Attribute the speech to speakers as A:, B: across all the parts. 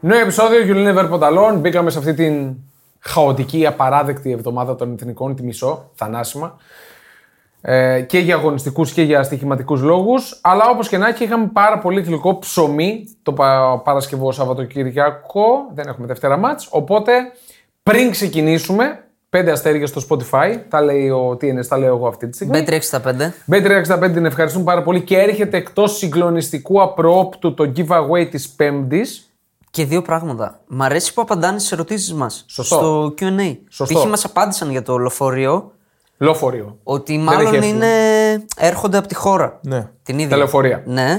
A: Νέο επεισόδιο Unilever Ποταλών. Μπήκαμε σε αυτή την χαοτική, απαράδεκτη εβδομάδα των εθνικών, τη μισό, θανάσιμα. Ε, και για αγωνιστικούς και για στοιχηματικούς λόγους. Αλλά όπως και να έχει, είχαμε πάρα πολύ γλυκό ψωμί το πα- Παρασκευό Σαββατοκυριακό. Δεν έχουμε Δευτέρα μάτς, Οπότε πριν ξεκινήσουμε, πέντε αστέρια στο Spotify. Τα λέει ο TNS, τα λέω εγώ αυτή τη στιγμή.
B: Bet 65.
A: Bet365 την ευχαριστούμε πάρα πολύ και έρχεται εκτός συγκλονιστικού απρόοπτου το giveaway της Πέμπτης.
B: Και δύο πράγματα. Μ' αρέσει που απαντάνε στις ερωτήσεις μας
A: Σωστό.
B: στο QA.
A: Σωστό.
B: Π.χ. μας απάντησαν για το λεωφορείο
A: Λόφοριο.
B: ότι
A: έχει
B: μάλλον
A: έρθει.
B: είναι... έρχονται από τη χώρα.
C: Ναι.
B: Την ίδια.
A: Τα λεωφορεία.
B: Ναι.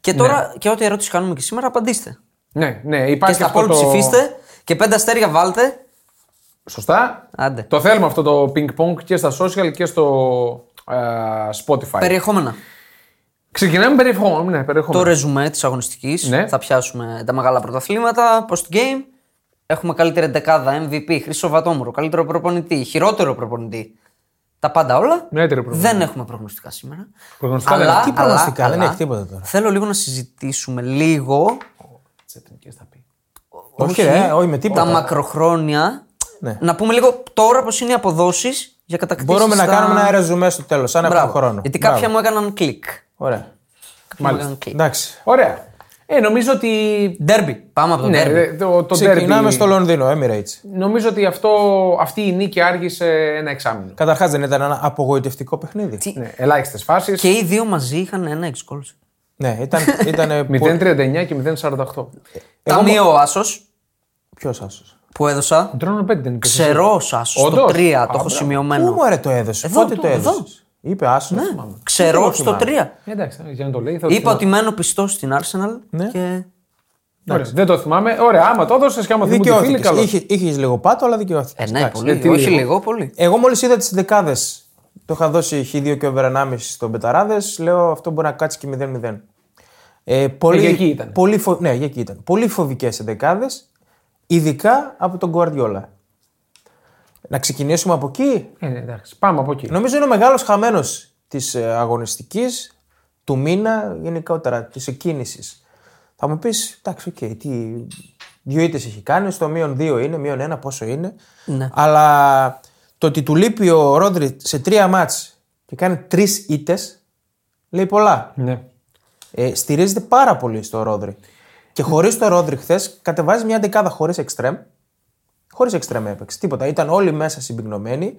B: Και τώρα και ό,τι ερώτηση κάνουμε και σήμερα, απαντήστε.
A: Ναι, ναι, υπάρχει
B: και στα
A: αυτό
B: poll
A: το...
B: ψηφίστε και πέντε αστέρια βάλτε.
A: Σωστά.
B: Άντε.
A: Το θέλουμε αυτό το ping-pong και στα social και στο ε, Spotify.
B: Περιεχόμενα.
A: Ξεκινάμε περιεχόμενο. Ναι,
B: Το
A: περιεχόμενο.
B: ρεζουμέ της αγωνιστικής.
A: Ναι.
B: Θα πιάσουμε τα μεγάλα πρωταθλήματα. Post game. Έχουμε καλύτερη δεκάδα, MVP, Χρυσό Βατόμουρο, καλύτερο προπονητή, χειρότερο προπονητή. Τα πάντα όλα.
A: Μέτριο πρόβλημα.
B: Δεν έχουμε προγνωστικά σήμερα.
A: Προγνωστικά δεν
C: Τι προγνωστικά, δεν έχει τίποτα τώρα.
B: Θέλω λίγο να συζητήσουμε λίγο
C: Όχι, ρε, όχι με
B: τα
C: τίποτα.
B: μακροχρόνια.
C: Ναι.
B: Να πούμε λίγο τώρα πώς είναι οι αποδόσεις για κατακτήσεις.
C: Μπορούμε να κάνουμε ένα ρεζουμέ στο τέλος, σαν έχουμε χρόνο.
B: Γιατί
C: Μπράβο.
B: κάποια μου έκαναν κλικ.
C: Ωραία.
B: Κάποια μου έκαναν κλικ.
C: Εντάξει.
A: Ωραία. Ε, νομίζω ότι.
B: Ντέρμπι. Πάμε από το
A: Ναι,
B: ντέρμπι.
A: ε, το, το
C: Ξεκινάμε
A: derby-
C: στο Λονδίνο, ε, Emirates.
A: Νομίζω ότι αυτό, αυτή η νίκη άργησε ένα εξάμεινο.
C: Καταρχάς δεν ήταν ένα απογοητευτικό παιχνίδι.
B: Τι-
A: Ναι, ελάχιστες φάσεις.
B: Και οι δύο μαζί είχαν ένα εξ goals.
C: Ναι, ήταν. ήταν
A: 0,39 και 0,48.
B: Ταμείο ο Άσος
C: Ποιος άσος.
B: που έδωσα.
A: Τρώνε 5 δεν είναι.
B: Ξερός Άσος. Το
A: Όντως.
B: 3
A: Α,
B: το έχω
A: μπράβο.
C: Πού
B: σημειωμένο.
C: μου ρε το έδωσες.
B: Εδώ,
C: Πότε
B: το-
C: το
B: εδώ. Ναι.
C: έδωσες. Είπε άσο. δεν θυμάμαι.
B: Ξερό στο
C: θυμάμαι.
B: 3.
A: Ε, Εντάξει, για να το λέει. Θα το
B: Είπα
A: θυμάμαι.
B: ότι μένω πιστό στην Arsenal
C: Ναι.
B: και
A: Ωραία, δεν το θυμάμαι. Ωραία, άμα το έδωσες και άμα θυμούν τη φίλη, καλό.
C: Δικαιώθηκε. Είχες λίγο πάτο, αλλά δικαιώθηκες.
B: Ε, ναι, πολύ.
A: γιατί
B: όχι
A: λίγο.
B: λίγο, πολύ.
C: Εγώ μόλις είδα τις δεκάδες. Το είχα δώσει χ2 και over 1,5 στον Πεταράδες. Λέω αυτό μπορεί να κάτσει και 0-0. Ε, πολύ,
A: Ε, για εκεί ήταν.
C: Πολύ φο... Ναι, για εκεί ήταν. Πολύ φοβικές δεκάδες, ειδικά από τον Γκουαρδιόλα. Να ξεκινήσουμε από εκεί.
A: Ε, ναι, εντάξει, πάμε από εκεί.
C: Νομίζω είναι ο μεγάλος χαμένος της αγωνιστική ε, του μήνα, γενικότερα της εκκίνησης. Θα μου πεις, εντάξει, οκ, τι δύο ήττες έχει κάνει, στο μείον δύο είναι, μείον ένα πόσο είναι.
B: Ναι.
C: Αλλά το ότι του λείπει ο Ρόντρι σε τρία μάτς και κάνει τρεις ήττες, λέει πολλά.
A: Ναι.
C: Ε, στηρίζεται πάρα πολύ στο Ρόδρυ. Και χωρίς το Ρόδρυ χθες κατεβάζει μια δεκάδα χωρίς εξτρέμ. Χωρίς εξτρέμ έπαιξε. Τίποτα. Ήταν όλοι μέσα συμπυκνωμένοι.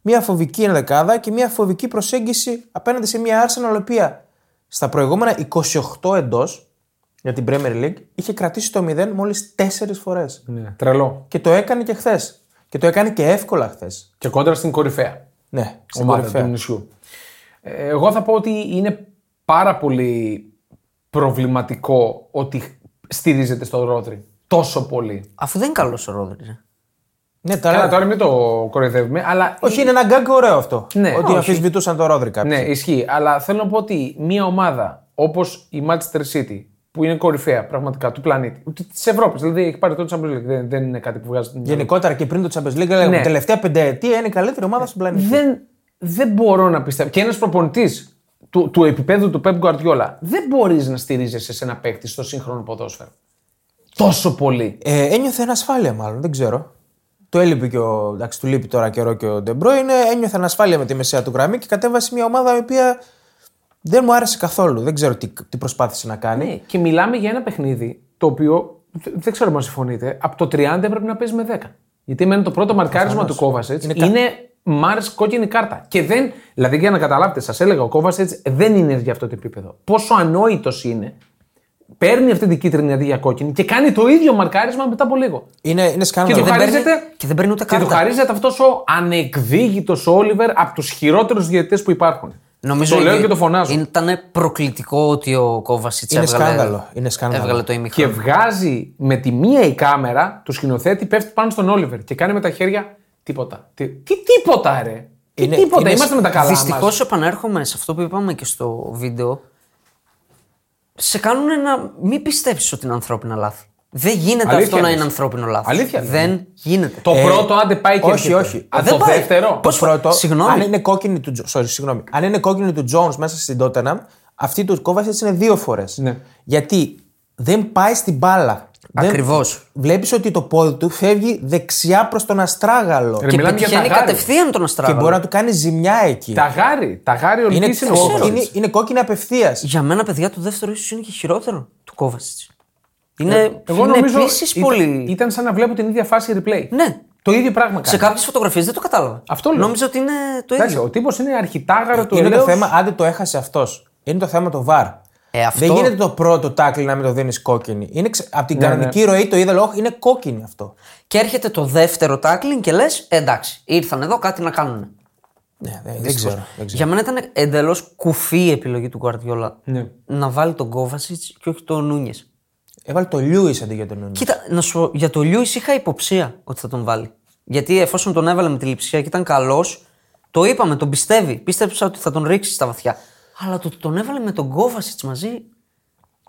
C: Μια φοβική ενδεκάδα και μια φοβική προσέγγιση απέναντι σε μια Arsenal η οποία στα προηγούμενα 28 εντός για την Premier League είχε κρατήσει το 0 μόλι 4 φορές.
A: ναι. Τρελό.
C: Και το έκανε και χθες. Και το έκανε και εύκολα χθες.
A: Και κόντρα στην κορυφαία
C: Ναι, στην
A: ομάδα
C: κορυφαία.
A: του νησιού. Ε, Εγώ θα πω ότι είναι πάρα πολύ προβληματικό ότι στηρίζεται στο Ρότρι τόσο πολύ.
B: Αφού δεν είναι καλός ο Ρόδρυ. ρε. Ε,
C: Ναι, τα
A: Καλά,
C: λέω.
A: τώρα μην το κοροϊδεύουμε, αλλά.
C: Όχι, είναι ένα γκάγκ ωραίο αυτό.
A: Ναι,
C: ότι
A: όχι.
C: αφισβητούσαν το Ρόδρυ κάποιοι.
A: Ναι, ισχύει. Αλλά θέλω να πω ότι μια ομάδα όπως η Manchester City, που είναι κορυφαία πραγματικά του πλανήτη, της Ευρώπης, δηλαδή έχει πάρει το Champions League, δεν, δεν είναι κάτι που βγάζει.
C: Γενικότερα και πριν το Champions League, λέγαμε
A: Ναι.
C: τελευταία πενταετία είναι η καλύτερη ομάδα στον πλανήτη.
A: δεν, δεν μπορώ να πιστεύω. Και ένας προπονητής του, του επίπεδου του Pep Guardiola δεν μπορείς να στηρίζεσαι σε ένα παίκτη στο σύγχρονο ποδόσφαιρο. Τόσο πολύ.
C: Ε, ένιωθε ανασφάλεια μάλλον, δεν ξέρω. Το έλειπε και ο. Εντάξει, του λείπει τώρα καιρό και ο Ντεμπρό. Είναι, ένιωθε ανασφάλεια με τη μεσαία του γραμμή και κατέβασε μια ομάδα η οποία δεν μου άρεσε καθόλου. Δεν ξέρω τι, τι προσπάθησε να κάνει.
A: Ναι, και μιλάμε για ένα παιχνίδι το οποίο δε- δεν ξέρω αν συμφωνείτε. Από το 30 πρέπει να παίζει με 10. Γιατί εμένα το πρώτο μαρκάρισμα του Kovacic είναι,
C: κα-
A: είναι Μάρς κόκκινη κάρτα. Και δεν, δηλαδή για να καταλάβετε, σας έλεγα, ο Kovacic δεν είναι για αυτό το επίπεδο. Πόσο ανόητος είναι, παίρνει αυτή την κίτρινη αντί για κόκκινη και κάνει το ίδιο μαρκάρισμα μετά από λίγο.
C: Είναι, είναι
A: Και
C: σκάνδαλο.
A: το
B: δεν παίρνει-
A: χαρίζεται-
B: και δεν παίρνει ούτε
A: Και του
B: κάρτα.
A: χαρίζεται αυτός ο ανεκδίκητο Όλιβερ από τους χειρότερους διαιτητές που υπάρχουν.
B: Νομίζω
A: το λέω
B: ότι
A: και το φωνάζω.
B: Ήταν προκλητικό ότι ο Κόβασιτ
C: Είναι
B: έβγαλε,
C: σκάνδαλο, είναι σκάνδαλο.
B: έβγαλε το
A: Και
B: ημιχρόνο.
A: βγάζει με τη μία η κάμερα του σκηνοθέτη, πέφτει πάνω στον Όλιβερ και κάνει με τα χέρια τίποτα. Τι, τι τίποτα, ρε! Τι
C: Είναι-
A: τίποτα,
C: είναι
A: είμαστε με τα καλά.
B: Δυστυχώς
A: μας.
B: επανέρχομαι σε αυτό που είπαμε και στο βίντεο. Σε κάνουν να μην πιστέψει ότι είναι ανθρώπινα λάθη. Δεν γίνεται
A: Αλήθεια
B: αυτό να
A: λες.
B: είναι ανθρώπινο λάθος.
A: Αλήθεια λες.
B: δεν γίνεται.
A: Το
C: Ε,
A: πρώτο, άντε πάει και
C: όχι,
A: έρχεται.
C: όχι.
A: Α,
C: Α,
A: το
B: δεν πάει.
A: δεύτερο.
B: Πώς-
C: Το πρώτο,
B: Συγγνώμη.
C: Αν είναι κόκκινη του, Τζο- sorry, συγγνώμη. Αν είναι κόκκινη του Jones μέσα στην Tottenham, αυτή του Kovacic είναι δύο φορές.
A: Ναι.
C: Γιατί δεν πάει στην μπάλα.
B: Ακριβώς.
C: Βλέπεις ότι το πόδι του φεύγει δεξιά προς τον αστράγαλο.
A: Ρε,
B: Και
A: μιλάμε για
B: πετυχαίνει
A: ταγάρι.
B: κατευθείαν τον
C: και
B: Αστράγαλο.
C: μπορεί να του κάνει ζημιά εκεί.
A: Τα γάρι, τα γάρι
C: Είναι,
A: ολική είναι ο Κόβατς.
C: είναι, είναι κόκκινη απευθείας.
B: Για μένα, παιδιά, το δεύτερο ίσως είναι και χειρότερο του Κόβασιτ. Είναι,
A: Ε, Εγώ
B: είναι
A: νομίζω
B: επίσης
A: ήταν,
B: πολύ.
A: ήταν σαν να βλέπω την ίδια φάση replay.
B: Ναι,
A: Το ίδιο πράγμα
B: σε
A: κάνει.
B: κάποιες φωτογραφίες δεν το κατάλαβα.
A: Αυτό λέω.
B: Νόμιζα ότι είναι το
A: Εντάξει,
B: ίδιο.
A: ο τύπος είναι αρχιτάγαρο του
C: Ε, Είναι το
A: ελαιός.
C: θέμα, άντε το έχασε αυτός. Είναι το θέμα το βαρ.
B: Ε, αυτό-
C: Δεν γίνεται το πρώτο τάκλι να μην το δίνεις κόκκινη. Είναι ξε... Από
A: Ναι,
C: την κανονική ροή το είδα λόγω, είναι κόκκινη αυτό.
B: Και έρχεται το δεύτερο tackling και λες: Εντάξει, ήρθαν εδώ κάτι να κάνουν.
C: Ναι, δεν, δεν ξέρω. Δεν ξέρω.
B: Για μένα ήταν εντελώς κουφή η επιλογή του Γκουαρδιόλα
A: Ναι.
B: να βάλει τον Κόβασιτ και όχι τον Νούνιε.
C: Έβαλε το Λιούι αντί για τον Νούνι.
B: Κοίτα, να σου, για τον Λιούι είχα υποψία ότι θα τον βάλει. Γιατί εφόσον τον έβαλε με τη λειψία και ήταν καλός, το είπαμε, τον πιστεύει. Πίστεψα ότι θα τον ρίξει στα βαθιά. Αλλά το ότι τον έβαλε με τον Κόβασιτ μαζί.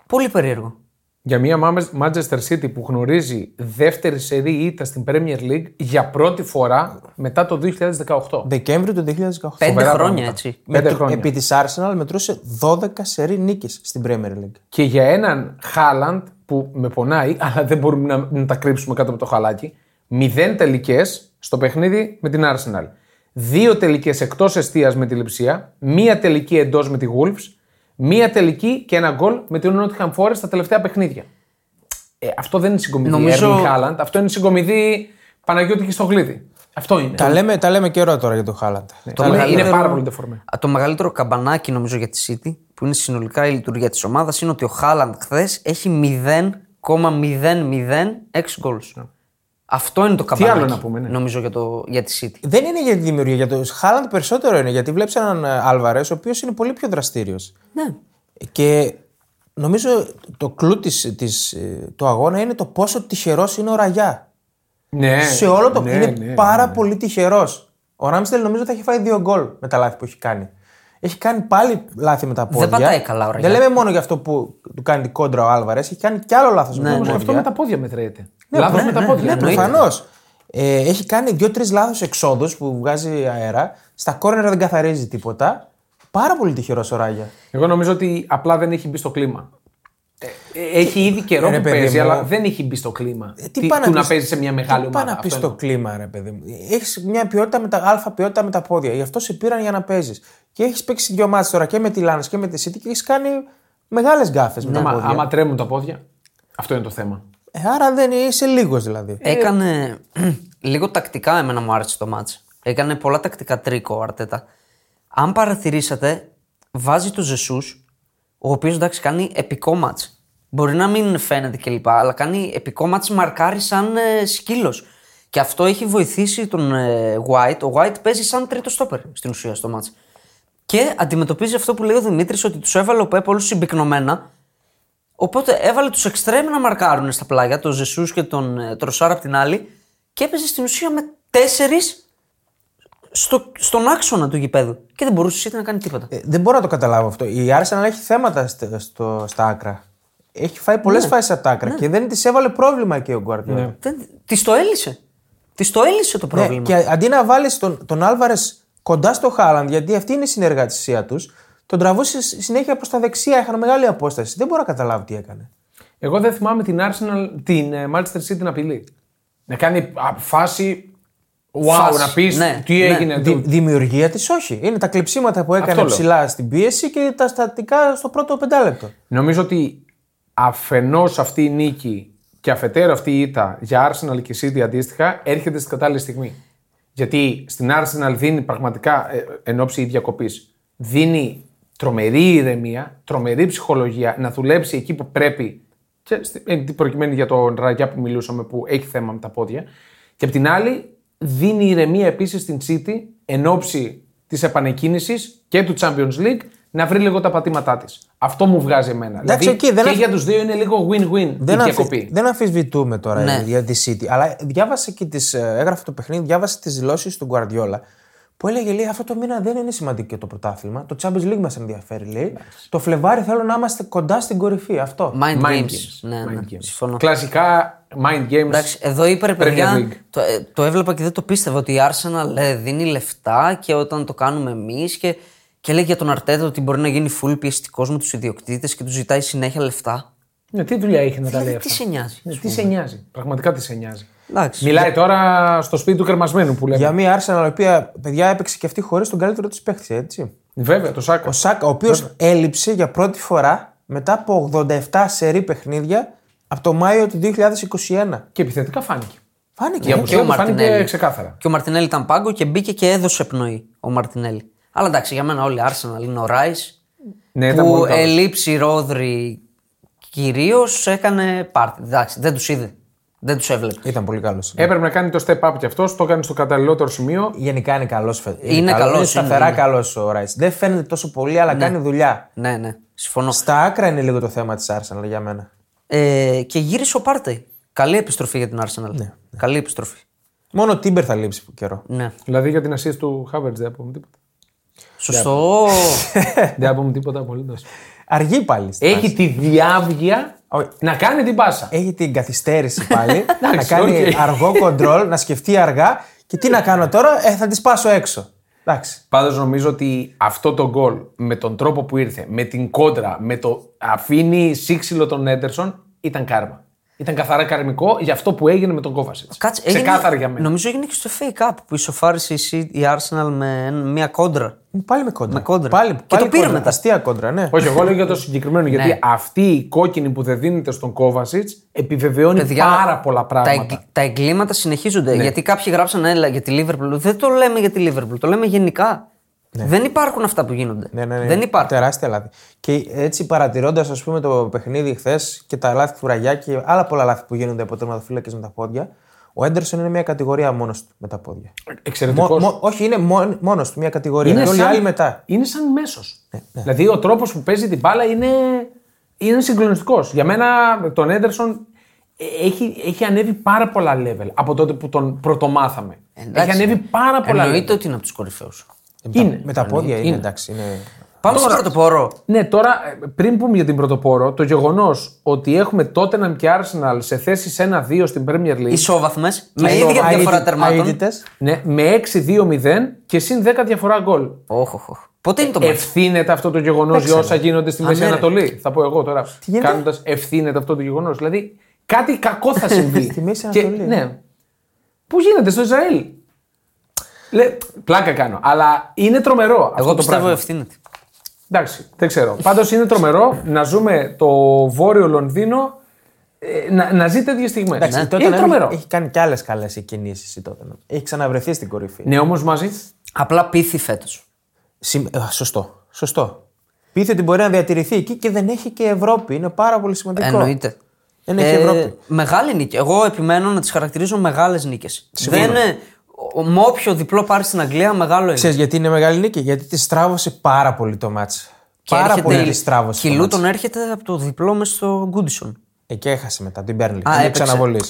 B: Πολύ περίεργο.
A: Για μια Μάμε- Manchester City που γνωρίζει δεύτερη σερή ήττα στην Premier League για πρώτη φορά μετά το 2018.
C: Δεκέμβριο του 2018.
B: Πέντε
A: Φοβερά
B: χρόνια
A: πράγματα.
B: έτσι.
C: Με
A: Πέντε
C: το-
A: χρόνια.
C: Επί της Arsenal μετρούσε 12 σερή νίκες στην Premier League.
A: Και για έναν Χάλαντ που με πονάει, αλλά δεν μπορούμε να, να τα κρύψουμε κάτω από το χαλάκι, μηδέν τελικές στο παιχνίδι με την Arsenal. Δύο τελικές εκτός εστίας με τη Λιψία, μία τελική εντός με τη Wolves, μία τελική και ένα γκολ με την Nottingham Forest στα τελευταία παιχνίδια. Ε, αυτό δεν είναι συγκομιδή
B: Νομίζω-
A: Erling Haaland, αυτό είναι συγκομιδή Παναγιώτη και στο γλύδι. Αυτό είναι.
C: Τα λέμε, τα λέμε καιρό τώρα για τον Χάλαντ.
A: Το είναι, είναι πάρα πολύ τεφορμέ.
B: Α, Το μεγαλύτερο καμπανάκι νομίζω για τη City, που είναι συνολικά η λειτουργία της ομάδας, είναι ότι ο Χάλαντ χθες έχει 0,006 γκολ. Αυτό είναι το καμπανάκι.
A: Ναι. άλλο να πούμε, ναι.
B: Νομίζω για, το, για τη City.
C: Δεν είναι για τη δημιουργία. Για τον Χάλαντ περισσότερο είναι γιατί βλέπεις έναν Άλβαρε ο οποίος είναι πολύ πιο δραστήριος.
B: Ναι.
C: Και νομίζω το κλου της, της, ε, του αγώνα είναι το πόσο τυχερός είναι ο Ραγιά.
A: Ναι,
C: Σε όλο το.
A: ναι,
C: είναι
A: ναι,
C: πάρα πολύ τυχερός. Ο Ράμστελ νομίζω ότι θα έχει φάει δύο γκολ με τα λάθη που έχει κάνει. Έχει κάνει πάλι λάθη με τα πόδια.
B: πατάει καλά ο Ραγιά.
C: Δεν λέμε μόνο για αυτό που του κάνει την κόντρα ο Άλβαρες, έχει κάνει κι άλλο λάθος με τα
A: Όμως και
C: πόδια.
A: Ναι, αυτό με τα πόδια μετρέεται. Λάθος
B: ναι,
A: με τα
B: ναι,
A: πόδια.
B: ναι,
A: εννοείται.
C: Προφανώ. Ε, έχει κάνει δύο-τρει λάθος εξόδους που βγάζει αέρα. Στα κόρνερα δεν καθαρίζει τίποτα. Πάρα πολύ τυχερός ο Ράγια.
A: Εγώ νομίζω ότι απλά δεν έχει μπει στο κλίμα. Ε, ε, Έχει ήδη καιρό
C: Ρε,
A: που
C: παιδί
A: παίζει,
C: μου.
A: αλλά δεν έχει μπει στο κλίμα.
C: Ε,
A: Τι-
C: πάνε
A: του να
C: πεις-
A: παίζει σε μια μεγάλη
C: τι
A: ομάδα.
C: Πάνε να πεις
A: Αυτό
C: στο κλίμα, ρε παιδί μου. Έχεις μια ποιότητα με τα αλφα ποιότητα με τα πόδια. Γι' αυτό σε πήραν για να παίζεις. Και έχεις παίξει δύο μάτσε τώρα και με τη Λάνο και με τη City και έχεις κάνει μεγάλες γκάφες με
A: είναι.
C: τα
A: Άμα,
C: πόδια.
A: άμα τρέμουν τα πόδια, αυτό είναι το θέμα.
C: Ε, άρα δεν είσαι λίγος δηλαδή.
B: Ε, Έκανε λίγο τακτικά εμένα μου άρεσε το μάτς. Έκανε πολλά τακτικά τρίκο ο Αρτέτα. Αν παρατηρήσατε, βάζει το Ζεσούς, ο οποίος εντάξει κάνει επικό μάτς. Μπορεί να μην φαίνεται κλπ. Αλλά κάνει επικό μάτς μαρκάρι σαν ε, σκύλος. Και αυτό έχει βοηθήσει τον ε, White. Ο White παίζει σαν τρίτο στόπερ στην ουσία στο μάτς. Και αντιμετωπίζει αυτό που λέει ο Δημήτρης ότι τους έβαλε ο Πέπ όλους συμπυκνωμένα Οπότε έβαλε τους εξτρέμ να μαρκάρουν στα πλάγια, τον Ζεσούς και τον ε, Τροσάρα απ' την άλλη, και έπαιζε στην ουσία με τέσσερις στο, στον άξονα του γηπέδου. Και δεν μπορούσες εσύ να κάνεις τίποτα.
C: Ε, δεν μπορώ να το καταλάβω αυτό. Η Arsenal έχει θέματα στο, στο, στα άκρα. Έχει φάει πολλές ναι. φάσεις από τα άκρα και δεν τη έβαλε πρόβλημα και ο Γκουαρδιόλα.
A: Ναι.
B: Δεν, τη το έλυσε. Τη το έλυσε το
C: Ναι,
B: πρόβλημα.
C: και αντί να βάλει τον, τον Άλβαρες κοντά στο Χάλαντ, γιατί αυτή είναι η συνεργασία τους, τον τραβούσε συνέχεια προς τα δεξιά. Είχαν μεγάλη απόσταση. Δεν μπορώ να καταλάβω τι έκανε.
A: Εγώ δεν θυμάμαι την Arsenal, την ε, Manchester City να απειλεί. Να κάνει α, φάση. Wow,
B: Φάση,
A: να πεις
B: ναι,
A: τι
B: ναι.
A: έγινε.
C: Δη,
A: εδώ.
C: δημιουργία της όχι. Είναι τα κλειψίματα που έκανε
A: Αυτό λέω.
C: ψηλά στην πίεση και τα στατικά στο πρώτο πεντάλεπτο.
A: Νομίζω ότι αφενός αυτή η νίκη και αφετέρου αυτή η ήττα για Arsenal και City αντίστοιχα έρχεται στην κατάλληλη στιγμή. Γιατί στην Arsenal δίνει πραγματικά ε, εν ώψη διακοπής, δίνει τρομερή ηρεμία, τρομερή ψυχολογία να δουλέψει εκεί που πρέπει. Και στη- εν τη προκειμένη για τον Ραγιά που μιλούσαμε, που έχει θέμα με τα πόδια. Και απ' την άλλη, δίνει ηρεμία επίσης στην City εν ώψη της επανεκκίνησης και του Champions League να βρει λίγο τα πατήματά της. Αυτό μου βγάζει εμένα. Δηλαδή,
C: Εντάξει, εκεί δεν
A: και
C: αφ-
A: για τους δύο είναι λίγο win-win
C: Δεν,
A: η
C: αμφι-
A: διακοπή.
C: δεν αμφισβητούμε τώρα
B: Ναι.
C: για τη City, αλλά διάβασε και τις, ε, έγραφε το παιχνίδι, διάβασε τις δηλώσεις του Γκουαρδιόλα. Που έλεγε, λέει, αυτό το μήνα δεν είναι σημαντικό το πρωτάθλημα. Το Champions League μας ενδιαφέρει, λέει. Το Φλεβάρι θέλω να είμαστε κοντά στην κορυφή. Αυτό.
B: Mind,
A: Mind
B: games.
A: games.
B: Ναι,
A: Mind
B: ναι,
A: games.
B: συμφωνώ.
A: Κλασικά mind games.
B: Εντάξει, εδώ είπε ρε
A: League.
B: παιδιά, το, ε, το έβλεπα και δεν το πίστευα ότι η Arsenal ε, δίνει λεφτά και όταν το κάνουμε εμείς και, και λέει για τον Αρτέτα ότι μπορεί να γίνει full πιεστικό με τους ιδιοκτήτες και τους ζητάει συνέχεια λεφτά.
A: Ναι, τι δουλειά έχει να τα λέει
B: Δηλαδή, τι
A: αυτά.
B: σε νοιάζει.
A: Ναι, τι σε νοιάζει. Πραγματικά τι σε νοιάζει.
B: Εντάξει.
A: Μιλάει τώρα στο σπίτι του κρεμασμένου που λέμε.
C: Για μια Arsenal, η οποία παιδιά έπαιξε και αυτή χωρίς τον καλύτερο της παίχτη, έτσι.
A: Βέβαια, το Σάκα.
C: Ο Σάκα, ο οποίος έλειψε για πρώτη φορά μετά από 87 σερή παιχνίδια από το Μάιο του 2021.
A: Και επιθετικά φάνηκε.
C: Φάνηκε.
A: Για
C: ε.
A: που ξέρω,
B: Μαρτινέλη.
A: φάνηκε ξεκάθαρα.
B: Και ο Μαρτινέλη ήταν πάγκο και μπήκε και έδωσε πνοή ο Μαρτινέλη. Αλλά εντάξει, για μένα όλοι Arsenal είναι ο Ράι.
A: Ναι, ήταν πολύ
B: που
A: καλός.
B: ελείψει Ρόδρυ κυρίως έκανε πάρτι. Εντάξει, δεν τους είδε. Δεν τους έβλεπες.
C: Ήταν πολύ καλός.
B: Ε,
A: Έπρεπε να κάνει το step up κι αυτός, το έκανε στο καταλληλότερο σημείο.
C: Γενικά είναι καλός φέτο.
B: Είναι καλός,
C: Είναι
B: είναι,
C: σταθερά
B: είναι.
C: καλός ο Ράις. Δεν φαίνεται τόσο πολύ, αλλά κάνει δουλειά.
B: Ναι, ναι, συμφωνώ.
C: Στα άκρα είναι λίγο το θέμα της Arsenal για μένα.
B: Ε, και γύρισε ο Πάρτεϊ. Καλή επιστροφή για την Arsenal.
A: Ναι,
B: Καλή επιστροφή.
C: Μόνο ο Τίμπερ θα λείψει που καιρό.
B: Ναι.
A: Δηλαδή για την assist του Χάβερτ δεν πούμε τίποτα.
B: Σωστό.
A: δεν πούμε τίποτα απολύτως.
C: Αργεί πάλι.
B: Ε,
C: στην
A: Ε. Έχει τη διάβγεια
C: Όχι.
A: να κάνει την πάσα.
C: έχει την καθυστέρηση πάλι να
A: Εντάξει,
C: κάνει
A: οκ.
C: αργό κοντρόλ, να σκεφτεί αργά και τι να κάνω τώρα, ε, θα της πάσω έξω. Εντάξει.
A: Πάντως νομίζω ότι αυτό το γκολ με τον τρόπο που ήρθε, με την κόντρα, με το αφήνει σύξυλο τον Έντερσον, ήταν κάρμα. Ήταν καθαρά καρμικό για αυτό που έγινε με τον Κόβασιτ.
B: Κάτσε, έγινε-
A: Ξεκάθαρα για μένα.
B: Νομίζω έγινε και στο FA Cup που ισοφάρισε η City- η Arsenal με ένα- μια κόντρα.
C: Πάλι με κόντρα.
B: Με κόντρα.
C: Πάλι,
B: Και
C: πάλι
B: το πήρε
C: κόντρα.
B: μετά.
C: Αστεία κόντρα, ναι.
A: Όχι, εγώ λέω για το συγκεκριμένο. γιατί
B: Ναι.
A: αυτή η κόκκινη που δεν δίνεται στον Κόβασιτ επιβεβαιώνει
B: Παιδιά,
A: πάρα πολλά πράγματα.
B: Τα, εγκλ- τα εγκλήματα συνεχίζονται.
A: Ναι.
B: Γιατί κάποιοι γράψαν έλα για τη Λίβερπουλ. Δεν το λέμε για τη Λίβερπουλ, το λέμε γενικά.
A: Ναι.
B: Δεν υπάρχουν αυτά που γίνονται.
C: Ναι, ναι, ναι.
B: Δεν υπάρχουν.
C: Τεράστια λάθη. Και έτσι παρατηρώντας, ας πούμε, το παιχνίδι χθες και τα λάθη του Ραγιά και άλλα πολλά λάθη που γίνονται από τερματοφύλακες με τα πόδια, ο Έντερσον είναι μια κατηγορία μόνος του με τα πόδια.
A: Εξαιρετικός.
C: Μο- μο- όχι, είναι μόνος του μια κατηγορία.
A: Είναι
C: και όλοι οι
A: σαν-
C: άλλοι μετά.
A: Είναι σαν μέσος. Δηλαδή ο τρόπος που παίζει την μπάλα είναι, είναι συγκλονιστικός. Για μένα τον Έντερσον ε, έχει, έχει ανέβει πάρα πολλά level από τότε που τον πρωτομάθαμε.
B: Εντάξει.
A: Έχει ανέβει πάρα πολλά
B: Εννοείται
A: level.
B: ότι είναι από τους κορυφαίους.
C: Ε, με τα-
A: Είναι.
C: Με τα πόδια είναι,
A: Είναι.
C: εντάξει. Είναι...
B: Πάμε στο πρώτο πόρο.
A: Ναι, τώρα ε, πριν πούμε για την πρωτοπόρο, το γεγονός ότι έχουμε Tottenham και Arsenal σε θέσει 1-2 στην Premier League.
B: Ισόβαθμες με ίδια διαφορά
C: Αίτητες-
B: τερμάτων.
C: αίτητες.
A: Ναι, με 6-2-0 και συν 10 διαφορά γκολ.
B: Όχ, όχ, όχ. Πότε είναι το μάτι.
A: Ευθύνεται Ε, αυτό το γεγονός για όσα γίνονται στη Μέση
B: ναι, ρε.
A: Ανατολή. Θα πω εγώ τώρα.
C: γίνεται?
A: Κάνοντας ευθύνεται αυτό το γεγονός. Δηλαδή κάτι κακό θα συμβεί.
C: Στη Μέση
A: Και-
C: Ανατολή.
A: ναι. Πού γίνεται στο Ισραήλ. Λε, πλάκα κάνω. Αλλά είναι τρομερό αυτό
B: Εγώ
A: το
B: πιστεύω
A: πράγμα.
B: ευθύνεται.
A: Εντάξει, δεν ξέρω. Πάντως είναι τρομερό να ζούμε το βόρειο Λονδίνο ε, να, να ζει τέτοιε στιγμές.
C: Εντάξει, η Tottenham
A: Ναι. Είναι τρομερό.
C: Έχει κάνει κι άλλες καλές κινήσεις η Tottenham. Έχει ξαναβρεθεί στην κορυφή.
A: Ναι, όμως μαζί.
B: Απλά πείθει φέτος.
C: Συμ- ε, σωστό. Σωστό. Πείθε ότι μπορεί να διατηρηθεί εκεί και δεν έχει και Ευρώπη. Είναι πάρα πολύ σημαντικό.
B: Εννοείται.
A: Ε, ναι,
B: Ε,
C: Δεν έχει Ευρώπη.
B: Μεγάλη νίκη. Εγώ επιμένω να τις χαρακτηρίζω μεγάλες νίκες. Δεν είναι. ο- Με όποιο διπλό πάρει στην Αγγλία, μεγάλο είναι.
C: Ξέρεις γιατί είναι μεγάλη νίκη, γιατί τη στράβωσε πάρα πολύ το μάτς.
B: Και
C: πάρα
B: έρχεται
C: πολύ
B: η-
C: τη στράβωσε. το
B: Κιλού
C: μάτς.
B: τον έρχεται από το διπλό μες στο Γκούντισον.
C: Ε, και έχασε μετά την Μπέρνλι. Είναι ξαναβολή.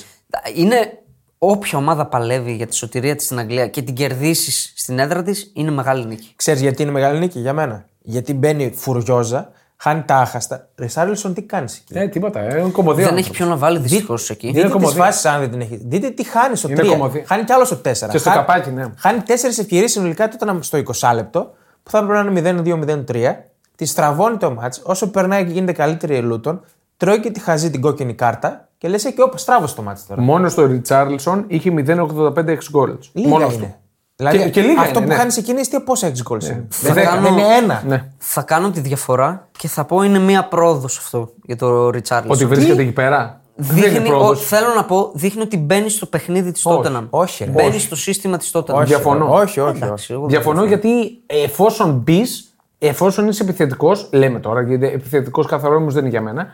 B: Είναι όποια ομάδα παλεύει για τη σωτηρία της στην Αγγλία και την κερδίσεις στην έδρα της, είναι μεγάλη νίκη.
C: Ξέρεις γιατί είναι μεγάλη νίκη για μένα. Γιατί μπαίνει φουριόζα, χάνει τα άχαστα. Ρισάρλισον τι κάνεις εκεί.
A: Ε, τίποτα. Ε, είναι κομμωδία.
B: Δεν έχει ποιον να βάλει δυστυχώ εκεί.
A: Είναι
C: Δείτε τι
A: κομμωδία.
C: φάσει αν δεν την έχει. Δείτε τι χάνεις στο
A: Είναι
C: 3.
A: κομμωδία.
C: Χάνει κι άλλος στο 4. Και
A: στο καπάκι, ναι.
C: Χάνει 4 ευκαιρίες συνολικά τότε να- στο 20 λεπτό που θα έπρεπε να είναι 0-2-0-3. Τη στραβώνει το μάτ. Όσο περνάει και γίνεται καλύτερη η Λούτον, τρώει και τη χαζεί την κόκκινη κάρτα και λες και όπω στράβω το μάτ τώρα.
A: Μόνο στο Ριτσάρλσον είχε 0,85 εξ γκολ.
C: Λίγα
A: Μόνο
C: είναι.
A: αυτό.
C: Δηλαδή,
A: Και- και λίγα
C: αυτό
A: είναι,
C: που
A: ναι.
C: χάνει εκείνη, τι πόσα έξι γκολ είναι. Δεν,
B: Θα
C: δεν
B: κάνω-
C: είναι ένα.
A: Ναι.
B: Θα κάνω τη διαφορά και θα πω είναι μία πρόοδος αυτό για το Ριτσάρλ.
A: Ότι βρίσκεται εκεί πέρα. Δεν είναι
B: Δείχνει, ο,
A: πρόοδος.
B: θέλω να πω, δείχνει ότι μπαίνει στο παιχνίδι της Τότεναμ.
C: όχι, ρε.
B: Μπαίνει στο σύστημα της Τότεναμ.
A: Όχι, Διαφωνώ.
C: Όχι, όχι. όχι.
B: Εντάξει, εγώ δεν
A: Διαφωνώ γιατί εφόσον μπεις, εφόσον είσαι επιθετικός, λέμε τώρα γιατί επιθετικός καθαρό δεν είναι για μένα,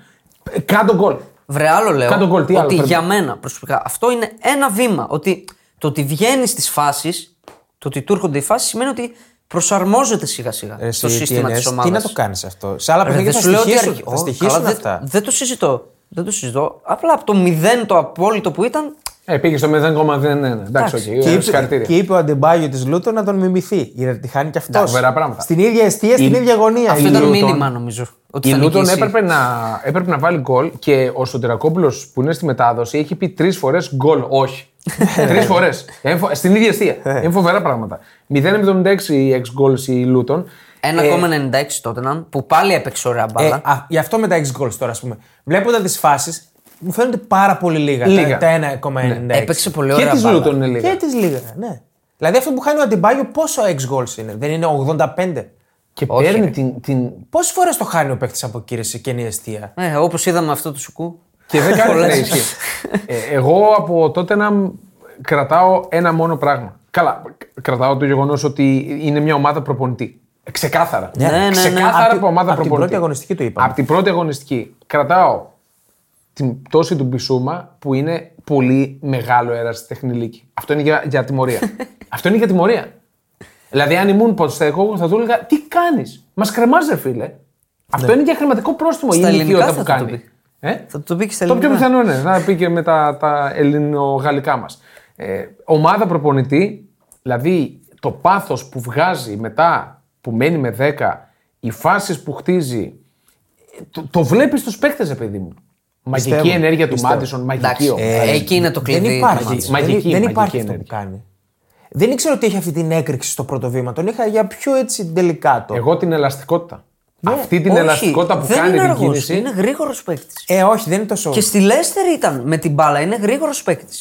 A: ε, κάντο γκολ.
B: Βρε άλλο λέω
A: Κάντο γκολ, τι άλλο
B: ότι
A: πρέπει.
B: για μένα προσωπικά αυτό είναι ένα βήμα. Ότι το ότι βγαίνεις στις φάσεις, το ότι του έρχονται οι φάσεις σημαίνει ότι προσαρμόζεται σιγά σιγά
C: Ρε,
B: στο
C: εσύ, Ε, τι
B: σύστημα
C: εννοείς,
B: τη ομάδα.
C: Τι να το κάνεις αυτό. Σε άλλα
B: Δεν
C: παιχνίδια θα
B: σου λέω ότι
C: στοιχήσουν,
B: αρχι-
C: θα
B: Ω,
C: στοιχήσουν
B: καλά, δεν-
C: αυτά.
B: Δεν το συζητώ. Δεν το συζητώ. Απλά από το μηδέν το απόλυτο που ήταν.
A: Ε, πήγε στο 0,01. Εντάξει, οκ.
B: Εντάξει.
A: ε,
C: Και είπε,
A: Συγχαρητήρια.
C: και είπε ο Αντεμπάγιο της Λούτο να τον μιμηθεί. Γιατί τη χάνει και αυτός.
A: φοβερά πράγματα.
C: Στην ίδια αιστεία, στην ίδια γωνία.
B: Αυτό
C: Η
B: ήταν
C: Luton.
B: μήνυμα νομίζω. Ότι
A: Η
B: θα
A: Λούτον
B: νικήσει.
A: έπρεπε να, έπρεπε να βάλει γκολ και ο Σωτηρακόπουλος που είναι στη μετάδοση έχει πει τρεις φορές γκολ, όχι. τρεις φορές.
B: Ε.
A: Στην ίδια αιστεία. Είναι φοβερά πράγματα. 0,76 εξ γκολ η Λούτον.
B: 1,96 τότε να που πάλι έπαιξε ωραία
C: Ε,
B: μπάλα.
C: α, γι' αυτό με τα 6 goals τώρα, ας πούμε. Βλέποντας τις φάσεις, μου φαίνονται πάρα πολύ λίγα.
A: Λίγα.
C: Τα, τα 1,96.
B: Ναι. Έπαιξε πολύ
A: Και
B: ωραία
A: τη
B: μπάλα.
A: Λούτων είναι λίγα.
C: Και τις λίγα, ναι. Δηλαδή αυτό που χάνει ο Αντιμπάγιο, πόσο 6 goals είναι, δεν είναι 85.
A: Και
B: Όχι,
A: παίρνει
B: ρε.
A: την, την-
C: Πόσες φορές το χάνει ο παίχτη από κύριε σε καινή αιστεία.
B: Ε, Όπως είδαμε αυτό του σουκού.
A: Και δεν κάνει
B: Πολλές.
A: ναι, ισχύει. ε, Εγώ από τότε να κρατάω ένα μόνο πράγμα. Καλά, κρατάω το γεγονός ότι είναι μια ομάδα προπονητή. Ε, Ξεκάθαρα.
B: Ναι, ναι, ναι.
A: Ξεκάθαρα
C: Απ' τη-
A: από ομάδα
C: απ' την
A: προπονητή.
C: πρώτη αγωνιστική το είπαμε.
A: Από την πρώτη αγωνιστική. Κρατάω την πτώση του Μπισούμα που είναι πολύ μεγάλο αέρας στη τεχνηλίκη. Αυτό είναι για, για τιμωρία. Αυτό είναι για τιμωρία. Δηλαδή, αν ήμουν ποτσιακό, θα του έλεγα τι κάνεις. Μας κρεμάζε, φίλε. Αυτό είναι για χρηματικό πρόστιμο.
B: Ναι. Στα
A: η
B: ελληνικά
A: ηλικιότητα
B: θα
A: που κάνει.
B: το το πει.
A: Ε?
B: Θα το πει και στα
A: Το πιο
B: ελληνικά.
A: πιθανό είναι να πει και με τα, τα ελληνογαλλικά μας. Ε, ομάδα προπονητή, δηλαδή το πάθος που βγάζει μετά που μένει με 10, οι φάσεις που χτίζει. ε, Το, το βλέπεις στους παίκτες, ρε παιδί μου. Μαγική
C: Πιστεύω,
A: ενέργεια
C: πιστεύω.
A: του Μάντισον, μαγική
B: Εντάξει,
A: όμως.
B: ε, εκεί είναι το κλειδί.
C: δεν
B: του
C: υπάρχει.
B: μάτς.
C: δεν-
A: Μαγική,
C: δεν,
A: μαγική
C: υπάρχει αυτό που
A: ενέργεια.
C: κάνει. Δεν ήξερα ότι έχει αυτή την έκρηξη στο πρώτο βήμα. Τον είχα για πιο έτσι τελικά
A: Εγώ την ελαστικότητα. Αυτή την
B: Ναι, Όχι,
A: ελαστικότητα που
B: δεν
A: κάνει
B: είναι
A: την
B: αργός,
A: κίνηση.
B: Είναι γρήγορος παίκτης.
C: Ε, όχι, δεν είναι τόσο.
B: Και στη Λέστερ ήταν με την μπάλα, είναι γρήγορος παίκτης.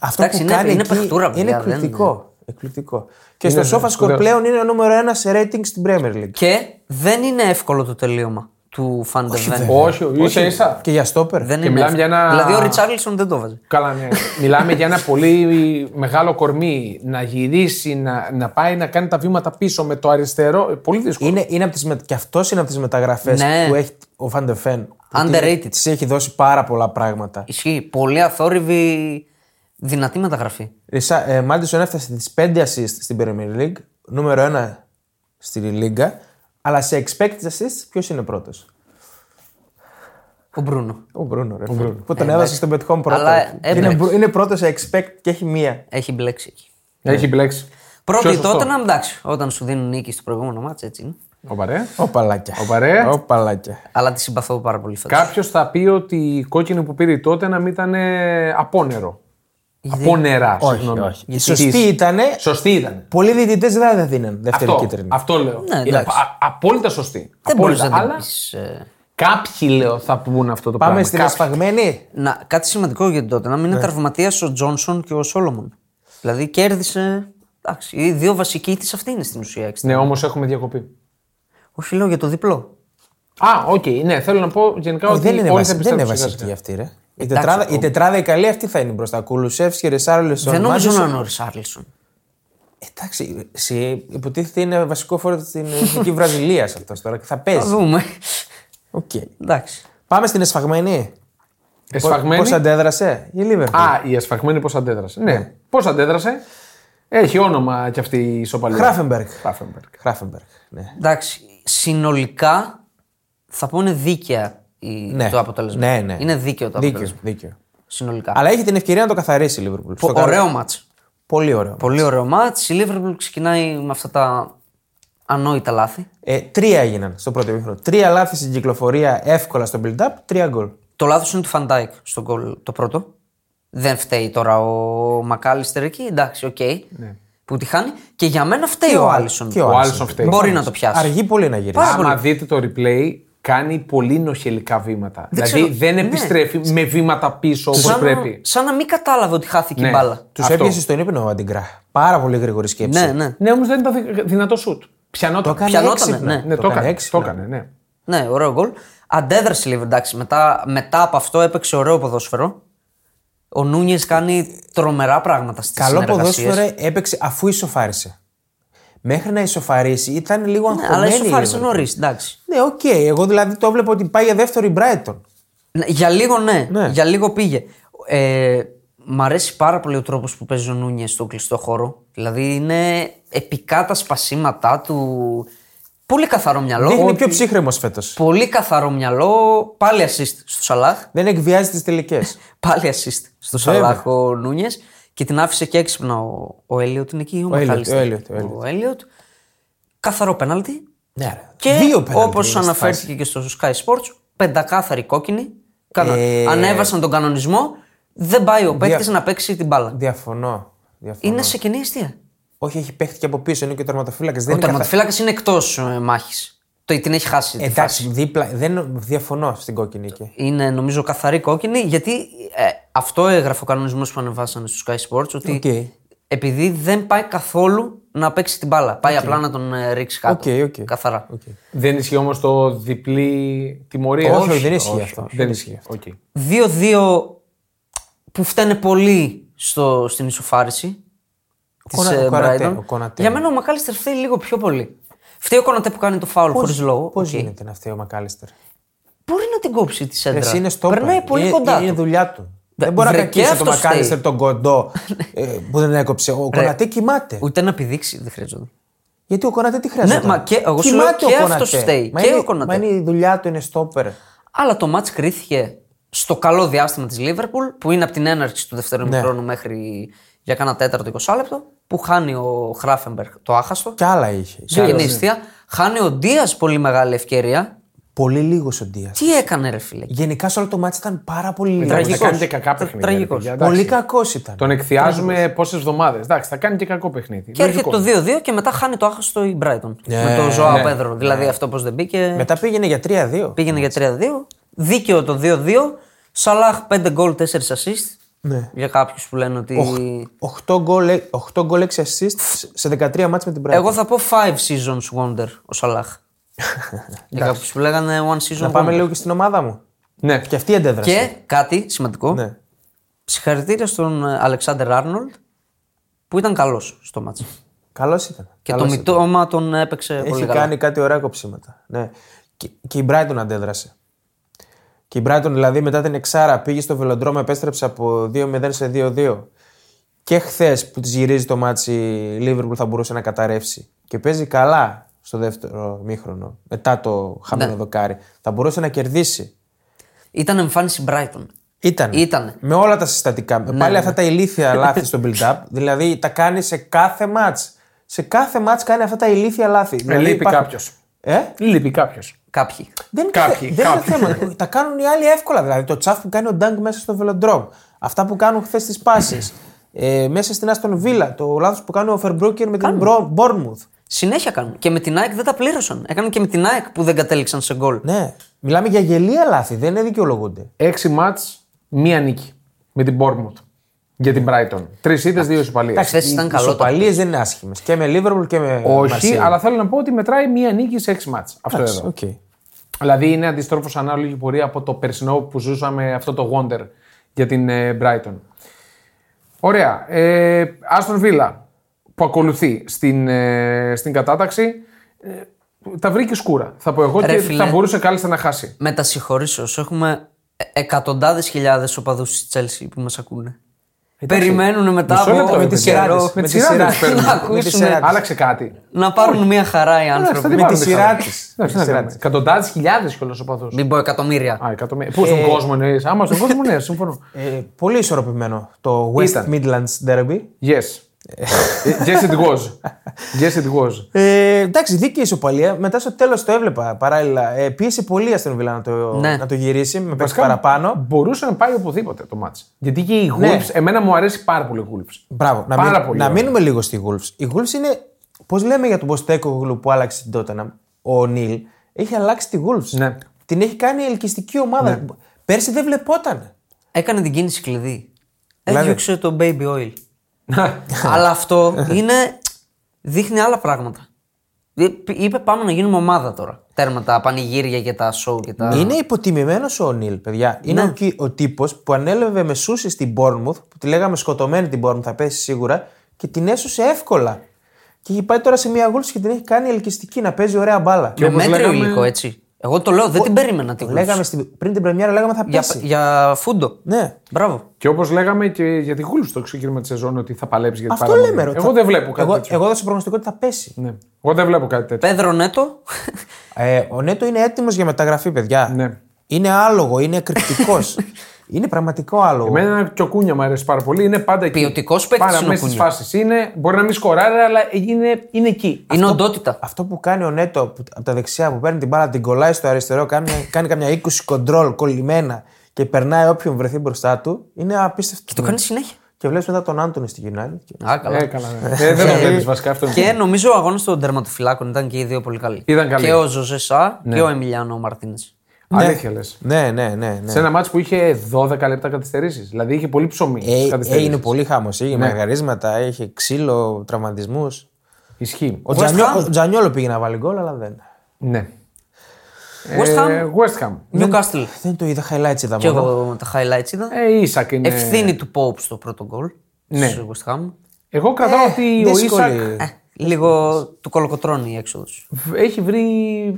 C: Αυτό
B: Εντάξει,
C: που
B: είναι-
C: κάνει
B: είναι
C: εκεί
B: παιχτούρα,
C: είναι
B: παιδιά, δεν
C: εκπληκτικό. εκπληκτικό. Και
A: Είναι
C: στο Sofa
A: σπουδαίο.
C: Score πλέον είναι ο νούμερο 1 σε rating στην Premier League.
B: Και δεν είναι εύκολο το τελείωμα του Φαντεβέν.
A: Όχι, ίσα ίσα.
C: Και για στόπερ.
B: Δεν
A: Και
B: είναι
A: μιλάμε
B: εύκολο.
A: για ένα-
B: Δηλαδή ο Ριτσάρλισον δεν το βάζει.
A: Καλά, ναι. Μιλάμε για ένα πολύ μεγάλο κορμί. Να γυρίσει, να, να πάει να κάνει τα βήματα πίσω με το αριστερό. ε, Πολύ δύσκολο.
C: Είναι, είναι από τις, με- και αυτός είναι από τις μεταγραφές
B: Ναι.
C: που έχει ο Φαντεφέν.
B: Underrated.
C: Τη έχει δώσει πάρα πολλά πράγματα.
B: Ισχύει. Πολύ αθόρυβη, δυνατή μεταγραφή.
C: Ρισα- ε, Μάντισον έφτασε τις 5 assists στην Premier League, νούμερο 1 στη Λίγκα. Αλλά σε expected assists ποιος είναι πρώτος.
B: Ο Μπρούνο.
C: Ο Μπρούνο, ρε. φίλε. Που τον έδωσε στον πετυχόν πρώτο.
B: Αλλά ε,
C: είναι,
B: έπρεπε.
C: μπρου- είναι πρώτος σε expect και έχει μία.
B: Έχει μπλέξει εκεί.
A: Έχει μπλέξει. Πιο
B: Πρώτη
A: σωστό.
B: τότε να εντάξει. Όταν σου δίνουν νίκη στο προηγούμενο μάτς, έτσι είναι.
A: Ο Μπαρέ.
C: Οπαλάκια.
A: Οπαρέ.
C: Οπαλάκια.
B: Αλλά τη συμπαθώ πάρα πολύ φέτος.
A: Κάποιος θα πει ότι η κόκκινη που πήρε τότε να μην ήταν ε, απόνερο. Απόνερα, συγγνώμη.
C: όχι. Η
A: Της-
C: σωστή ήτανε.
A: Σωστή ήταν.
C: Πολλοί διαιτητές δεν θα δίνουν δεύτερη
A: Αυτό,
C: κίτρινη.
A: αυτό λέω.
B: Ναι,
A: είναι
B: εντάξει.
A: α- απόλυτα σωστή.
B: Δεν μπορεί
A: απόλυτα.
B: να την
A: Αλλά
B: πεις, ε,
A: κάποιοι λέω θα πούν αυτό το
C: Πάμε
A: πράγμα.
C: στην
A: Κάποιοι.
C: εσφαγμένη.
B: Να, κάτι σημαντικό για την τότε. Να μην
C: Ναι.
B: είναι τραυματία ο Τζόνσον και ο Σόλομον. Δηλαδή κέρδισε. Εντάξει, οι δύο βασικοί της αυτή είναι στην ουσία. έξι.
A: Ναι, όμως έχουμε διακοπή.
B: Όχι, λέω για το διπλό.
A: Α, οκ, ναι, θέλω να πω γενικά
C: Όχι,
A: ότι
C: δεν είναι,
A: όλοι
C: βασική,
A: θα
C: δεν είναι
A: επιστρέψουν σιγά-σιγά.
C: βασική αυτή, ρε. Η τετράδα, η τετράδα η καλή αυτή θα είναι μπροστά. Κουλουσεύσκι, Ρεσάρλεσον.
B: Δεν νομίζω
C: Μάντισον.
B: να είναι ο Ρισάρλισον.
C: Εντάξει, σε- υποτίθεται είναι βασικό φόρο στην εθνική Βραζιλία αυτός τώρα και θα
B: Θα
C: παίζει.
B: δούμε.
C: Οκ.
B: Εντάξει.
C: Πάμε στην εσφαγμένη.
A: Εσφαγμένη.
C: Πώς αντέδρασε η Λίβερπουλ.
A: Α, η εσφαγμένη πώς αντέδρασε. Ναι, πώς αντέδρασε. Έχει όνομα κι αυτή η ισοπαλία.
C: Χράφενμπεργκ.
A: Χράφενμπεργκ.
C: Χράφενμπεργκ. Ναι.
B: Εντάξει. Συνολικά θα πω είναι δίκαια η...
C: Ναι.
B: το αποτέλεσμα.
C: Ναι, ναι.
B: Είναι δίκαιο το αποτέλεσμα.
C: Δίκιο. δίκιο.
B: Συνολικά.
C: Αλλά έχει την ευκαιρία να το καθαρίσει η Λίβερπουλ. Στο καλό.
B: Ωραίο μάτς.
C: Πολύ ωραίο.
B: Πολύ ωραίο μάτς. Η Liverpool ξεκινάει με αυτά τα ανόητα λάθη.
C: Ε, τρία έγιναν στο πρώτο επίχρονο. Τρία λάθη στην κυκλοφορία εύκολα στο build-up, τρία γκολ.
B: Το λάθος είναι του Φαντάικ στον γκολ το πρώτο. Δεν φταίει τώρα ο Μακάλιστερ εκεί. Εντάξει, οκ. Που τη χάνει. Και για μένα φταίει ο Άλισον.
C: και
A: Ο Άλισον φταίει.
B: Μπορεί να το πιάσει.
C: Αργεί πολύ να γυρίσει.
B: Πάρα
A: Άμα δείτε το replay, κάνει πολύ νοχελικά βήματα. δηλαδή
B: ξέρω.
A: δεν
B: Ναι.
A: επιστρέφει με βήματα πίσω όπως
B: σαν,
A: πρέπει.
B: σαν να μην κατάλαβε ότι χάθηκε η
A: Ναι.
B: μπάλα.
C: Τους
A: Αυτό.
C: έπιασε στον ύπνο ο Αντιγκρά. Πάρα πολύ γρήγορη σκέψη.
B: Ναι, ναι.
A: Ναι, όμως δεν ήταν δυ- δυνατό σουτ. Πιανόταν.
C: έκανε
B: Πιανότανε,
C: έξυπνα.
B: ναι.
A: Ναι, το, έκανε. Το
C: έξυπνα.
A: έκανε, ναι.
B: Ναι, ωραίο γκολ. Αντέδρασε λίγο, εντάξει. Μετά, μετά από αυτό έπαιξε ωραίο ποδόσφαιρο. Ο Νούνιες κάνει τρομερά πράγματα στις
C: Καλό
B: συνεργασίες.
C: ποδόσφαιρο έπαιξε αφού ισοφάρισε. Μέχρι να ισοφαρίσει ήταν λίγο
B: Ναι,
C: αγχωμένη.
B: αλλά
C: η
B: ισοφάρισε
C: Liverpool.
B: νωρίς, εντάξει.
C: Ναι, οκ. Εγώ δηλαδή το βλέπω ότι πάει για δεύτερη Brighton.
B: Ναι, Για λίγο ναι,
C: Ναι.
B: για λίγο πήγε. Ε, μ' αρέσει πάρα πολύ ο τρόπος που παίζει ο Νούνιες στο κλειστό χώρο. Δηλαδή είναι επικά τα σπασίματά του. Πολύ καθαρό μυαλό.
C: Δείχνει Ναι, πιο ψύχρεμος φέτος.
B: Πολύ καθαρό μυαλό. Πάλι assist στο Σαλάχ.
C: Δεν εκβιάζει τις τελικές.
B: Πάλι assist στο
C: Βέβαια.
B: Σαλάχ ο Νούνιες. Και την άφησε και έξυπνα ο, ο Έλιοτ. Είναι εκεί ο
C: Elliot,
B: Μαχάλιστερ.
C: ο Elliot, ο Elliot.
B: Ο Elliot. Καθαρό πέναλτι.
C: ναι, ρε.
B: Και
C: Δύο πέναλτι
B: όπως
C: είναι στη φάση.
B: αναφέρθηκε και στο Sky Sports, πεντακάθαρη κόκκινη. Κάνα...
C: Ε.
B: Ανέβασαν τον κανονισμό. Δεν πάει ο παίκτης να παίξει την μπάλα.
C: Διαφωνώ. Διαφωνώ. Ε,
B: Είναι σε κοινή αιστεία.
C: Όχι, έχει παίχτη και από πίσω, είναι και ο τερματοφύλακας.
B: Ο τερματοφύλακας είναι εκτός μάχη. Την έχει χάσει. τη φάση.
C: Εντάξει, δίπλα, δεν διαφωνώ στην κόκκινη εκεί.
B: Είναι νομίζω καθαρή κόκκινη γιατί ε, αυτό έγραφε ο κανονισμός που ανεβάσανε στου Sky Sports. Ότι
C: Οκ.
B: επειδή δεν πάει καθόλου να παίξει την μπάλα. Πάει απλά να τον ε, ρίξει κάτω.
C: Οκ, οκ.
B: Καθαρά.
A: Δεν ισχύει όμως το διπλή τιμωρία.
C: Όχι, δεν ισχύει αυτό.
A: Δεν ισχύει. Οκ.
B: 2-2 που φταίνε πολύ στο, στην ισοφάρηση της
C: Κονα-
B: ε,
C: ο Κονατέ,
B: Brighton.
C: ο Κονατέ.
B: Για μένα ο Μακάλιστερ φταίει λίγο πιο πολύ. Φταίει ο Κονατέ που κάνει το φάουλ χωρίς λόγο.
C: Πώς
B: οκ.
C: γίνεται να φταίει ο Μακάλιστερ.
B: Μπορεί να την κόψει τη σέντρα.
C: Εσύ είναι στόπερ.
B: Περνάει πολύ
C: είναι,
B: κοντά.
C: Είναι
B: του.
C: δουλειά του.
B: Δε-
C: Δεν μπορεί να
B: βρε, και
C: κακίσει τον
B: αυτός
C: Μακάλιστερ
B: φταίει.
C: τον κοντό ε, που δεν έκοψε. Ο Κονατέ κοιμάται.
B: Ούτε να πηδήξει δεν χρειάζεται.
C: Γιατί ο Κονατέ τι χρειάζεται.
B: Ναι, μα και- εγώ σου
C: Κοιμάται
B: λέω και
C: ο
B: αυτός
C: Κονατέ.
B: φταίει.
C: Μα
B: Και
C: είναι-
B: ο Κονατέ.
C: Μα είναι η δουλειά του, είναι στόπερ.
B: Αλλά το μάτς κρίθηκε στο καλό διάστημα της Λίβερπουλ, που είναι από την έναρξη του δευτερού χρόνου μέχρι για κάνα τέταρτο 20 λεπτό, που χάνει ο Χράφενμπεργκ το άχαστο.
C: Κι άλλα είχε.
B: Στην κοινή αιστεία. Χάνει ο Ντία πολύ μεγάλη ευκαιρία.
C: Πολύ λίγος ο Ντία.
B: Τι έκανε, ρε φίλε.
C: Γενικά σε όλο το μάτι ήταν πάρα πολύ λίγο.
A: Εντάξει, Θα
B: Τραγικός.
A: κάνει και κακά παιχνίδια. ρε
B: Τραγικός.
A: παιδιά, εντάξει.
C: Πολύ κακός ήταν.
A: Τον εκθιάζουμε πόσες εβδομάδες. Εντάξει, θα κάνει και κακό παιχνίδι.
B: Και έρχεται
A: Λογικό.
B: το 2-2 και μετά χάνει το άχαστο η Brighton.
C: Ναι,
B: με τον Ζωάο
A: ναι,
B: Πέδρο. Δηλαδή αυτό πώς δεν μπήκε.
C: Μετά πήγαινε για 3-2.
B: Πήγαινε για 3-2. Δίκαιο το 2-2. Σαλάχ 5 γκολ, 4 assist.
C: Ναι.
B: Για κάποιους που λένε ότι.
C: 8 γκολ, 8 γκολ 6 assists σε 13 μάτς με την Brighton.
B: Εγώ θα πω 5 seasons wonder ο Σαλάχ. Για κάποιους που λέγανε one season
C: Να πάμε
B: wonder.
C: λίγο και στην ομάδα μου.
A: Ναι.
C: Και αυτή αντέδρασε.
B: Και κάτι σημαντικό.
C: Ναι.
B: Συγχαρητήρια στον ε, Αλεξάνδρ Άρνολτ που ήταν καλός στο μάτσο.
C: Καλός ήταν.
B: Και
C: Καλός
B: το
C: ήταν.
B: μητώμα τον έπαιξε πολύ
C: Έχει
B: καλά.
C: κάνει κάτι ωραία κοψίματα. Ναι. Και, και η Brighton αντέδρασε. Και η Brighton δηλαδή μετά την Εξάρα πήγε στο βελοντρόμο, επέστρεψε από 2-0 σε 2-2. Και χθες που της γυρίζει το μάτσι, η Liverpool θα μπορούσε να καταρρεύσει. Και παίζει καλά στο δεύτερο μήχρονο, μετά το χαμένο
B: Ναι.
C: δοκάρι. Θα μπορούσε να κερδίσει.
B: Ήταν εμφάνιση Brighton.
C: Ήταν.
B: Ήτανε. Ναι,
C: Με όλα τα συστατικά. Με Πάλι αυτά τα ηλίθια λάθη στο build-up. Δηλαδή τα κάνει σε κάθε μάτς. Σε κάθε μάτς κάνει αυτά τα ηλίθια λάθη. δηλαδή,
A: λείπει
C: υπάρχουν-
A: κάποιος.
C: Ε?
A: Λείπει κάποιος.
B: Κάποιοι.
C: Δεν είναι,
A: Κάποιοι,
C: θε- δεν είναι
A: κάποιοι.
C: θέμα. τα κάνουν οι άλλοι εύκολα. Δηλαδή το τσαφ που κάνει ο Ντάγκ μέσα στο βελοντρόμ. Αυτά που κάνουν χθες τι πάσει. ε, μέσα στην Άστον Βίλα. Το λάθος που κάνει ο Φερμπρούκερ με την Μπόρμουθ.
B: Συνέχεια κάνουν. Και με την ΑΕΚ δεν τα πλήρωσαν. Έκαναν και με την ΑΕΚ που δεν κατέληξαν σε γκολ.
C: Ναι. Μιλάμε για γελία λάθη. Δεν είναι δικαιολογούνται.
A: Έξι μάτ, μία νίκη. Με την Bournemouth. Για την Brighton. Τρεις ήττε, δύο ισοπαλίες.
B: Εντάξει, χθε ήταν καλό. το.
C: Παλίε δεν είναι άσχημες. Και με Λίβερπουλ και με.
A: Όχι,
C: Μαρσέη.
A: αλλά θέλω να πω ότι μετράει μία νίκη σε έξι μάτ. Αυτό
C: Εντάξει,
A: εδώ.
C: οκ.
A: Δηλαδή είναι αντιστρόφως ανάλογη πορεία από το περσινό που ζούσαμε αυτό το Wonder για την ε, Brighton. Ωραία. Ε, Aston Villa που ακολουθεί στην, ε, στην κατάταξη ε, τα βρήκε σκούρα. Θα πω εγώ
B: Ρε
A: και
B: φίλε.
A: θα μπορούσε κάλλιστα να χάσει.
B: Με τα συγχωρήσω. Έχουμε ε, εκατοντάδες χιλιάδες οπαδούς της Chelsea που μας ακούνε. Περιμένουν μετά
A: Μισό λεπτό,
B: από
A: ρε
C: Με τη
A: παιδιά.
C: σειρά
B: καιρό
C: της,
A: Με
C: Με
A: τη
C: τη
A: σειρά
C: σειρά
A: τους παίρνουν.
C: της.
B: να
C: Με τη
B: ακούσουν
C: σειρά της.
A: Άλλαξε κάτι.
B: να πάρουν μια χαρά οι
A: Εντάξει, θα την
B: άνθρωποι.
C: Με τη
A: πάρουμε
C: σειρά
A: χαρά.
C: της.
A: Εντάξει,
C: Με τη
A: να
C: σειρά
A: κάνουμε. Εκατοντάδες χιλιάδες κιόλας οπαδούς.
B: Μην πω εκατομμύρια.
A: Α, εκατομμύρια. Πού στον κόσμο εννοείς. Άμα στον κόσμο ναι, συμφωνώ.
C: Ε, πολύ ισορροπημένο το West
A: Ήταν.
C: Midlands Derby.
A: Yes. Ε, yes it was. Yes it was.
C: Ε, εντάξει, δίκαιη ισοπαλία. Μετά στο τέλος το έβλεπα παράλληλα. Ε, πίεσε πολύ αστυνομία Βίλα να το,
B: Ναι.
C: να το γυρίσει με παίξει
A: Βασικά,
C: παραπάνω.
A: Μπορούσε να πάει οπουδήποτε το μάτς. Γιατί και οι Wolves,
C: Ναι.
A: εμένα μου αρέσει πάρα πολύ η Wolves.
C: Μπράβο. Να,
A: Πάρα
C: μην-
A: πολύ
C: να
A: ωραία.
C: μείνουμε λίγο στη Wolves. Η Wolves είναι. Πώς λέμε για τον Ποστέκογλου που άλλαξε την Τότανα, ο Νίλ, έχει αλλάξει τη Wolves.
A: Ναι.
C: Την έχει κάνει ελκυστική ομάδα. Πέρσι δεν βλεπόταν.
B: Έκανε την κίνηση κλειδί.
C: Δηλαδή-
B: Έδιωξε το baby oil. Αλλά αυτό είναι. δείχνει άλλα πράγματα. Ε, Είπε πάμε να γίνουμε ομάδα τώρα. Τέρμα τα πανηγύρια και τα show και τα.
C: Είναι υποτιμημένος ο Νίλ, παιδιά. Είναι ο, κυ- ο τύπος που ανέλαβε με σούση στην Bournemouth, που τη λέγαμε σκοτωμένη την Bournemouth, θα πέσει σίγουρα, και την έσωσε εύκολα. Και έχει πάει τώρα σε μια γούλση και την έχει κάνει ελκυστική να παίζει ωραία μπάλα.
B: Με
A: όπως
B: μέτριο
A: λέγαμε-
B: υλικό έτσι. Εγώ το λέω, δεν την περίμενα την Wolves.
C: Λέγαμε στην- πριν την Πρεμιέρα, λέγαμε θα
B: Για,
C: πέσει.
B: για φούντο.
C: Ναι.
B: Μπράβο.
A: Και όπως λέγαμε και για τη Wolves στο ξεκίνημα της σεζόν ότι θα παλέψει για την
C: Αυτό
A: παραμονή.
C: λέμε. ρε.
A: Εγώ
C: Θα-
A: δεν βλέπω κάτι
C: εγώ,
A: τέτοιο.
C: Εγώ δώσα προγνωστικό ότι θα πέσει.
A: Ναι. Εγώ δεν βλέπω κάτι τέτοιο.
B: Πέδρο Νέτο.
C: Ε, ο Νέτο είναι έτοιμος για μεταγραφή, παιδιά.
A: Ναι.
C: Είναι άλογο, είναι εκρηκτικό. είναι πραγματικό άλογο.
A: Εμένα και ο Κούνια μου αρέσει πάρα πολύ. Είναι πάντα εκεί.
B: Ποιοτικός παίκτης
A: Πάρα
B: είναι ο
A: μέσα στις
B: Κούνια.
A: φάσεις είναι. Μπορεί να μην σκοράρει, αλλά είναι, είναι εκεί.
B: Είναι οντότητα.
C: Αυτό που κάνει ο Νέτο που- από τα δεξιά που παίρνει την μπάλα, την κολλάει στο αριστερό, κάνει, κάνει καμιά 20 κοντρόλ κολλημένα και περνάει όποιον βρεθεί μπροστά του, είναι απίστευτο.
B: Το κάνει συνέχεια.
C: Και βλέπεις μετά τον Άντωνη στη γυρνάει. Και...
B: Α, καλά.
A: Έκανα. ναι. Ε, δεν το βλέπεις βασικά αυτό. είναι.
B: Και νομίζω ο αγώνας των τερματοφυλάκων ήταν και οι δύο πολύ καλοί.
A: Ήταν καλοί. Ναι.
B: Και ο Ζωζέ Σα και ο Εμιλιάνο Μαρτίνες.
A: Αλήθεια λες.
C: Ναι, ναι, ναι. ναι.
A: Σε ένα μάτσο που είχε 12 λεπτά καθυστερήσεις. Δηλαδή είχε πολύ ψωμί. στις
C: Ε, ε,
A: καθυστερήσεις.
C: είναι πολύ χάμος. Είχε μαγαρίσματα, είχε ξύλο, τραυματισμούς.
A: Ισχύει.
C: Ο, Τζανιό, ο Τζανιόλο πήγε να βάλει γκολ, αλλά δεν.
A: Ναι.
B: West Ham.
A: Ε, West Ham.
B: Newcastle.
C: Δεν το είδα, highlights είδα
B: Και
C: μόνο.
B: εγώ τα highlights είδα.
A: Ε, η Ίσακ είναι.
B: Ευθύνη του Pope στο πρώτο γκολ.
A: Ναι.
B: Στους West Ham.
A: Εγώ κρατάω
C: Ε,
A: ότι ο
C: Δύσκολη.
A: Ίσακ
B: Ε, λίγο του κολοκοτρώνει η έξοδος.
A: έχει βρει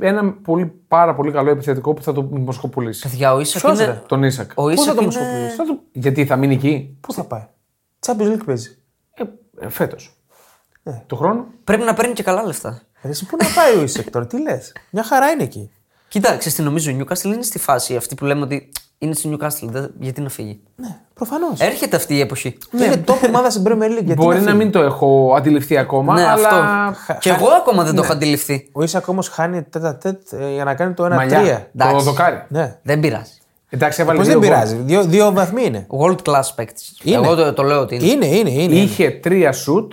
A: ένα πολύ, πάρα πολύ καλό επιθετικό που θα το μοσκοπολίσει.
B: Παιδιά, ο Ίσακ
C: Ποιος,
B: είναι.
C: ρε?
A: Τον Ίσακ.
B: Ε, Ο
C: Πού θα
B: Ίσακ
C: το
B: είναι.
C: μοσκοπολίσει?
A: Θα το- Γιατί θα μείνει εκεί.
C: Πού θα πάει. Champions League παίζει.
A: Ε, Φέτο. Του χρόνου.
B: Πρέπει να παίρνει και καλά λεφτά.
C: Ρε, εσύ πού να πάει ο Ισεκ τώρα, τι λες. Μια χαρά είναι εκεί.
B: Κοίταξε, τι νομίζω, η Newcastle είναι στη φάση αυτή που λέμε ότι είναι στη Newcastle. δεν- Γιατί να φύγει.
C: Ναι, προφανώς.
B: Έρχεται αυτή η εποχή.
A: Ναι,
C: Είναι top ομάδα στην Premier League. γιατί
A: Μπορεί να
C: φύγει.
A: μην το έχω αντιληφθεί ακόμα,
B: ναι,
A: αλλά. Ναι.
B: αυτό. Κι εγώ ακόμα δεν το έχω αντιληφθεί.
C: Ο Ισακ όμως χάνει τέτα τέτ ε, για να κάνει το
A: Μαλλιά.
C: 1-3.
A: Το
B: Εντάξει.
A: δοκάρι.
C: Ναι.
B: Δεν πειράζει.
A: Εντάξει, έβαλε
C: Πώ δεν
A: δύο γκολ.
C: πειράζει. Δύο, δύο βαθμοί είναι.
B: World class παίκτης.
C: Είναι.
B: Εγώ το, το λέω ότι είναι.
C: Είναι, είναι, είναι.
A: Είχε τρία σουτ.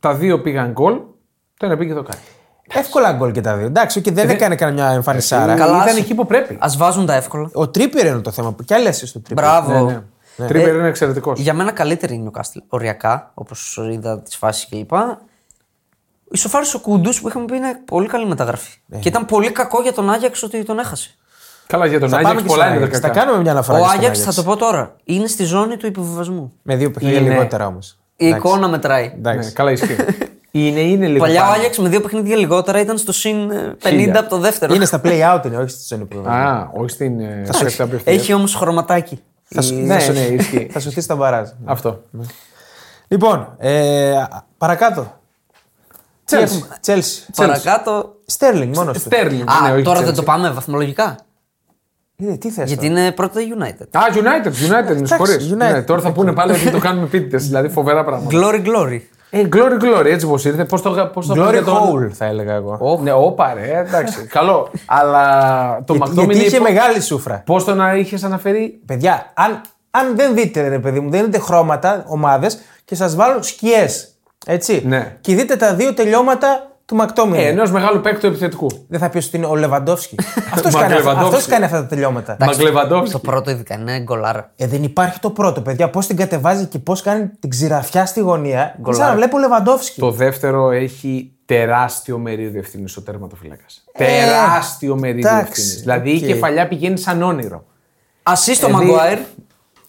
A: Τα δύο πήγαν γκολ. Το ένα πήγε δοκάρι.
C: Εύκολα γκολ και τα δύο. Εντάξει, και δεν έκανε κανένα μια εμφανισάρα.
B: Καλά
A: Ήταν
B: σου.
A: εκεί που πρέπει.
B: Ας βάζουν τα εύκολα.
C: Ο Τρίπερ είναι το θέμα. Κι άλλε στο Τρίπερ.
B: Μπράβο.
A: Ναι.
C: Ε,
A: Τρίπερ είναι εξαιρετικός.
B: Για μένα καλύτερη είναι ο Κάστιλ. Οριακά, όπως είδα τις φάσεις κλπ. Ισοφάρισε ο Κούντου που είχαμε πει είναι πολύ καλή μεταγραφή.
A: Ναι.
B: Και ήταν πολύ κακό για τον Άγιαξ ότι τον έχασε.
A: Καλά για τον
C: Θα πάμε
A: Άγιαξ,
C: και στον
A: πολλά είναι
C: Άγιαξ.
A: τα
C: Θα
A: κακά.
C: κάνουμε μια αναφορά.
B: ο
C: και στον
B: Άγιαξ, θα
C: Άγιαξ.
B: το πω τώρα, είναι στη ζώνη του υποβιβασμού.
C: Με δύο παιχνίδια
A: Είναι-
C: λιγότερα όμως.
B: Η εικόνα μετράει.
A: Ναι, καλά ισχύει. είναι, είναι λίγο.
B: Παλιά ο
A: πάνω.
B: Άγιαξ με δύο παιχνίδια λιγότερα ήταν στο συν ε, 50
A: Χίλια.
B: από το δεύτερο.
C: Είναι στα play out, είναι, όχι στη ζώνη που
A: Α, όχι στην. ε, τελευταία απευθεία.
B: Έχει όμως χρωματάκι.
C: Θα σου-
A: Ναι,
C: θα σου-
A: ναι, ισχύει.
C: Θα σωθεί στα μπαράζ.
A: Αυτό.
C: Λοιπόν, ε, παρακάτω.
A: Τσέλσι.
C: Τσέλσι.
B: Παρακάτω.
C: Στέρλινγκ μόνος του.
A: Στέρλινγκ.
B: Α,
A: ναι, όχι
B: τώρα δεν
A: Chelsea.
B: το πάμε βαθμολογικά.
C: Ε, Τι θες.
B: Γιατί είναι πρώτα η United.
A: Α, United, United, με συγχωρείς.
C: United.
A: Ναι, τώρα θα πούνε πάλι ότι το κάνουμε επίτηδες, δηλαδή φοβερά πράγματα.
B: Glory, glory.
A: Ε, glory, glory, έτσι πώ ήρθε. Πώς το, πώς το
C: Glory
A: πήρε το-
C: Hole θα έλεγα εγώ.
A: Όπα. Ναι, όπα ρε, εντάξει. Καλό. Αλλά το
C: Γιατί- Γιατί
A: Μακδόμινι.
C: είχε μεγάλη σούφρα.
A: Πώς το να είχες αναφέρει.
C: Παιδιά, αν, αν δεν δείτε, ρε παιδί μου, δεν δείτε χρώματα, ομάδες και σας βάλουν σκιές. Έτσι.
A: Ναι.
C: Και δείτε τα δύο τελειώματα του Μακτόμινι.
A: Ε, ενός μεγάλου παίκτη του επιθετικού.
C: Δεν θα πεις ότι είναι ο Λεβαντόφσκι. Αυτός
A: Μα,
C: κάνει, αυτά-
A: Λεβαντόφσκι.
C: αυτός κάνει αυτά τα τελειώματα.
A: Μαγκλεβαντόφσκι.
B: Το πρώτο ειδικά ναι, είναι γκολάρα.
C: Ε, δεν υπάρχει το πρώτο, παιδιά. Πώς την κατεβάζει και πώς κάνει την ξηραφιά στη γωνία. Είναι Σαν να βλέπω Λεβαντόφσκι.
A: Το δεύτερο έχει τεράστιο μερίδιο ευθύνης ο τερματοφύλακας. τεράστιο μερίδιο
C: Ε, εντάξει,
A: ευθύνης. Δηλαδή η
C: οκ.
A: κεφαλιά πηγαίνει σαν όνειρο.
B: Ασύ το
A: Δηλαδή-
B: Maguire.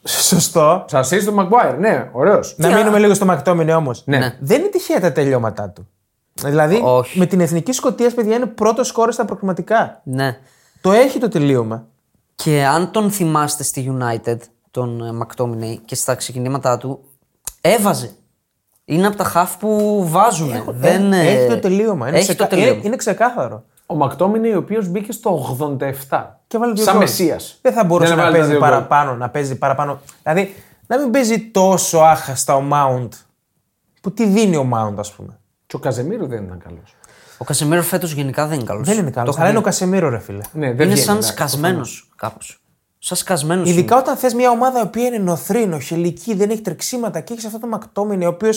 C: Σωστό.
A: Σα είσαι το Μαγκουάιρ, ναι, ωραίος.
C: Να μείνουμε λίγο στο Μακτόμινι όμως.
A: Ναι.
C: Δεν είναι τυχαία τα τελειώματά του. Δηλαδή,
B: Όχι.
C: με την εθνική Σκοτία, παιδιά, είναι πρώτος χώρος στα προκριματικά.
B: Ναι.
C: Το έχει το τελείωμα.
B: Και αν τον θυμάστε στη United, τον Μακτόμινεϊ και στα ξεκινήματά του, έβαζε. Είναι από τα χαφ που βάζουν. δεν,
C: Ε,
B: ε,
C: Έχει το τελείωμα. Είναι,
B: έχει
C: ξεκα- ε,
B: το τελείωμα.
C: είναι, είναι ξεκάθαρο.
A: Ο Μακτόμινι, ο οποίος μπήκε στο 87.
C: Και βάλει δύο
A: Σαν
C: γκολ.
A: μεσία.
C: Δεν θα μπορούσε να,
A: έβαλε τα
C: παίζει
A: δύο γκολ.
C: παραπάνω, να παίζει παραπάνω. Δηλαδή, να μην παίζει τόσο άχαστα ο Mount. Που τι δίνει ο Mount, ας πούμε.
A: Και ο Καζεμίρο δεν ήταν καλός.
B: Ο Κασεμίρο φέτος γενικά δεν είναι καλός.
C: Δεν είναι καλός. Αλλά είναι ο Κασεμίρο, ρε φίλε.
A: Ναι, δεν
B: Είναι
A: βγαίνει,
B: σαν
A: εντάξει.
B: σκασμένο κάπως. Σαν σκασμένος.
C: Ειδικά όταν θες μια ομάδα η οποία είναι νοθρή, νοχελική, δεν έχει τρεξίματα και έχεις αυτό το Μακτόμινε, ο οποίος.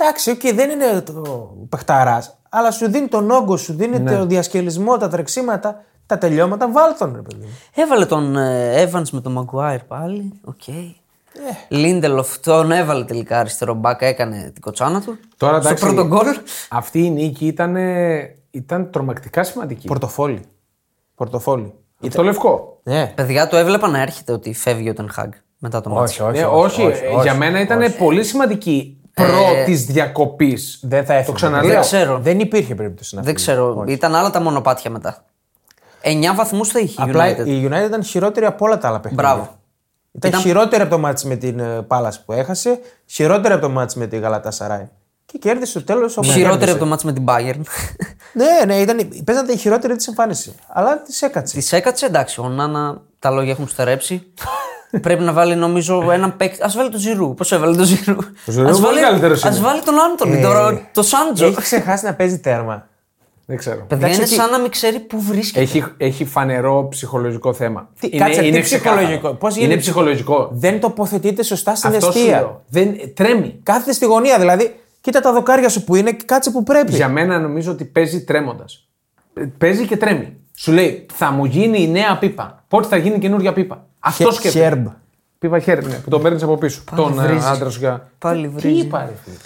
C: Εντάξει, οκ, δεν είναι το παιχταράς, αλλά σου δίνει τον όγκο, σου δίνει
A: Ναι.
C: το διασκελισμό, τα τρεξίματα, τα τελειώματα. Βάλ τον, ρε παιδί μου.
B: Έβαλε τον ε, Evans με τον Maguire πάλι. Οκ.
A: Ε.
B: Λίντελοφ τον έβαλε τελικά αριστερό μπακ, έκανε την κοτσάνα του.
A: Τώρα,
B: Στο
A: εντάξει,
B: πρώτο γκολ.
A: Αυτή η νίκη ήταν, ήταν τρομακτικά σημαντική.
C: Πορτοφόλι. Πορτοφόλι.
A: Το λευκό.
C: Ναι.
B: Παιδιά, το έβλεπα να έρχεται ότι φεύγει ο Τενχάγκ μετά το μάτι.
A: Ναι, όχι, ε, για μένα ήταν πολύ σημαντική προ της διακοπής.
C: Δεν θα έφυγε.
A: Το ξαναλέω.
B: Δεν ξέρω.
C: Δεν υπήρχε περίπτωση να
B: Δεν
C: φύγει.
B: ξέρω. Ήταν άλλα τα μονοπάτια μετά. 9 βαθμούς θα είχε η United.
C: Απλά η United ήταν χειρότερη από όλα τα άλλα παιχνίδια.
B: Μπράβο.
C: Ήταν, χειρότερη από το μάτς με την Πάλα που έχασε, χειρότερη από το μάτς με τη Γαλατά Σαράι. Και κέρδισε στο τέλος όπως.
B: Χειρότερη από το μάτι με την Bayern.
C: Ναι, ναι, ήταν, παίζατε η χειρότερη της εμφάνιση. Αλλά τη έκατσε.
B: Τη έκατσε, εντάξει. Ο Νάνα τα λόγια έχουν στερέψει. Πρέπει να βάλει νομίζω έναν παίκτη. Ας βάλει τον Ζηρού. Πώς έβαλε τον Ζηρού.
A: Giroud
B: Ας
A: πολύ καλύτερος
B: ας
A: είναι. Ε,
B: βάλει τον Άντωνη. Τώρα το Σάντζο.
C: Έχει ξεχάσει να παίζει τέρμα.
A: Δεν ξέρω.
B: Παιδιά, είναι
C: εκεί.
B: σαν να μην ξέρει πού βρίσκεται.
A: Έχει, έχει φανερό ψυχολογικό θέμα.
C: Τι- κάτσε, τι
A: ξεκάθαρο.
C: ψυχολογικό. Πώς
A: είναι
C: γίνεται-
A: ψυχολογικό.
C: Δεν τοποθετείται σωστά στην
A: Αυτό σου
C: αιστεία.
A: λέω. Δεν, τρέμει.
C: Κάθεται στη γωνία, δηλαδή. Κοίτα τα δοκάρια σου που είναι και κάτσε που πρέπει.
A: Για μένα νομίζω ότι παίζει τρέμοντας. Παίζει και τρέμει. Σου λέει, θα μου γίνει η νέα πίπα. Πότε θα γίνει καινούργια πίπα. Αυτό
C: Χε-
A: σκέφτεται.
C: Χέρμπ.
A: Πίπα χέρι, ναι, που τον παίρνεις από πίσω. τον ε,
B: βρίζεις.
A: άντρας σου για. Τι
B: Πάλι βρίζεις.
A: είπα, ρε φίλε.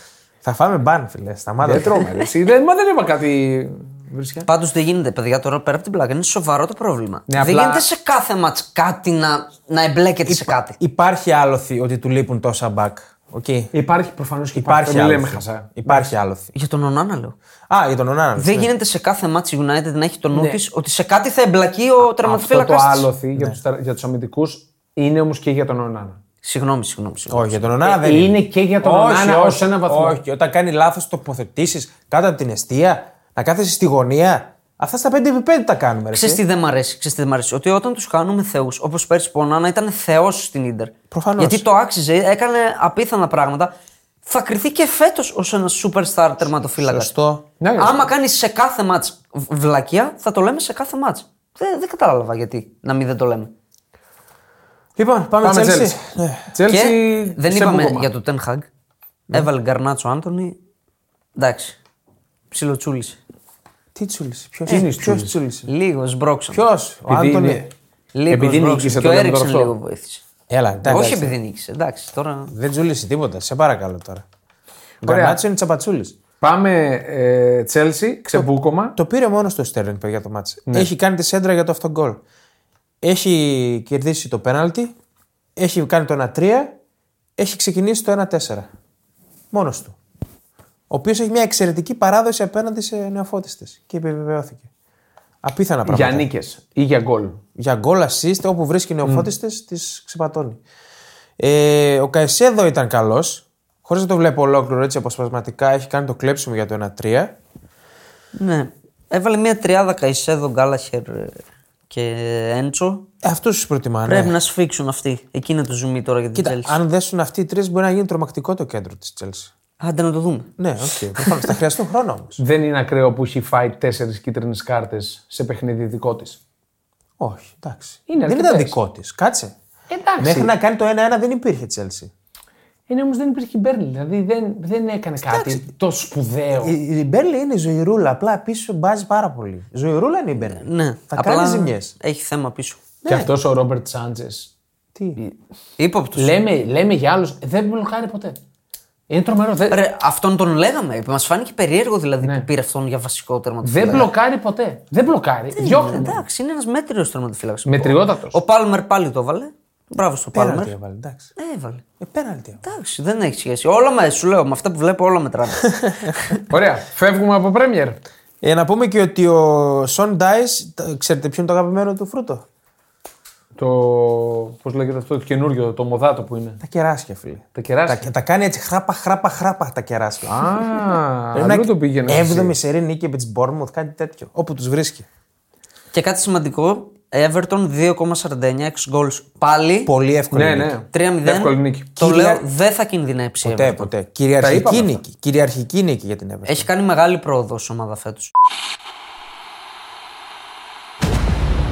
C: Θα φάμε μπαν, φίλε. Σταμάτα.
A: Δεν τρώμε, ρε, εσύ. Δεν, μα δεν είπα κάτι βρίσκια.
B: Πάντως δεν γίνεται, παιδιά, τώρα πέρα από την πλάκα. Είναι σοβαρό το πρόβλημα.
A: Ναι,
B: δεν
A: απλά-
B: γίνεται σε κάθε ματς κάτι να, να εμπλέκεται σε κάτι.
C: Υπάρχει άλοθη ότι του λείπουν τόσα μπακ. Οκ.
A: Υπάρχει προφανώς και
C: Υπάρχει
A: Δεν λέμε
C: άλοθη.
A: χασά.
C: Υπάρχει άλοθη.
B: Για τον Ονάνα λέω.
C: Α, για τον Ονάνα.
A: Ναι.
B: Δεν γίνεται σε κάθε μάτς United να έχει το νου της ότι σε κάτι θα εμπλακεί ο
A: Αυτό το
B: τραυματοφύλακας της.
A: άλοθη για τους, τρα- για τους αμυντικούς είναι όμως και για τον Ονάνα.
B: Συγγνώμη, συγγνώμη. συγγνώμη.
C: Όχι, για τον Ονάνα δεν
A: Ε, είναι και για τον Ονάνα ως ένα βαθμό.
C: Όχι, όταν κάνει λάθος τοποθετήσεις κάτω από την αιστεία, να κάθεσαι στη γωνία. Αυτά στα 5x5 τα κάνουμε. Ρε,
B: Ξέρεις
C: εσύ.
B: τι δεν μ' αρέσει, ξέρεις τι δεν μ' αρέσει. Ότι όταν τους κάνουμε θεούς, όπως πέρσι που ο Νάνα ήταν θεός στην ντερ.
C: Προφανώς.
B: Γιατί το άξιζε, έκανε απίθανα πράγματα. Θα κριθεί και φέτος ως ένα superstar τερματοφύλακας.
C: Σωστό.
A: Ναι, ναι.
B: Άμα κάνει σε κάθε μάτ βλακεία, θα το λέμε σε κάθε μάτ. Δεν, δεν κατάλαβα γιατί να μην δεν το λέμε.
C: Λοιπόν, πάμε,
A: Πάμε
C: Chelsea.
A: Chelsea.
C: Ναι.
A: Chelsea
B: και δεν
A: σε
B: είπαμε
A: μπούκωμα.
B: για το Ten Hag. Έβαλε Γκαρνάτσο Άντωνη. Εντάξει. Ψιλοτσούλησε.
C: Τι τσούλησε,
A: Τι είναι η
C: ποιος
A: Ε, τσούλησε?
C: τσούλησε.
B: Λίγο σμπρώξαν.
C: Ποιος, ο
A: Επειδή
C: Άντωνη.
A: είναι-
B: Λίγος
A: Επειδή
B: σμπρώξαν.
A: νίκησε
B: και
A: το
B: ο
A: λέμε τώρα
B: Έριξεν
A: αυτό.
B: λίγο βοήθησε.
C: Έλα, εντάξει.
B: Όχι επειδή νίκησε. Εντάξει, τώρα.
C: Δεν τζούλησε τίποτα, σε παρακαλώ τώρα. Ο
A: Ωραία.
C: Γκαρνάτσο είναι τσαπατσούλης.
A: Πάμε ε, Chelsea, ξεμπούκωμα.
C: Το πήρε μόνο στο Στέρλινγκ, παιδιά, το μάτσε.
B: Ναι.
C: Έχει κάνει τη σέντρα για το αυτόν γκολ. Έχει κερδίσει το πέναλτι. Έχει κάνει το 1-3. Έχει ξεκινήσει το 1-4. Μόνος του. Ο οποίος έχει μια εξαιρετική παράδοση απέναντι σε νεοφώτιστες. Και επιβεβαιώθηκε. Απίθανα πράγματα.
A: για νίκες ή για γκολ.
C: Για γκολ, assist, όπου βρίσκει νεοφώτιστες, mm. τις ξεπατώνει. Ε, ο Καϊσέδο ήταν καλός. Χωρίς να το βλέπω ολόκληρο έτσι αποσπασματικά, έχει κάνει το κλέψιμο για το 1-3.
B: Ναι. Έβαλε μια τριάδα Καϊσέδο, Γκάλαχερ ε, και Έντσο.
C: Αυτούς τους Ε, προτιμάνε.
B: Πρέπει να σφίξουν αυτοί. Εκεί είναι το ζουμί τώρα για την
C: Κοίτα,
B: Chelsea.
C: αν δέσουν αυτοί οι τρεις, μπορεί να γίνει τρομακτικό το κέντρο της Chelsea.
B: Άντε να το δούμε.
C: Ναι, οκ. προφανώς. θα χρειαστούν χρόνο όμως.
A: Δεν είναι ακραίο που έχει φάει τέσσερις κίτρινες κάρτες σε παιχνίδι δικό της.
C: Όχι, εντάξει.
A: Είναι
C: δεν
A: αρκετές.
C: ήταν δικό της. Κάτσε.
A: Εντάξει.
C: Μέχρι να κάνει το 1-1 δεν υπήρχε Chelsea.
A: Είναι όμως δεν υπήρχε η Μπέρλι, δηλαδή δεν, δεν έκανε κάτι το σπουδαίο.
B: Ναι.
C: Η, η Μπέρλι είναι ζωηρούλα. Απλά πίσω μπάζει πάρα πολύ. Ζωηρούλα είναι η Μπέρλι.
B: Ναι.
C: Θα κάνει ζημιές.
B: Έχει θέμα πίσω.
A: Και αυτός ο Ρόμπερτ Σάντζες.
C: Τι.
B: Ύποπτο.
A: Λέμε, λέμε για άλλους, δεν μπλοκάρει ποτέ. Είναι τρομερό. Δεν,
B: Ρε, αυτόν τον λέγαμε. Μας φάνηκε περίεργο δηλαδή
A: Ναι.
B: που πήρε αυτόν για βασικό
A: δεν
B: τερματοφύλακα.
A: μπλοκάρει ποτέ. Δεν μπλοκάρει. Διώχνει.
B: Εντάξει, είναι ένας μέτριος τερματοφύλακας.
A: Μετριότατο.
B: Ο Πάλμερ πάλι το έβαλε. Μπράβο στο
A: Ναι.
B: Πάλμερ.
C: Πέναλτι έβαλε. Εντάξει.
B: Έβαλε.
C: Ε, πέναλτι.
B: Εντάξει, δεν έχει σχέση. Όλα με, σου λέω, με αυτά που βλέπω, όλα μετράνε.
A: Ωραία. Φεύγουμε από Πρέμιερ.
C: Ε, να πούμε και ότι ο Σον Ντάις, ξέρετε ποιο είναι το αγαπημένο του φρούτο.
A: Το. Πώς λέγεται αυτό το καινούριο, το μοδάτο που είναι.
C: Τα κεράσια, φίλε.
A: Τα κεράσια.
C: Τα, τα κάνει έτσι χράπα, χράπα, χράπα τα κεράσια.
A: Α,
C: Πρέπει
A: αλλού το πήγαινες. εσύ.
C: Έβδομη σερή νίκη επί της Μπόρμουθ, κάτι τέτοιο. Όπου τους βρίσκει.
B: και κάτι σημαντικό, Everton 2,49 6 goals πάλι.
C: Πολύ εύκολη.
A: Ναι,
C: νίκη.
A: ναι.
B: 3-0.
A: Εύκολη νίκη.
B: Το
C: Κύριε-
B: λέω, δεν θα κινδυνεύσει. η
C: Ποτέ,
B: Everton.
C: ποτέ.
A: Τα είπαμε
C: Κυριαρχική
A: αυτά.
C: νίκη. Κυριαρχική νίκη για την Everton.
B: Έχει κάνει μεγάλη πρόοδο η ομάδα φέτος.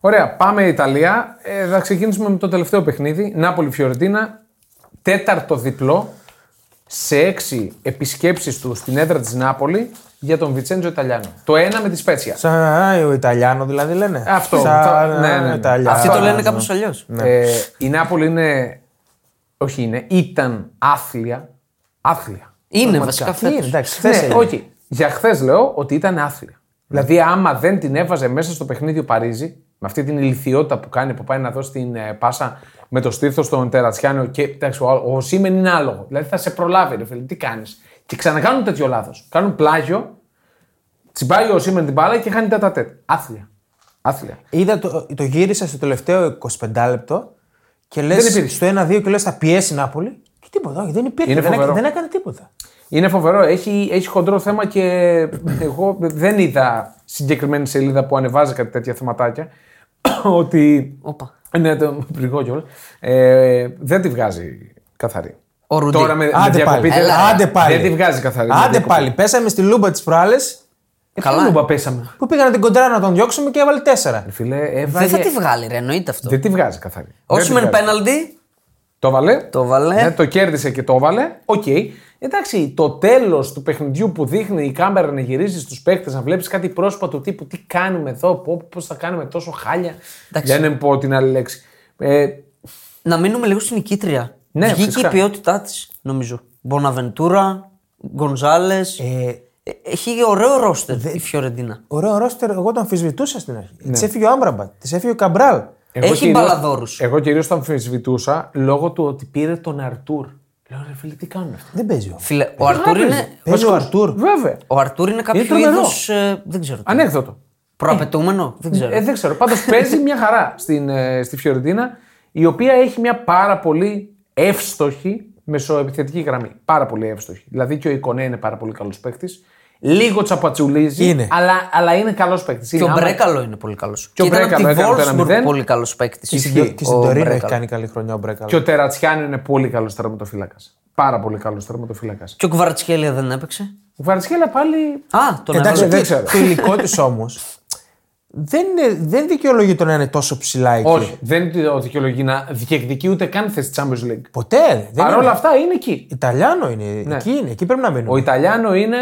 A: Ωραία, πάμε Ιταλία. Ε, θα ξεκινήσουμε με το τελευταίο παιχνίδι. Νάπολη Φιωρεντίνα. Τέταρτο διπλό σε έξι επισκέψεις του στην έδρα της Νάπολη για τον Βιτσέντζο Ιταλιάνο. Το ένα με τη Σπέτσια.
C: Σαν ο Ιταλιάνο δηλαδή λένε.
A: Αυτό.
C: Σαν
A: Θα- ναι, ναι, ναι.
C: Ιταλιάνο.
B: Αυτοί το λένε
C: Ναι.
B: κάπως αλλιώς.
A: Ε, η Νάπολη είναι. Όχι είναι, ήταν άθλια. Άθλια.
B: Είναι βασικά
C: Τι είναι,
B: φέτο.
C: εντάξει, χθες
A: ναι,
C: έγινε.
A: όχι. Για χθες λέω ότι ήταν άθλια. Δηλαδή, άμα δεν την έβαζε μέσα στο παιχνίδι ο Παρίζη, με αυτή την ηλικιότητα που κάνει, που πάει να δώσει την ε, πάσα με το στήθο στον Τερατσιάνο και εντάξει, ο, ο Σίμεν είναι άλογο. Δηλαδή θα σε προλάβει, ρε φίλε, τι κάνεις. Και ξανακάνουν τέτοιο λάθος. Κάνουν πλάγιο Τσιμπάει ο Σίμεν την μπάλα και χάνει τα τέτ. Άθλια. Άθλια.
C: Είδα το, το γύρισα στο τελευταίο 25 λεπτό και λε
A: Δεν υπήρχε.
C: στο 1-2 και λες θα πιέσει η Νάπολη. Και τίποτα, όχι, δεν υπήρχε.
A: Είναι
C: δεν, έκανε,
A: φοβερό.
C: δεν έκανε τίποτα.
A: Είναι φοβερό. Έχει, έχει χοντρό θέμα και εγώ δεν είδα συγκεκριμένη σελίδα που ανεβάζει κάτι τέτοια θεματάκια. ότι.
B: Όπα.
A: Ναι, το πληγό κιόλας. Ε, δεν τη βγάζει καθαρή.
B: Ο Ρουντί.
A: Τώρα Ε, με, με
C: Άντε
A: διακοπή.
C: πάλι.
A: δεν-
B: Έλα,
C: άντε πάλι.
A: Δεν τη βγάζει καθαρή. με
C: Άντε
A: διακοπή.
C: πάλι, πέσαμε στη λούμπα της προάλλες
A: Ε,
B: Καλά.
A: ποια λούμπα πέσαμε.
C: που πήγανε την κοντρά να τον διώξουμε και έβαλε 4.
A: Ε, Φίλε, έβαλε.
B: Δεν θα τη βγάλει, ρε, εννοείται αυτό.
A: δεν τη βγάζει καθαρή. Δεν τη
B: Όσιμεν
A: βγάζει.
B: πέναλτι.
A: Το βάλε.
B: Το βάλε.
A: Ναι, το κέρδισε και το βάλε. Οκ. Εντάξει, το τέλος του παιχνιδιού που δείχνει η κάμερα να γυρίζει στους παίχτε, να βλέπεις κάτι πρόσωπα του τύπου τι κάνουμε εδώ, πώς θα κάνουμε τόσο χάλια.
B: Εντάξει.
A: Για να μην πω την άλλη λέξη. Ε,
B: Να μείνουμε λίγο στην νικήτρια.
A: Ναι,
B: Βγήκε
A: φυσικά.
B: η ποιότητά της, νομίζω. Μποναβεντούρα, Γκονζάλες.
C: Ε,
B: Έχει ωραίο ρόστερ η Φιωρεντίνα.
C: ωραίο ρόστερ, εγώ το αμφισβητούσα στην αρχή.
A: Ναι.
C: Της έφυγε ο Άμπραμπατ, της έφυγε ο Καμπράλ.
A: εγώ
B: Έχει
A: κυρίως-
B: μπαλαδόρους.
A: Εγώ κυρίως το αμφισβητούσα λόγω του ότι πήρε τον Αρτούρ. Λέω ρε φίλε, τι κάνουμε αυτό.
C: Δεν παίζει ο
B: Φίλε,
A: Ε,
B: ο Αρτούρ είναι.
C: Παίζει ο Αρτούρ.
A: Βέβαια.
B: Ο Αρτούρ είναι κάποιο
A: τρομερός.
B: είδος. δεν ξέρω. τι.
A: Ανέκδοτο.
B: Προαπαιτούμενο. Δεν ξέρω.
A: Ε, δεν ξέρω. Πάντως παίζει μια χαρά στην, ε, στη Φιωρεντίνα, η οποία έχει μια πάρα πολύ εύστοχη μεσοεπιθετική γραμμή. Πάρα πολύ εύστοχη. Δηλαδή και ο Ικονέ είναι πάρα πολύ καλός παίκτης. Λίγο τσαπατσουλίζει,
C: Είναι.
A: αλλά, αλλά είναι καλός παίκτης.
B: Και ο Μπρέκαλο είναι πολύ καλός. Και,
A: ο
B: ήταν από τη
A: Μπρέκαλο έκανε το
B: Wolfsburg
A: 1-0.
B: πολύ καλός παίκτης.
C: Και στην- και στην
B: Ο
C: Τωρίνο έχει
B: Μπρέκαλο.
C: κάνει καλή χρονιά ο Μπρέκαλο.
A: Και ο Τερατσιάνο είναι πολύ καλός τερματοφύλακας. Πάρα πολύ καλός τερματοφύλακας.
B: Και ο Κβαρατσχέλια δεν έπαιξε.
A: Ο Βαρατσχέλα πάλι.
B: Α, τον
C: Εντάξει,
B: έβαλε.
A: δεν
C: το-
A: ξέρω.
C: Το υλικό της όμως δεν, είναι- δεν δικαιολογεί το να είναι τόσο ψηλά εκεί.
A: Όχι, δεν το δικαιολογεί να διεκδικεί ούτε καν θέση τη Champions League.
C: Ποτέ. Δεν
A: Παρ'
C: είναι.
A: όλα αυτά είναι εκεί.
C: Ιταλιάνο είναι. Εκεί είναι. Εκεί πρέπει να μείνουμε.
A: Ο Ιταλιάνο είναι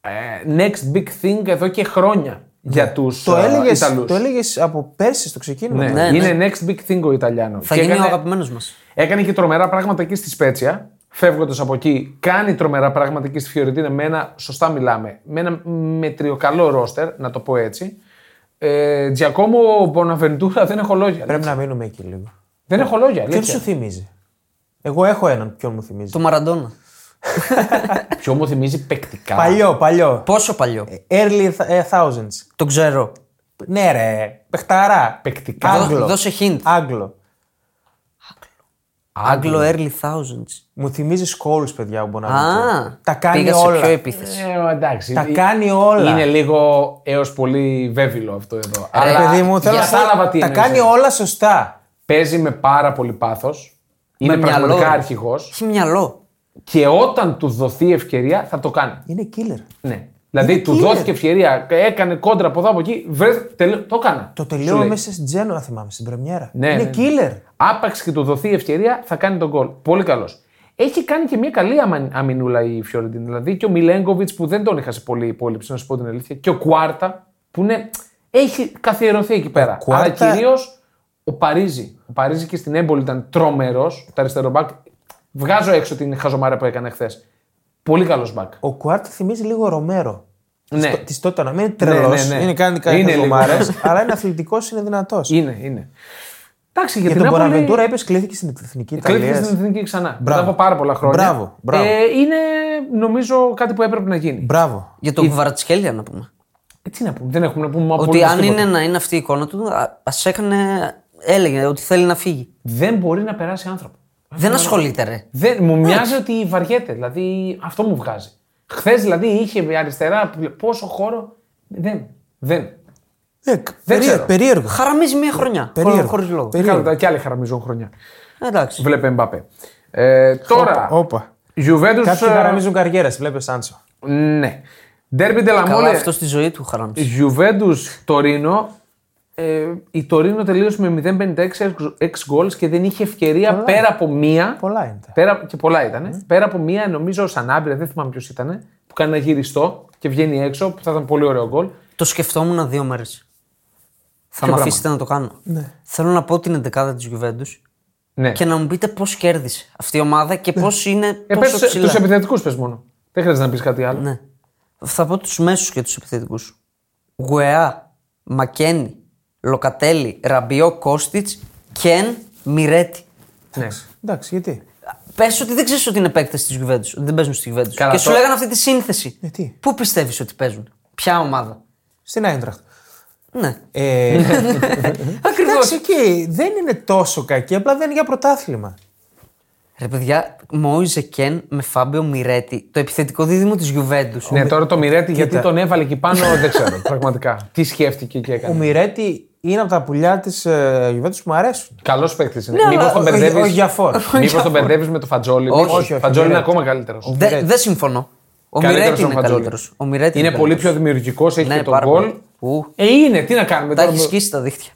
A: ε, next big thing εδώ και χρόνια για του
C: Ναι. Το έλεγες,
A: Ιταλούς.
C: το έλεγες από πέρσι στο ξεκίνημα.
A: Ναι,
B: Ναι, ναι.
A: είναι next big thing ο Ιταλιάνος.
B: Θα
A: Και
B: γίνει ο
A: έκανε,
B: αγαπημένος μας.
A: έκανε και τρομερά πράγματα εκεί στη Σπέτσια. Φεύγοντας από εκεί, κάνει τρομερά πράγματα εκεί στη Φιωρεντίνα με ένα, σωστά μιλάμε, με ένα μετριοκαλό ρόστερ, να το πω έτσι. Ε, Τζιακόμο Μποναβεντούρα δεν έχω λόγια.
C: Πρέπει να μείνουμε εκεί λίγο.
A: Δεν έχω λόγια.
C: Ποιον
A: αλήθεια.
C: σου θυμίζει. Εγώ έχω έναν. Ποιον μου θυμίζει.
B: Το Μαραντόνα.
A: Ποιο μου θυμίζει παικτικά.
C: Παλιό, παλιό.
B: Πόσο παλιό.
C: Early th- ε, thousands.
B: Το ξέρω.
C: Ναι, ρε. Παιχταρά.
A: Παικτικά.
C: Άγγλο.
B: Δώ- δώσε hint.
C: Άγγλο.
B: Άγγλο early thousands.
C: Μου θυμίζει σκόλου, παιδιά, ο Μποναβεντούρα.
B: Α,
C: Τα κάνει
B: πήγα
C: όλα.
B: σε πιο επίθεση.
A: Ε, εντάξει.
C: Τα κάνει όλα.
A: Είναι λίγο έως πολύ βέβαιλο αυτό εδώ.
C: Ρε, παιδί μου, θέλω να πω,
A: κατάλαβα τι
C: Τα
A: εννοείς. ε.
C: κάνει όλα σωστά.
A: Παίζει με πάρα πολύ πάθος. Είναι
B: μυαλό,
A: πραγματικά
B: ρε.
A: αρχηγός.
B: Έχει μυαλό.
A: Και όταν τους δοθεί ευκαιρία θα το κάνει.
C: Είναι killer.
A: Ναι. Δηλαδή τους
C: killer.
A: δόθηκε ευκαιρία, έκανε κόντρα από εδώ από εκεί. Βρε, τελε- το έκανα.
C: Το
A: Σου
C: τελείω
A: λέει.
C: μέσα στην Τζένοα, θυμάμαι, στην Πρεμιέρα.
A: Ναι,
C: είναι
A: ναι, ναι.
C: killer.
A: Άπαξ και του δοθεί ευκαιρία θα κάνει τον γκολ. Πολύ καλός. Έχει κάνει και μια καλή αμα- αμυνούλα η Φιωρεντίν. Δηλαδή και ο Μιλέγκοβιτ που δεν τον είχα σε πολύ υπόλοιψη, να σου πω την αλήθεια. Και ο Κουάρτα που είναι, έχει καθιερωθεί εκεί πέρα.
C: Κουάρτα-
A: Αλλά κυρίως ο Παρίζη. Ο Παρίζη και στην έμπολη ήταν τρομερός. Το αριστερό μπακ. Βγάζω έξω την χαζομάρα που έκανε χθες. Πολύ καλός μπακ.
C: Ο Κουάρτα θυμίζει λίγο Ρομέρο.
A: Ναι.
C: Της τότε να μην είναι τρελός.
A: Ναι, ναι, ναι.
C: Είναι κάνει
A: Είναι
C: κάτι
A: λίγο.
C: κομμάρε, αλλά είναι αθλητικός, είναι δυνατός.
A: Είναι, είναι. Εντάξει, για,
C: Για
A: την
C: τον
A: Νάπολη-
C: Ποναβεντούρα είπες κλείθηκε στην εθνική
A: Κλείθηκε
C: Ιταλία.
A: στην εθνική ξανά. Μετά
C: Μπράβο.
A: από πάρα πολλά χρόνια.
C: Μπράβο, μπράβο.
A: Ε, είναι νομίζω κάτι που έπρεπε να γίνει.
C: Μπράβο.
B: Για τον Κβαρατσχέλια να πούμε.
A: Ε, Τι να πούμε, δεν έχουμε να πούμε
B: Ότι
A: απολύτω.
B: αν είναι να είναι αυτή η εικόνα του, α ας έκανε. Έλεγε ότι θέλει να φύγει.
A: Δεν μπορεί να περάσει άνθρωπο.
B: Δεν ασχολείται, ρε.
A: Δεν, μου μοιάζει ότι βαριέται. Δηλαδή αυτό μου βγάζει. Χθες δηλαδή είχε αριστερά που λέει, πόσο χώρο. Δεν. Δεν.
C: Ε,
A: ξέρω.
C: περίεργο. περίεργο.
B: Χαραμίζει μία χρονιά.
C: Περίεργο.
B: Χωρίς λόγο.
C: Περίεργο.
A: Καλά, και άλλη χαραμίζουν χρονιά.
B: Εντάξει.
A: Βλέπε Μπαπέ. Ε, τώρα.
C: Όπα.
A: Juventus,
C: Κάποιοι
A: ε,
C: χαραμίζουν καριέρα, βλέπεις Σάντσο.
A: Ναι. Ντέρμπι
B: Καλά,
A: Ντελαμόλε.
B: αυτό στη ζωή του χαραμίζει.
A: Γιουβέντου Τωρίνο. Ε, η Τωρίνο τελείωσε με 0,56 6 goals και δεν είχε ευκαιρία πέρα από μία.
C: Πολλά Ναι. είναι τα.
A: Πέρα, και πολλά ήταν. Πέρα από μία, νομίζω ο Σανάμπρια, δεν θυμάμαι ποιος ήταν, που κάνει ένα γυριστό και βγαίνει έξω, που θα ήταν πολύ ωραίο γκολ.
B: Το σκεφτόμουν δύο μέρες. Θα με
A: πράγμα?
B: αφήσετε να το κάνω. Θέλω να πω την 11η της Γιουβέντους
A: Ναι.
B: και να μου πείτε πώς κέρδισε αυτή η ομάδα και πώς είναι
A: Ε,
B: τόσο ψηλά.
A: τους επιθετικούς πες μόνο. Δεν χρειάζεται να πεις κάτι άλλο.
B: Ναι. Θα πω τους μέσους και τους επιθετικούς. Γουεά, Μακένι, Λοκατέλη, Ραμπιό, Κώστιτ, Κεν, Μιρέτη.
A: Ναι.
C: Εντάξει, γιατί.
B: Πες ότι δεν ξέρεις ότι είναι παίκτες της Γιουβέντους, ότι δεν παίζουν στη Γιουβέντους.
A: Καλά,
B: Και σου
A: τώρα-
B: λέγανε αυτή τη σύνθεση.
C: Ε, τι.
B: Πού πιστεύεις ότι παίζουν, Ποια ομάδα.
C: Στην Άιντραχτ.
B: Ναι.
C: Ε,
B: Ακριβώς.
C: Εντάξει, εκεί δεν είναι τόσο κακή, απλά δεν είναι για πρωτάθλημα.
B: Ρε παιδιά, Μόιζε Κεν με Φάμπιο Μιρέτη, το επιθετικό δίδυμο της Γιουβέντους.
A: Ναι, τώρα το Μιρέτη γιατί
C: Κοίτα.
A: τον έβαλε εκεί πάνω δεν ξέρω. Πραγματικά. Τι σκέφτηκε και
C: Ο
A: έκανε.
C: Μιρέτη είναι από τα πουλιά της ε, Juventus που μου αρέσουν.
A: Καλός παίκτης είναι.
B: Ναι,
A: Μήπως
B: αλλά
A: τον
C: Ο- Ο, ο
A: μπερδεύει.
C: Γιαφόρ.
A: Μήπως τον μπερδεύεις με το Φατζόλι.
B: Όχι,
A: μήπως.
C: όχι, όχι,
A: Φατζόλι είναι
C: Μιρέτη.
A: ακόμα καλύτερος.
B: Δεν δε συμφωνώ. Ο Μιρέτη είναι καλύτερος. Ο Μιρέτη
A: Είναι πολύ
B: καλύτερος.
A: πιο δημιουργικός, έχει
B: Ναι,
A: και τον
B: πάρα
A: γκολ.
B: πολύ. Ου.
A: Ε, είναι, τι να κάνουμε
B: Τα
A: τώρα.
B: έχει σκίσει τα δίχτυα.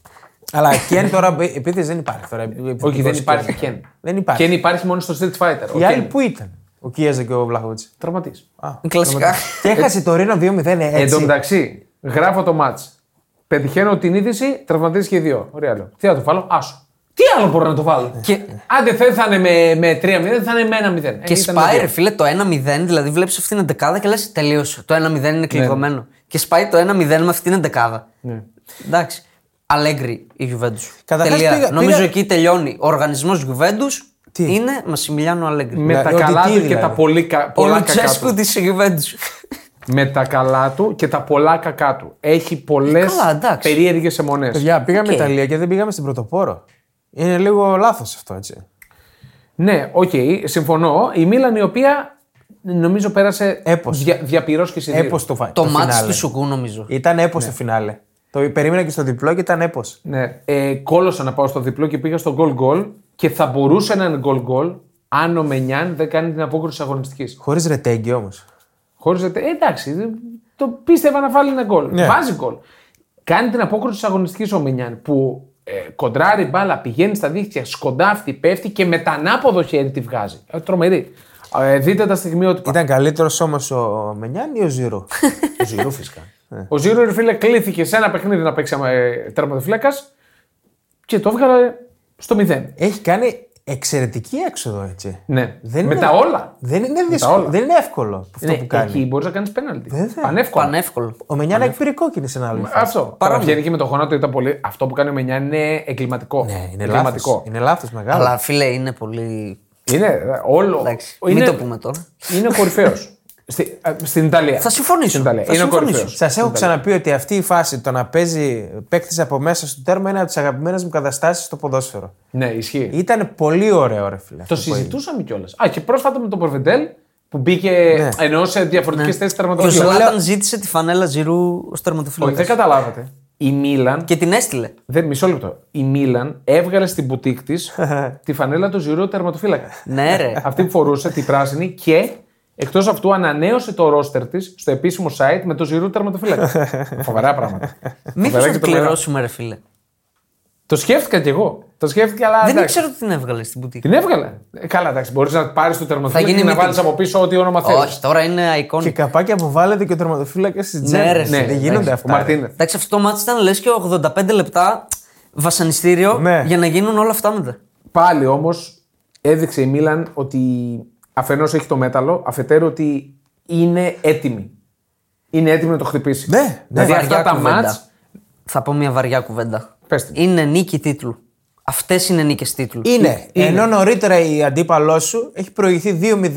C: Αλλά Κέν τώρα επίθεση δεν υπάρχει τώρα.
A: Όχι, δεν
C: επιθετικός
A: υπάρχει
C: Κέν.
A: Κεν.
C: Δεν υπάρχει.
A: Κεν υπάρχει μόνο στο Street Fighter.
C: Οι άλλοι που ήταν. Ο Κίαζε και ο Βλαχόβιτ.
A: Τραυματή.
B: Κλασικά.
C: Και έχασε το Ρήνο
A: Εν
C: 2-0
A: τω
C: έτσι.
A: μεταξύ, γράφω το match. Πετυχαίνω την είδηση, τραυματίζεις και οι δύο. Ωραία, λέω. Τι θα το βάλω, άσο. Τι άλλο μπορώ να το βάλω.
B: Και-
A: Άντε, δεν θα είναι με, με 3-0, θα είναι με 1-0. Ε,
B: Και
A: ήταν
B: σπάει,
A: δύο.
B: ρε φίλε, το 1-0, δηλαδή βλέπεις αυτή την εντεκάδα και λες τελείωσε. Το 1-0
A: Ναι.
B: είναι κλειδωμένο. Και σπάει το 1-0 με αυτή την εντεκάδα. Εντάξει. Αλέγκρι η Γιουβέντους.
C: Καταρχάς
B: Τελεία.
C: πήγα-
B: Νομίζω
C: πήγα-
B: εκεί τελειώνει. Ο οργανισμός Γιουβέντους
C: Τι?
B: είναι Μασιμιλιάνο Αλέγκρι. Ναι.
A: Με τα
C: ότι
A: καλά
C: τι
A: του και
C: δηλαδή.
A: τα πολύ κα-
B: Ο
A: πολλά κακά
B: Λουτσέσκου
A: του.
B: της Γιουβέντους.
A: Με τα καλά του και τα πολλά κακά του. Έχει πολλές
B: καλά, εντάξει.
A: περίεργες αιμονές.
C: Ε, Παιδιά, πήγαμε
B: Οκ.
C: Ιταλία και δεν πήγαμε στην Πρωτοπόρο. Είναι λίγο λάθος αυτό έτσι.
A: Ναι, οκ, συμφωνώ. Η Μίλαν η οποία νομίζω πέρασε
C: Έπος.
A: δια, διαπυρός και συνδύρου.
C: Έπος το φάει.
B: Το Ε, μάτι του Σουκού, νομίζω.
C: Ήταν έπος το φινάλε. Το περίμενα και στο διπλό και ήταν έπος.
A: Ναι. Ε, κόλωσα να πάω στο διπλό και πήγα στο goal goal και θα μπορούσε να είναι goal goal αν ο Μενιάν δεν κάνει την απόκριση αγωνιστικής.
C: Χωρίς ρετέγγι όμως.
A: Χωρίς. Ε, εντάξει, δε- το πίστευα να βάλει ένα γκολ.
C: Ναι.
A: Βάζει γκολ. Κάνει την απόκριση της αγωνιστικής ο Μενιάν που ε, κοντράρει μπάλα, πηγαίνει στα δίχτυα, σκοντάφτει, πέφτει και με τα ανάποδο χέρι τη βγάζει. Ε, τρομερή. Ε, δείτε τα στιγμιότυπα.
C: Ήταν καλύτερος όμως ο Μενιάν ή ο Ζηρού.
A: Ο Ναι. Ζήρο φυσικά. Ο Ζήρο ρε φίλε κλήθηκε σε ένα παιχνίδι να παίξει ε, τερματοφύλακα και το έβγαλε στο 0.
C: Έχει κάνει εξαιρετική έξοδο έτσι.
A: Ναι.
C: Δεν
A: με
C: είναι-
A: τα όλα.
C: Δεν είναι
A: τα όλα.
C: δύσκολο. Δεν είναι εύκολο αυτό
A: Ναι,
C: που κάνει.
A: Εκεί μπορείς να κάνεις πέναλτι.
C: Βέβαια.
A: Πανεύκολα.
B: Πανεύκολο.
C: Ο Μενιάν έχει πήρε κόκκινη σε ένα άλλο.
A: Αυτό. Παρά βγαίνει και με το γόνατο ήταν πολύ. Αυτό που κάνει ο Μενιάν είναι εγκληματικό.
C: Ναι, είναι
A: εγκληματικό.
C: λάθο. Είναι λάθος μεγάλο.
B: Αλλά φίλε είναι πολύ.
A: Είναι ε, όλο.
B: Εντάξει.
A: είναι,
B: Μην το πούμε τώρα.
A: Είναι ο κορυφαίος. Στη, ε, στην Ιταλία.
B: Θα συμφωνήσω.
A: Στην Ιταλία.
B: Θα
A: είναι ο
B: συμφωνήσω.
A: κορυφαίο.
C: Σας έχω ξαναπεί ότι αυτή η φάση το να παίζει παίκτης από μέσα στο τέρμα είναι από τις αγαπημένες μου καταστάσεις στο ποδόσφαιρο.
A: Ναι, ισχύει.
C: Ήταν πολύ ωραίο, ρε φίλε.
A: Το συζητούσαμε κιόλας. Α, και πρόσφατα με τον Πορβεντέλ που μπήκε
C: Ναι.
A: ενώ σε διαφορετικέ θέσει
B: Και ο
A: τερματοφύλακας.
B: Ζλάταν ζήτησε τη φανέλα Ζηρού ως
A: Όχι, δεν
B: τερματοφύλακα.
A: καταλάβατε. Η Μίλαν.
B: Και την έστειλε.
A: Δεν, μισό λεπτό. Η Μίλαν έβγαλε στην μπουτίκ της τη φανέλα του Ζηρού τερματοφύλακα.
B: Ναι, ρε.
A: Αυτή που φορούσε, την πράσινη και εκτός αυτού ανανέωσε το ρόστερ της στο επίσημο site με το Ζηρού τερματοφύλακα. Φοβερά πράγματα.
B: Μήπως
A: Φοβερά
B: θα
A: και
B: την
A: τρομερά.
B: κληρώσουμε, ρε φίλε.
A: Το σκέφτηκα κι εγώ. Το σκέφτηκα, αλλά.
B: Δεν
A: εντάξει.
B: ήξερα ότι την έβγαλε στην πουτική.
A: Την έβγαλε. Ε, καλά, εντάξει. Μπορείς να πάρεις το τερματοφύλακα
B: γίνει
A: και να
B: meeting.
A: βάλεις από πίσω ό,τι όνομα θέλεις.
B: Όχι, τώρα είναι
C: Και
B: iconic.
C: καπάκι αποβάλλεται και ο τερματοφύλακας τη
B: Ναι, ρε,
C: Τζέρι.
B: φίλε,
C: δεν
B: εντάξει.
C: γίνονται
A: Ο
C: αυτά. ρε.
A: Μαρτίνε.
B: Εντάξει, αυτό το μάτι ήταν λες και 85 λεπτά βασανιστήριο
C: Ναι.
B: για να γίνουν όλα αυτά μετά.
A: Πάλι όμως έδειξε η Μίλαν ότι αφενός έχει το μέταλλο, αφετέρου ότι είναι έτοιμη. Είναι έτοιμη να το χτυπήσει.
C: Ναι, ναι.
A: Δηλαδή αυτά
B: Βαριά
A: τα
B: κουβέντα.
A: μάτς
B: Θα πω μια βαριά κουβέντα.
A: Πες την.
B: Είναι νίκη τίτλου. Αυτές είναι νίκες τίτλου.
C: Ε, Είναι. Ενώ νωρίτερα η αντίπαλός σου έχει προηγηθεί 2-0,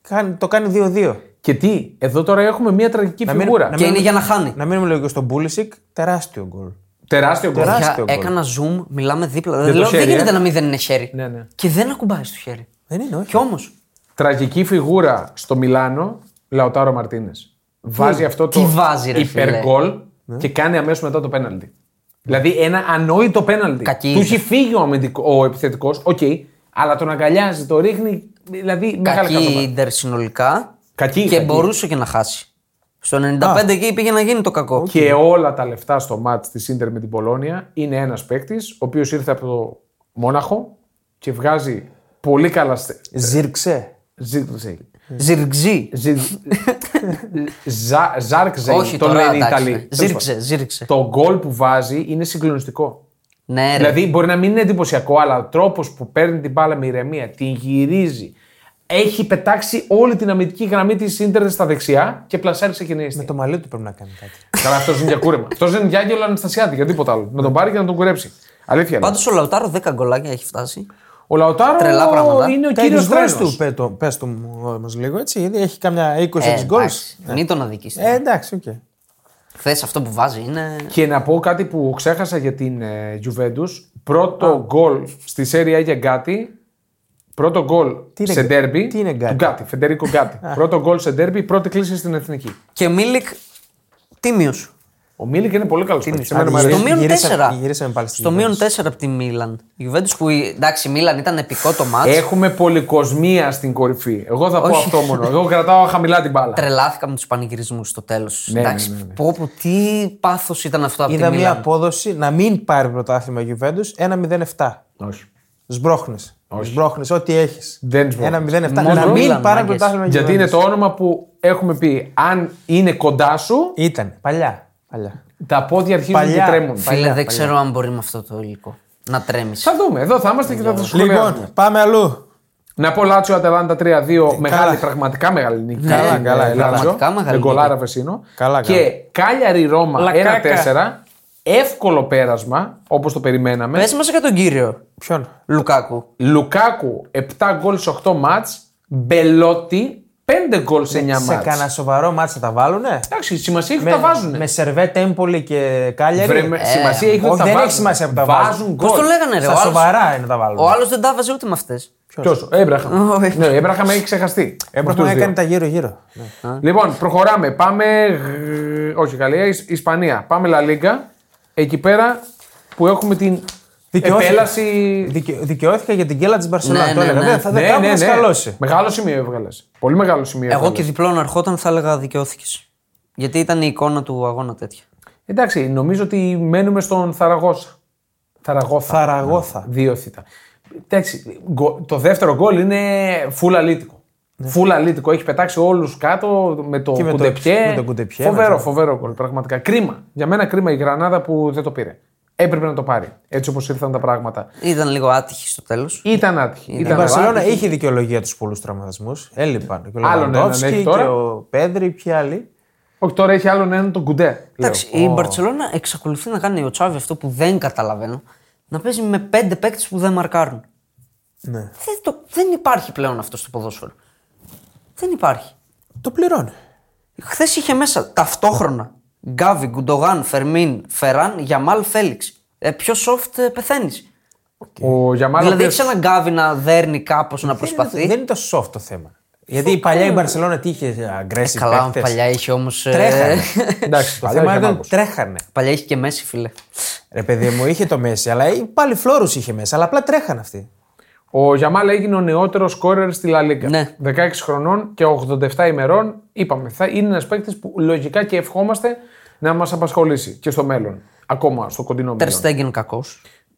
C: κάνει- το κάνει 2-2.
A: Και τι, εδώ τώρα έχουμε μια τραγική
C: μην-
A: φιγούρα.
C: να
B: Και είναι για να χάνει.
C: Να μείνουμε λίγο στον Πούλησικ, τεράστιο γκολ.
A: Τεράστιο γκολ.
C: Τεράστιο.
B: Παιδιά,
C: άστο γκολ.
B: έκανα zoom, μιλάμε δίπλα. Δεν, λέω,
A: χέρι,
B: δεν γίνεται
A: ε.
B: να μην δεν είναι χέρι.
A: Ναι, ναι.
B: Και δεν ακουμπάει στο χέρι.
C: Δεν είναι, όχι.
B: Κι όμως.
A: Τραγική φιγούρα στο Μιλάνο, Λαοτάρο Μαρτίνε. Βάζει αυτό το
B: τι βάζει, ρε φίλε. Ναι.
A: υπεργκολ και κάνει αμέσως μετά το πέναλτι. Δηλαδή ένα ανόητο πέναλτι.
B: Κακή
A: Του
B: είναι.
A: έχει φύγει ο, αμυντικο- ο επιθετικός, οκ, αλλά τον αγκαλιάζει, το ρίχνει. Δηλαδή μεγάλα
B: Κακή η
A: κακή.
B: Ιντερ συνολικά.
A: Κακή,
B: και
A: κακή.
B: μπορούσε και να χάσει. Στο 95 εκεί πήγε να γίνει το κακό.
A: Και όλα τα λεφτά στο μάτ της Ίντερ με την Πολώνια είναι ένας παίκτης, ο οποίος ήρθε από το Μόναχο και βγάζει πολύ καλά. στε-
C: Ζήρξε.
A: Ζήτησε.
B: Ζυργζή.
A: Ζάρκζε,
B: Όχι
A: τον
B: τώρα,
A: λένε οι
B: εντάξει. ναι.
A: Ιταλοί.
B: Ζήριξε, ζήριξε.
A: Το γκολ που βάζει είναι συγκλονιστικό.
B: Ναι, ρε.
A: Δηλαδή μπορεί να μην είναι εντυπωσιακό, αλλά ο τρόπος που παίρνει την μπάλα με ηρεμία, την γυρίζει. Έχει πετάξει όλη την αμυντική γραμμή της ίντερνετ στα δεξιά και πλασάρει σε κοινή αίσθηση.
C: Ε, Το μαλλί του πρέπει να κάνει κάτι.
A: Καλά, αυτός είναι για κούρεμα. αυτός είναι για άγγελο Αναστασιάτη, για τίποτα άλλο. Να τον πάρει και να τον κουρέψει. Αλήθεια. είναι.
B: Πάντως ο Λαουτάρο 10 γκολάκια έχει φτάσει.
A: Ο Λαοτάρο
B: Τρελά πράγματα.
A: είναι ο
C: Τα
A: κύριος
C: γκολ
A: τρένο.
C: του, πε το, πες το μου όμω λίγο έτσι, γιατί έχει κάμια 20
B: Ε,
C: γκολ.
B: εντάξει, Μην τον αδικήσεις.
C: Ε, εντάξει, οκ.
B: Χθε αυτό που βάζει είναι.
A: Και να πω κάτι που ξέχασα για την ε, Juventus. Πρώτο γκολ στη Serie A για Γκάτι. Πρώτο γκολ
C: είναι
A: σε
C: Γκ-
A: ντέρμπι.
C: τι είναι Γκάτι?
A: Του Γκάτι, Φεντερίκο Γκάτι. πρώτο γκολ σε ντέρμπι, πρώτη κλίση στην εθνική.
B: Και Μίλικ τίμιος.
A: Ο Μίλικ είναι πολύ καλός παίκτη. Εμένα μου
B: Στο
A: αρέσει.
C: γυρίσαμε-
B: μείον 4.
C: γυρίσαμε πάλι στη
B: Στο
C: Juventus.
B: μείον 4 από τη Μίλαν. Η Juventus που εντάξει, η Μίλαν ήταν επικό το μάτς.
A: Έχουμε πολυκοσμία στην κορυφή. Εγώ θα πω
B: Όχι.
A: αυτό μόνο. Εγώ κρατάω χαμηλά την μπάλα.
B: Τρελάθηκα με τους πανηγυρισμούς στο τέλος.
A: Ναι,
B: εντάξει,
A: ναι, ναι, ναι.
B: Πω, πω, τι πάθος ήταν αυτό από τη
C: Είδα μια
B: Μίλαν.
C: απόδοση να μην πάρει πρωτάθλημα η Juventus 1-0-7.
A: Όχι.
C: Σμπρώχνες. Σμπρώχνες, ό,τι έχεις.
A: Δεν σμπρώχνεις.
C: 1-0-7.
B: Μόνο
C: Να
B: Μίλαν,
C: μην πάρει
B: μάγκες.
C: πρωτάθλημα η
A: Γιατί είναι
C: Juventus.
A: το όνομα που έχουμε πει. Αν είναι κοντά σου,
C: Ήταν. Παλιά. παλιά.
A: τα πόδια αρχίζουν
C: Παλιά.
A: και τρέμουν.
B: Φίλε, δεν ξέρω αν μπορεί με αυτό το υλικό να τρέμεις.
A: Θα δούμε. Εδώ θα είμαστε και θα το σχολιάσουμε.
C: Λοιπόν, πάμε αλλού.
A: Να πω Λάτσιο Αταλάντα 3-2. Μεγάλη,
C: καλά. Ναι,
A: πραγματικά μεγάλη νίκη.
B: Καλά,
A: Ε,
C: καλά,
A: ε,
C: καλά.
A: Λάτσιο.
B: Πραγματικά μεγάλη
A: Με γκολάρα
B: νίκη.
A: Βεσίνο.
C: Καλά, καλά.
A: Και Κάλιαρη Ρώμα
C: Λακάκα.
A: 1-4. Εύκολο πέρασμα, όπως το περιμέναμε.
B: Πες μας για τον κύριο
C: Ποιον.
B: Λουκάκου.
A: Λουκάκου 7 γκολ σε 8 μάτ. Μπελότη 5 γκολ σε 9
C: Σε
A: μάτ.
C: κανένα σοβαρό μάτσα τα βάλουνε.
A: Εντάξει, σημασία έχει ότι τα βάζουν.
C: με Σερβέ, Τέμπολη και Κάλιαρη.
A: σημασία έχει ότι
C: όχι,
A: τα
C: δεν
A: βάζουν.
C: έχει σημασία που τα
A: βάζουν.
C: βάζουν.
B: Πώς το λέγανε, ρε.
C: Στα
B: ο άλλος-
C: σοβαρά είναι τα
B: Ο
C: βάλουν.
B: άλλος δεν τα βάζε ούτε με αυτές.
A: Ποιος, Έμπραχαμ.
B: Όχι.
A: ναι, ο Έμπραχαμ έχει ξεχαστεί.
C: Έπρεπε
A: Αυτούς
C: Ε, να
A: δύο.
C: έκανε τα γύρω-γύρω.
A: Λοιπόν, προχωράμε. Πάμε. γ- Όχι, Γαλλία, Ισ- Ισπανία. Πάμε Λα Λίγκα. Εκεί πέρα που έχουμε την
C: Δικαιώθηκε.
A: επέλαση.
C: Δικαι- Δικαιώθηκε για την κέλα της
B: Ναι,
C: Μπαρσελόνα. Το
B: ναι,
C: έλεγα.
B: ναι.
C: Δεν θα δεν κάπου να σκαλώσει.
A: Μεγάλο σημείο έβγαλες. Πολύ μεγάλο σημείο.
B: Εγώ
A: έβγαλες.
B: και διπλό να ερχόταν θα έλεγα δικαιώθηκες. Γιατί ήταν η εικόνα του αγώνα τέτοια.
A: Εντάξει, νομίζω ότι μένουμε στον Θαραγώσα. Θαραγώθα.
C: Θαραγώθα.
B: Ναι,
A: Δύο θήτα. Εντάξει, γκο- το δεύτερο γκολ είναι full αλήτικο. Full αλήτικο. Έχει πετάξει όλους κάτω με το
C: Ναι. Και με το-
A: κουντεπιέ.
C: με το κουντεπιέ,
A: Φοβερό,
C: με το-
A: φοβερό γκολ. Πραγματικά. Κρίμα. Για μένα κρίμα η Γρανάδα που δεν το πήρε. Έπρεπε να το πάρει. Έτσι όπως ήρθαν τα πράγματα.
B: Ήταν λίγο άτυχη στο τέλος.
A: Ήταν άτυχη.
C: Η
A: Ήταν
C: Μπαρσελόνα
A: άτυχη.
C: είχε δικαιολογία τους πολλούς τραυματισμούς. Έλειπαν. Και ο
A: Άλλον έναν
C: Λεβαντόφσκι
A: έχει
C: και
A: τώρα.
C: ο Πέδρη, ποιοι άλλοι.
A: Όχι, τώρα έχει άλλον έναν τον Κουντέ. λέω.
B: Εντάξει, η Μπαρσελόνα εξακολουθεί να κάνει ο Τσάβη αυτό που δεν καταλαβαίνω. Να παίζει με πέντε παίκτες που δεν μαρκάρουν.
C: Ναι.
B: Δεν, το, δεν υπάρχει πλέον αυτό στο ποδόσφαιρο. Δεν υπάρχει.
C: Το πληρώνει.
B: Χθες είχε μέσα ταυτόχρονα Γκάβι, Γκουντογάν, Φερμίν, Φεράν, Γιαμάλ, Φέληξ. Ε, πιο soft πεθαίνει.
A: Ο Γιαμάλ. ο
B: Δηλαδή
A: οποίος-
B: έχεις έναν Γκάβι να δέρνει κάπως να προσπαθεί.
C: Δεν είναι το soft το θέμα. Γιατί η παλιά η Μπαρσελόνα τι είχε ε,
A: Ε,
C: aggressive
B: Καλά,
C: παίκτες.
B: παλιά είχε όμως.
C: Τρέχανε.
A: Εντάξει,
C: το
A: παλιά
C: θέμα
A: είχε
C: ήταν
A: μάκος.
C: τρέχανε.
B: παλιά είχε και μέση, φίλε.
C: Ρε παιδί μου, είχε το Μέση, αλλά ή- πάλι φλόρους είχε μέσα, αλλά απλά τρέχανε αυτοί.
A: Ο Γιαμάλ έγινε ο νεότερος σκόρερ στη Λα Λίγκα.
B: Ναι.
A: 16 χρονών και 87 ημερών. Είπαμε, θα είναι ένας παίκτης που λογικά και ευχόμαστε να μας απασχολήσει και στο μέλλον. Ακόμα στο κοντινό μέλλον.
B: Τερστέγγεν κακό.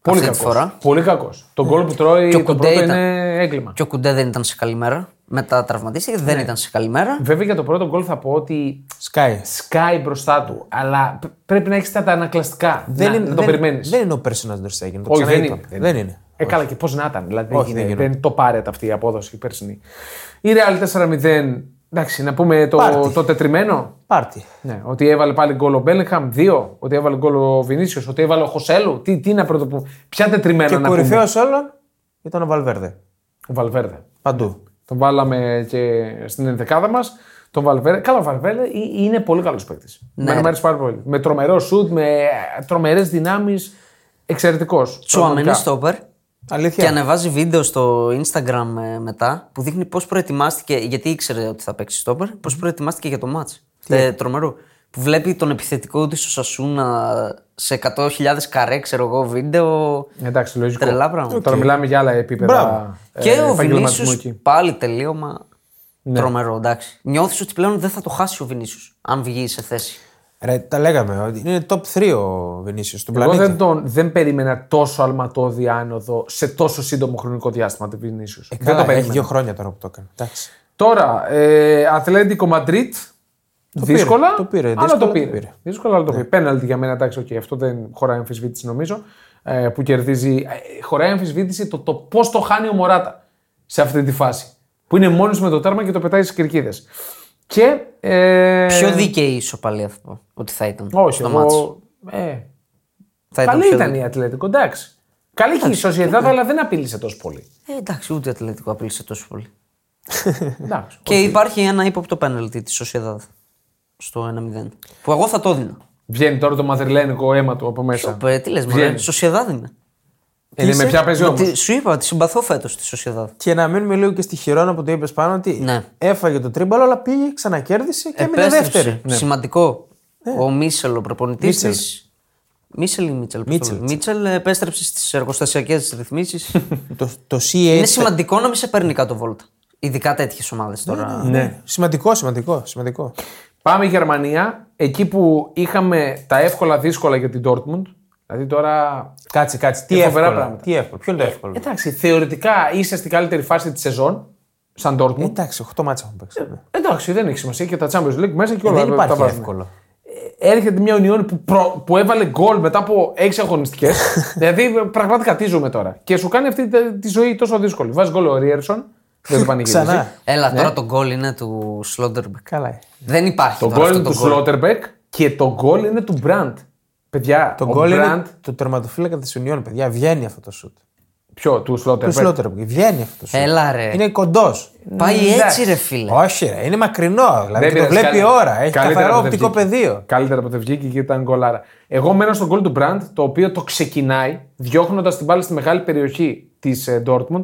A: Πολύ
B: Αυτή τη
A: κακός.
B: φορά.
A: Πολύ κακός. Το γκολ που τρώει
B: Και ο
A: το
B: Κουντέ
A: πρώτο
B: ήταν.
A: είναι έγκλημα.
B: Και ο Κουντέ δεν ήταν σε καλή μέρα. Μετά τραυματίστηκε, δεν
A: Ναι.
B: ήταν σε καλή μέρα.
A: Βέβαια για το πρώτο γκολ θα πω ότι Ναι,
C: Σκάι.
A: σκάει μπροστά του, αλλά π- πρέπει να έχεις τα τα ανακλαστικά. να, να το
C: δεν,
A: περιμένεις.
C: δεν είναι ο Πέρσινας Ντερστέγγεν. Το
A: Όχι, δεν
C: ξαναείπαμε.
A: είναι.
C: Δεν είναι.
A: Ε, καλά, και πώς να ήταν. Δηλαδή,
C: Όχι,
A: δεν,
C: δεν
A: δεν, το πάρετε αυτή η απόδοση η περσινή. Η Real 4-0. Εντάξει, να πούμε το,
C: Πάρτι.
A: το τετριμένο.
C: Πάρτι.
A: Ναι, ότι έβαλε πάλι γκολ ο Μπέλεγχαμ, δύο. Ότι έβαλε γκολ ο Βινίσιος, ότι έβαλε ο Χωσέλου. Τι, τι να πρωτοπού. Ποια τετριμένα
C: Και
A: να πούμε.
C: κορυφαίος όλων ήταν ο Βαλβέρδε.
A: Ο Βαλβέρδε.
C: Παντού.
A: Τον βάλαμε και στην ενδεκάδα μας. Τον Βαλβέρδε. Καλά, ο Βαλβέρδε ε- είναι πολύ καλός παίκτης. Ναι. Μου αρέσει πάρα πολύ. Με τρομερό σουτ, με τρομερές δυνάμεις. Εξαιρετικός.
B: Τσουαμενή στόπερ.
C: Αλήθεια.
B: Και ανεβάζει βίντεο στο Instagram ε, μετά που δείχνει πώς προετοιμάστηκε. Γιατί ήξερε ότι θα παίξει στόπερ, πώς προετοιμάστηκε για το μάτς. Ε, τρομερό. Που βλέπει τον επιθετικό της ο Σασούνα σε 100.000 καρέ, ξέρω εγώ, βίντεο.
A: Εντάξει, λογικό.
B: Τρελά πράγματα.
A: Τώρα μιλάμε για άλλα επίπεδα.
C: Μπράβο.
A: ε,
B: και ο
A: επαγγελματισμού
B: Βινίσιο
A: εκεί.
B: πάλι τελείωμα.
A: Ναι.
B: Τρομερό, εντάξει. Νιώθεις ότι πλέον δεν θα το χάσει ο Βινίσιο, αν βγει σε θέση.
C: Ρε, τα λέγαμε. ότι Είναι top 3 ο Βινίσιος του
A: Εγώ
C: πλανήτη.
A: δεν, τον, δεν περίμενα τόσο αλματώδη άνοδο σε τόσο σύντομο χρονικό διάστημα του Βινίσιους.
C: Ε,
A: δεν
C: καλά,
A: το
C: έχει
A: περίμενα.
C: δύο χρόνια τώρα που το έκανε. Εντάξει.
A: Τώρα, ε, Αθλέντικο Μαντρίτ. Δύσκολα,
C: πήρε, το πήρε,
A: αλλά
C: δύσκολα
A: το
C: το
A: πήρε.
C: πήρε. Ναι.
A: Δύσκολα, αλλά το πήρε. Πέναλτι για μένα, εντάξει, okay, αυτό δεν χωράει αμφισβήτηση νομίζω. Ε, που κερδίζει. Ε, χωράει αμφισβήτηση το, το πώς το χάνει ο Μωράτα σε αυτή τη φάση. Που είναι μόνος με το τέρμα και το πετάει στις κερκίδες. Και. Ε,
B: Πιο δίκαιη η ισοπαλία θα πω ότι θα ήταν.
A: Όχι,
B: στο μάτς.
A: εγώ, ε,
B: Θα
A: καλή
B: πιο
A: ήταν
B: δίκαιη.
A: η Ατλέτικο, εντάξει. Καλή και η Σοσιαδάδα, αλλά δεν απειλήσε τόσο πολύ.
B: Ε, εντάξει, ούτε Ατλετικό απειλήσε τόσο πολύ.
A: Εντάξει.
B: Και υπάρχει ένα ύποπτο πέναλτι της Sociedad στο 1-0. Που εγώ θα το έδινα.
A: Βγαίνει τώρα το μαδριλένικο αίμα του από μέσα.
B: Σοπέ, τι λες, Μωρέ.
A: Βγαίνει.
B: Σοσιαδάδ είναι.
A: Είναι με
C: είσαι?
A: ποια παίζει
B: Μα
A: όμω.
B: τη- Σου είπα ότι συμπαθώ φέτος τη Σοσιαδάδ.
C: Και να μείνουμε λίγο και στη χειρόνα που το είπες πάνω ότι
B: Ναι.
C: έφαγε το τρίμπαλο, αλλά πήγε, ξανακέρδισε και έμεινε
B: Επέστρεψε. ναι.
C: δεύτερη. ναι.
B: Σημαντικό. Ο Μίσελ, ο προπονητής
C: Μίτσελ.
B: της. Μίσελ ή Μίτσελ. πώς το
C: Μίτσελ.
B: λέω. Μίτσελ επέστρεψε στις εργοστασιακές ρυθμίσεις.
C: Το, το CH.
B: είναι σημαντικό να μην σε παίρνει κάτω βόλτα. Ειδικά τέτοιες ομάδες τώρα.
C: Ναι. Σημαντικό, σημαντικό, σημαντικό.
A: Πάμε Γερμανία, εκεί που είχαμε τα εύκολα δύσκολα για την Dortmund. Δηλαδή τώρα.
C: Κάτσε, κάτσε. Τι
A: Είναι φοβερά
C: εύκολο.
A: πράγματα.
C: Τι εύκολο. Ποιο είναι το εύκολο.
A: Εντάξει, θεωρητικά είσαι στην καλύτερη φάση της σεζόν, σαν Dortmund.
B: Ε,
C: Εντάξει, 8 μάτσα έχουν
A: Ε,
C: παίξει. Ναι.
A: Εντάξει, δεν έχει σημασία και τα Champions League μέσα και όλα
C: Ε, Δεν
A: τα- τα
C: υπάρχει
A: βάζουμε.
C: εύκολο.
A: Ε, Έρχεται μια Union που, προ- που έβαλε γκολ μετά από 6 αγωνιστικές. δηλαδή, πραγματικά τι ζούμε τώρα. Και σου κάνει αυτή τη- τη ζωή τόσο δύσκολη. Βάζεις γκολ ο Ρίερσον, δεν το πανηγυρίζει.
C: Ξανά.
B: Έλα, τώρα το γκολ είναι του Σλόντερμπεκ.
C: Καλά.
B: Δεν υπάρχει
A: Το
B: τώρα
A: γκολ
B: αυτό
A: είναι του
B: το γκολ.
A: Σλότερμπεκ και το γκολ είναι του Μπραντ. Παιδιά,
C: Το
A: ο
C: γκολ
A: Μπραντ.
C: είναι του τερματοφύλακα της Union, παιδιά. Βγαίνει αυτό το σουτ.
A: Ποιο, του
C: Του
A: Σλότερμπεκ.
C: Σλότερ Βγαίνει αυτό το σουτ.
B: Έλα, ρε.
C: Είναι κοντός.
B: Πάει
A: Εντάξει.
B: έτσι, ρε φίλε.
C: Όχι, ρε. Είναι μακρινό. Δηλαδή το
A: πειράζει,
C: βλέπει η
A: καλύτερα.
C: ώρα. Έχει
A: Καλύτερα
C: καθαρό
A: από το
C: οπτικό
A: Ευδίκη.
C: πεδίο.
A: Καλύτερα από το Ευγίκη και ήταν γκολάρα. Εγώ μένω στον γκολ του Μπραντ, το οποίο το ξεκινάει διώχνοντας την μπάλα στη μεγάλη περιοχή της Dortmund.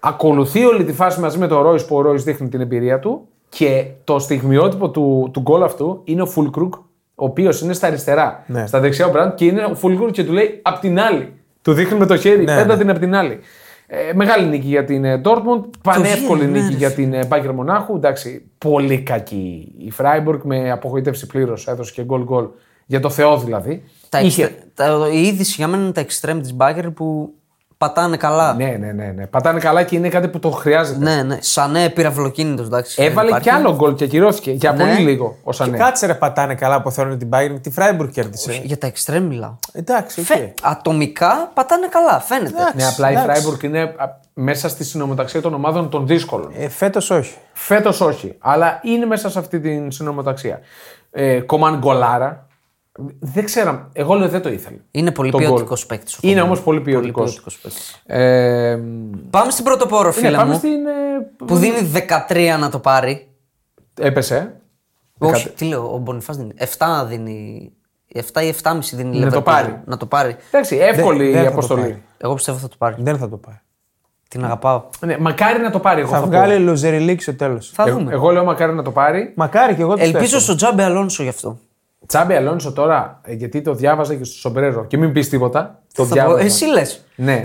A: Ακολουθεί όλη τη φάση μαζί με τον Ρόι που ο Ρόι δείχνει την εμπειρία του. Και το στιγμιότυπο του, του γκολ αυτού είναι ο Φουλκρουκ, ο οποίος είναι στα αριστερά.
C: Ναι.
A: Στα δεξιά ο Μπραντ και είναι ο Φουλκρουκ και του λέει απ' την άλλη. Του δείχνει με το χέρι,
C: Ναι,
A: πέντα
C: ναι.
A: την απ' την άλλη. Ε, μεγάλη νίκη για την ε, Dortmund. Πανεύκολη
B: βγαίνει,
A: νίκη
B: ναι,
A: για την ε, Bayern Μονάχου. Εντάξει, πολύ κακή η Freiburg με απογοήτευση πλήρως. Έδωσε και γκολ γκολ. Για το Θεό δηλαδή.
B: Τα
A: Είχε-
B: εξτρε- τα- Η είδηση για μένα είναι τα εξτρέμ της Μπάγκερ που πατάνε καλά.
A: Ναι, ναι, ναι, ναι. Πατάνε καλά και είναι κάτι που το χρειάζεται.
B: Ναι, ναι. Σανέ πυραυλοκίνητος, εντάξει.
A: Έβαλε
B: υπάρχει.
A: κι άλλο γκολ και ακυρώθηκε για
B: Ναι.
A: πολύ λίγο ο Σανέ.
C: Κάτσε ρε πατάνε καλά που θέλουν την Bayern. Τη Freiburg κέρδισε.
B: Ε, Για τα εξτρέμ μιλάω.
C: Εντάξει, οκ.
B: Φε... Ατομικά πατάνε καλά, φαίνεται.
C: Εντάξει.
A: Ναι, απλά η
C: εντάξει.
A: Freiburg είναι α, μέσα στη συνομοταξία των ομάδων των δύσκολων.
C: Ε, Φέτος όχι.
A: Φέτος όχι, αλλά είναι μέσα σε αυτή την συνομοταξία. Ε, Κομάν γκολάρα. Δεν ξέρω. Εγώ λέω δεν το ήθελε.
B: Είναι πολύ
A: Το γκολ.
B: ποιοτικός παίκτης.
A: Είναι όμως πολύ ποιοτικό. Ε,
B: Πάμε στην πρωτοπόρο,
A: ναι,
B: φίλε
A: πάμε
B: μου.
A: στην. ε,
B: Που δίνει 13 να το πάρει.
A: Έπεσε.
B: Όχι,
A: Δεκα-
B: τι λέω, ο Μπονιφάς δίνει. 7 δίνει. 7 ή 7,5 δίνει η
A: Να το
B: Leverkusen.
A: πάρει.
B: Να το πάρει.
A: Εντάξει, εύκολη
C: δεν θα
A: η
C: το
A: αποστολή.
C: πάρει.
B: Εγώ πιστεύω θα το πάρει.
C: Δεν θα το πάει.
B: Την αγαπάω.
A: Ναι, μακάρι να το πάρει. Εγώ θα,
C: Θα
A: πω.
C: βγάλει λοζερι στο τέλος.
B: Θα
A: Εγώ,
B: δούμε.
A: εγώ λέω μακάρι να το πάρει.
C: Μακάρι και εγώ το
B: Ελπίζω στον Τζάμπε Αλόνσο γι' αυτό.
A: Τσάμπι Αλόνσο τώρα, ε, γιατί το διάβαζα και στο Σομπρέρο και μην πεις τίποτα. Το
B: Θα πω,
A: διάβαζα.
B: εσύ λες.
A: Ναι.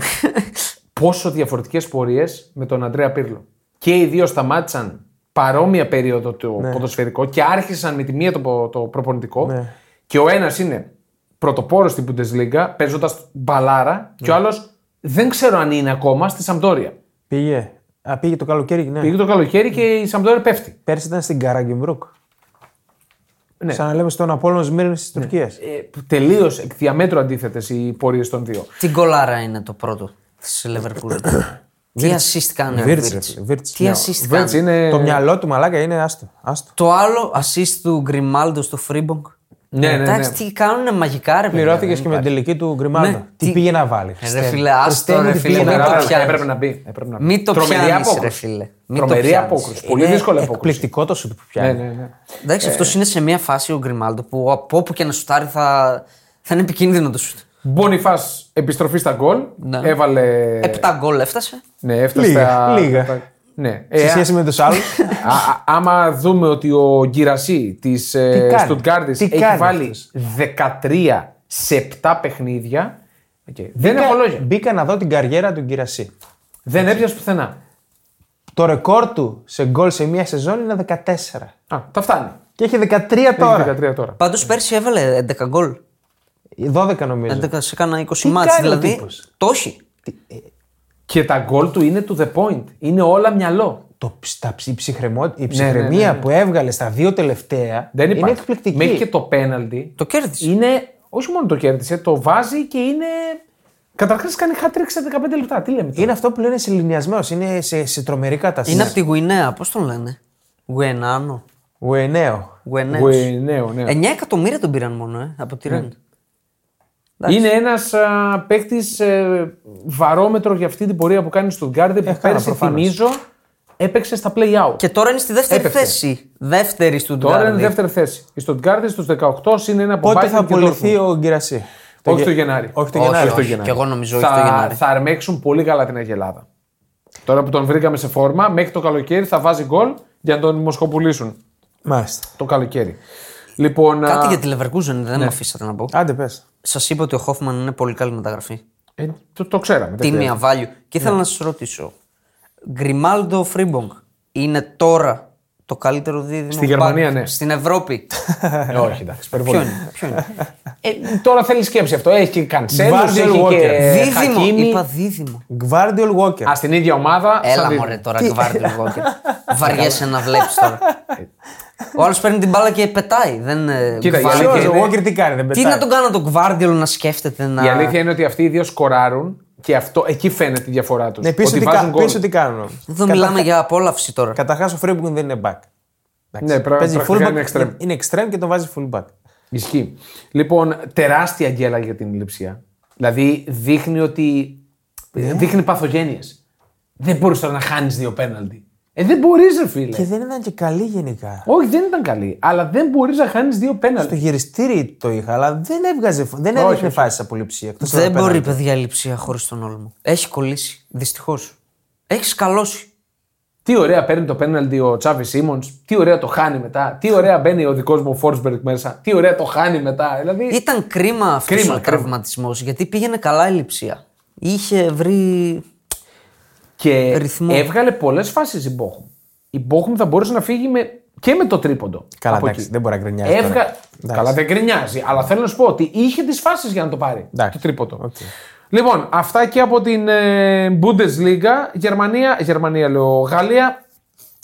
A: Πόσο διαφορετικές πορείες με τον Αντρέα Πύρλο. Και οι δύο σταμάτησαν παρόμοια περίοδο το ποδοσφαιρικό και άρχισαν με τη μία το, πο- το προπονητικό.
C: Ναι.
A: Και ο ένας είναι πρωτοπόρος στην Bundesliga, παίζοντας μπαλάρα, και ο άλλος δεν ξέρω αν είναι ακόμα στη Σαμπτόρια.
C: Πήγε. Α, πήγε το καλοκαίρι, ναι.
A: Πήγε το καλοκαίρι και η Σαμπτόρια πέφτει.
C: Πέρσι ήταν στην Καραγκιμπρούκ.
A: Ναι.
C: Σαν να λέμε στον Απόλλωνα Σμύρνη της Τουρκίας.
A: Ε, Τελείως εκ διαμέτρου αντίθετες οι πορείες των δύο.
B: Τι γκολάρα είναι το πρώτο της Λεβερκούζα. Τι assist κάνει ο
C: Βίρτς,
B: Βίρτς.
C: ρε φίλε, Βίρτς,
B: Τι
C: ναι.
B: assist
A: Βέρτς
B: κάνει.
A: είναι.
C: Το μυαλό του μαλάκα είναι άστο. άστο.
B: Το άλλο assist του Γκριμάλντο στο Φρίμπονγκ.
A: Ναι, ναι, ναι.
B: Εντάξει, τι κάνουν μαγικά ρε παιδιά.
C: Πληρώθηκε και με την τελική του Γκριμάλντο.
B: Ναι,
C: τι,
B: τι-
C: πήγε να βάλει.
B: Ε,
C: Χριστέ
B: Ρε
C: μου.
B: φίλε, άστο
C: μου,
B: ρε
C: τι
B: φίλε,
C: πήγαινε
B: μην
C: να
B: το
C: βάλει.
A: Έπρεπε
B: πιάνεις.
A: να μπει. έπρεπε να μπει.
B: Μην το
A: Τρομερή
B: πιάνεις ρε
A: απόκριση.
B: φίλε. Μην το
A: Τρομερή
B: πιάνεις.
A: απόκριση. Πολύ
C: Είναι
A: δύσκολη απόκριση.
C: Εκπληκτικό το σου που
A: Ναι,
C: πιάνει.
A: ναι, ναι.
B: Εντάξει,
C: Ε.
B: αυτός είναι σε μια φάση ο Γκριμάλντο που από όπου και να σουτάρει θα, θα είναι επικίνδυνο το σουτ.
A: Μπονιφά επιστροφή στα γκολ.
B: Ναι.
A: Έβαλε.
C: Ε.
B: Επτά γκολ έφτασε.
A: Ναι, έφτασε
C: Λίγα,
A: στα-
C: λίγα.
A: τα- Ναι.
C: Σε
A: Ε,
C: σχέση με τους άλλους.
A: α- α- άμα δούμε ότι ο Γκυρασί της
C: κάνει,
A: Στουτγκάρδη
C: τι
A: έχει
C: κάνει
A: βάλει 13 σε 7 παιχνίδια. Οκ. Δεν έχω λόγια.
C: Μπήκα να δω την καριέρα του Γκυρασί.
A: Δεν έπιασε πουθενά.
C: Το ρεκόρ του σε γκολ σε μία σεζόν είναι 14.
A: Α, τα φτάνει.
C: Και έχει 13
A: Έχει
C: τώρα.
A: 13 τώρα.
B: Πάντως πέρσι έβαλε 11 γκολ.
C: 12 νομίζω.
B: 11 σε κάνα 20
C: Τι
B: μάτς,
C: κάνει ο
B: δηλαδή.
C: τύπος?
B: Το όχι.
A: Και τα γκολ του είναι to the point. Είναι όλα μυαλό.
C: Το, ψ- τα, ψ- η, ψυχραιμο- η
A: ναι, ναι,
C: ψυχραιμία που έβγαλε στα δύο τελευταία
A: Δεν
C: είναι
A: υπάρχει.
C: εκπληκτική.
A: Μέχρι και το πέναλτι.
B: Το κέρδισε.
A: Είναι, όχι μόνο το κέρδισε, το βάζει και είναι. Καταρχάς κάνει χάτριξ σε 15 λεπτά. Τι λέμε. τώρα.
C: Είναι αυτό που λένε σεληνιασμένο. Είναι σε, σε τρομερή κατάσταση.
A: Ναι.
B: Είναι από τη Γουινέα, πώς τον λένε. Γουενάνο.
C: Γουενέο.
B: Γουενέος.
A: Γουενέο,
C: Ε,
A: ναι.
B: 9 εκατομμύρια τον πήραν μόνο ε, από τη Ρέντ.
A: Είναι ένας ε, παίκτη βαρόμετρο για αυτή την πορεία που κάνει στον Γκάρντερ που
C: Ε, καλά,
A: πέρσι,
C: προφανώς.
A: θυμίζω, Έπαιξε στα play-out.
B: Και τώρα είναι στη δεύτερη
A: Έπεφτε.
B: θέση. Δεύτερη του
A: Τώρα είναι
B: Ντουγκάρντι.
A: δεύτερη θέση. Η Στουτγκάρδη στου 18 είναι ένα από
C: ναι. Πότε θα
A: Bayern και
C: απολυθεί
A: Dortmund.
C: ο Γκυρασί.
A: Όχι το Γενάρη.
C: Όχι το
B: Όχι,
C: Γενάρη.
B: όχι. Και εγώ νομίζω όχι το
A: θα,
B: Γενάρη.
A: θα αρμέξουν πολύ καλά την Αγελάδα. Τώρα που τον βρήκαμε σε φόρμα, μέχρι το καλοκαίρι θα βάζει γκολ για να τον δημοσκοπουλήσουν
C: Μάλιστα.
A: το καλοκαίρι. Λοιπόν,
B: Κάτι
A: α,
B: για τη Λεβερκούζεν
A: Ναι.
B: δεν με αφήσατε να πω.
C: Άντε πες.
B: Σας είπα ότι ο Χόφμαν είναι πολύ καλή μεταγραφή.
A: ε, το, το ξέραμε. δεν Ναι. χρειάζεται.
B: Τίμια value. Και ήθελα να σας ρωτήσω. Γκριμάλντο Φρίμπονγκ είναι τώρα το καλύτερο δίδυμο.
A: Στη Γερμανία,
B: back
A: ναι.
B: Στην Ευρώπη.
A: Ε, όχι, εντάξει, υπερβολή.
B: Ποιο είναι. Ποιο είναι.
A: Ε, τώρα θέλει σκέψη αυτό. Έχει και Κανσέλος,
C: Βάρντελ
A: έχει
C: Walker.
A: και
B: δίδυμο.
A: Χακίμι.
B: Είπα δίδυμο.
C: Γκβάρντιολ Walker.
A: Α, στην ίδια ομάδα.
B: Έλα
A: σαν δίδυμο.
B: μωρέ τώρα, Γκβάρντιο Βόκερ. Βαριέσαι να βλέπεις τώρα. Ο άλλος παίρνει την μπάλα και πετάει. Δεν, ε,
A: Κοίτα, η
B: Guardiola.
A: αλήθεια
C: Ποιος,
A: είναι-
C: ο Walker τι κάνει, δεν
B: Τι
C: πετάει.
B: να τον κάνω τον Γκβάρντιο να σκέφτεται να.
A: Η αλήθεια είναι ότι αυτοί οι δύο σκοράρουν και αυτό, εκεί φαίνεται η διαφορά τους.
C: Ναι, πίσω τι, κα... πίσω τι κάνουν. όμως.
B: Εδώ
C: Καταρχά-
B: μιλάμε για απόλαυση τώρα.
C: Καταρχάς ο Φρίμπουργκ δεν είναι back. Εντάξει.
A: Ναι, πρα-
C: Παίζει
A: πρακτικά
C: fullback,
A: είναι extreme.
C: Είναι extreme και τον βάζει fullback.
A: Ισχύει. Λοιπόν, τεράστια γκέλα για την λειψία. Δηλαδή δείχνει ότι.
C: Ε.
A: Δείχνει παθογένειες. Δεν μπορεί τώρα να χάνεις δύο πέναλτι. Ε, δεν μπορείς, ρε φίλε.
C: Και δεν ήταν και καλή γενικά.
A: Όχι, δεν ήταν καλή. Αλλά δεν μπορείς να χάνεις δύο
C: Στο
A: πέναλτι.
C: γυριστήρι το είχα, αλλά δεν έβγαζε, φο- δεν
A: όχι,
C: έδειχνε
A: όχι.
C: φάσει απολυψία. εκτός από
B: Δεν
C: απέναντι.
B: μπορεί, παιδιά, η λειψία χωρίς τον όλμο. Έχει κολλήσει. Δυστυχώς. Έχεις καλώσει.
A: Τι ωραία παίρνει το πέναλτι ο Τσάβη Σίμον. Τι ωραία το χάνει μετά. Τι ωραία μπαίνει ο δικός μου ο Φόρσμπεργκ μέσα. Τι ωραία το χάνει μετά.
C: Ε,
A: Δηλαδή.
B: Ήταν κρίμα αυτός
A: Κρίμα, κρίμα.
B: ο τραυματισμός γιατί πήγαινε καλά η λειψία. Είχε βρει.
A: Και
B: ρυθμό.
A: έβγαλε πολλές φάσεις η Μπόχουμ. Η Μπόχουμ θα μπορούσε να φύγει με, και με το τρίποντο.
C: Καλά,
A: από
C: εντάξει,
A: εκεί.
C: δεν μπορεί να γκρινιάζει
A: Έβγα-
C: τώρα. Εντάξει.
A: Καλά, δεν κρινιάζει. Αλλά θέλω να σου πω ότι είχε τις φάσεις για να το πάρει
C: Εντάξει.
A: το τρίποντο.
C: Οκ.
A: Λοιπόν, αυτά και από την ε, Bundesliga. Γερμανία, Γερμανία λέω, Γαλλία.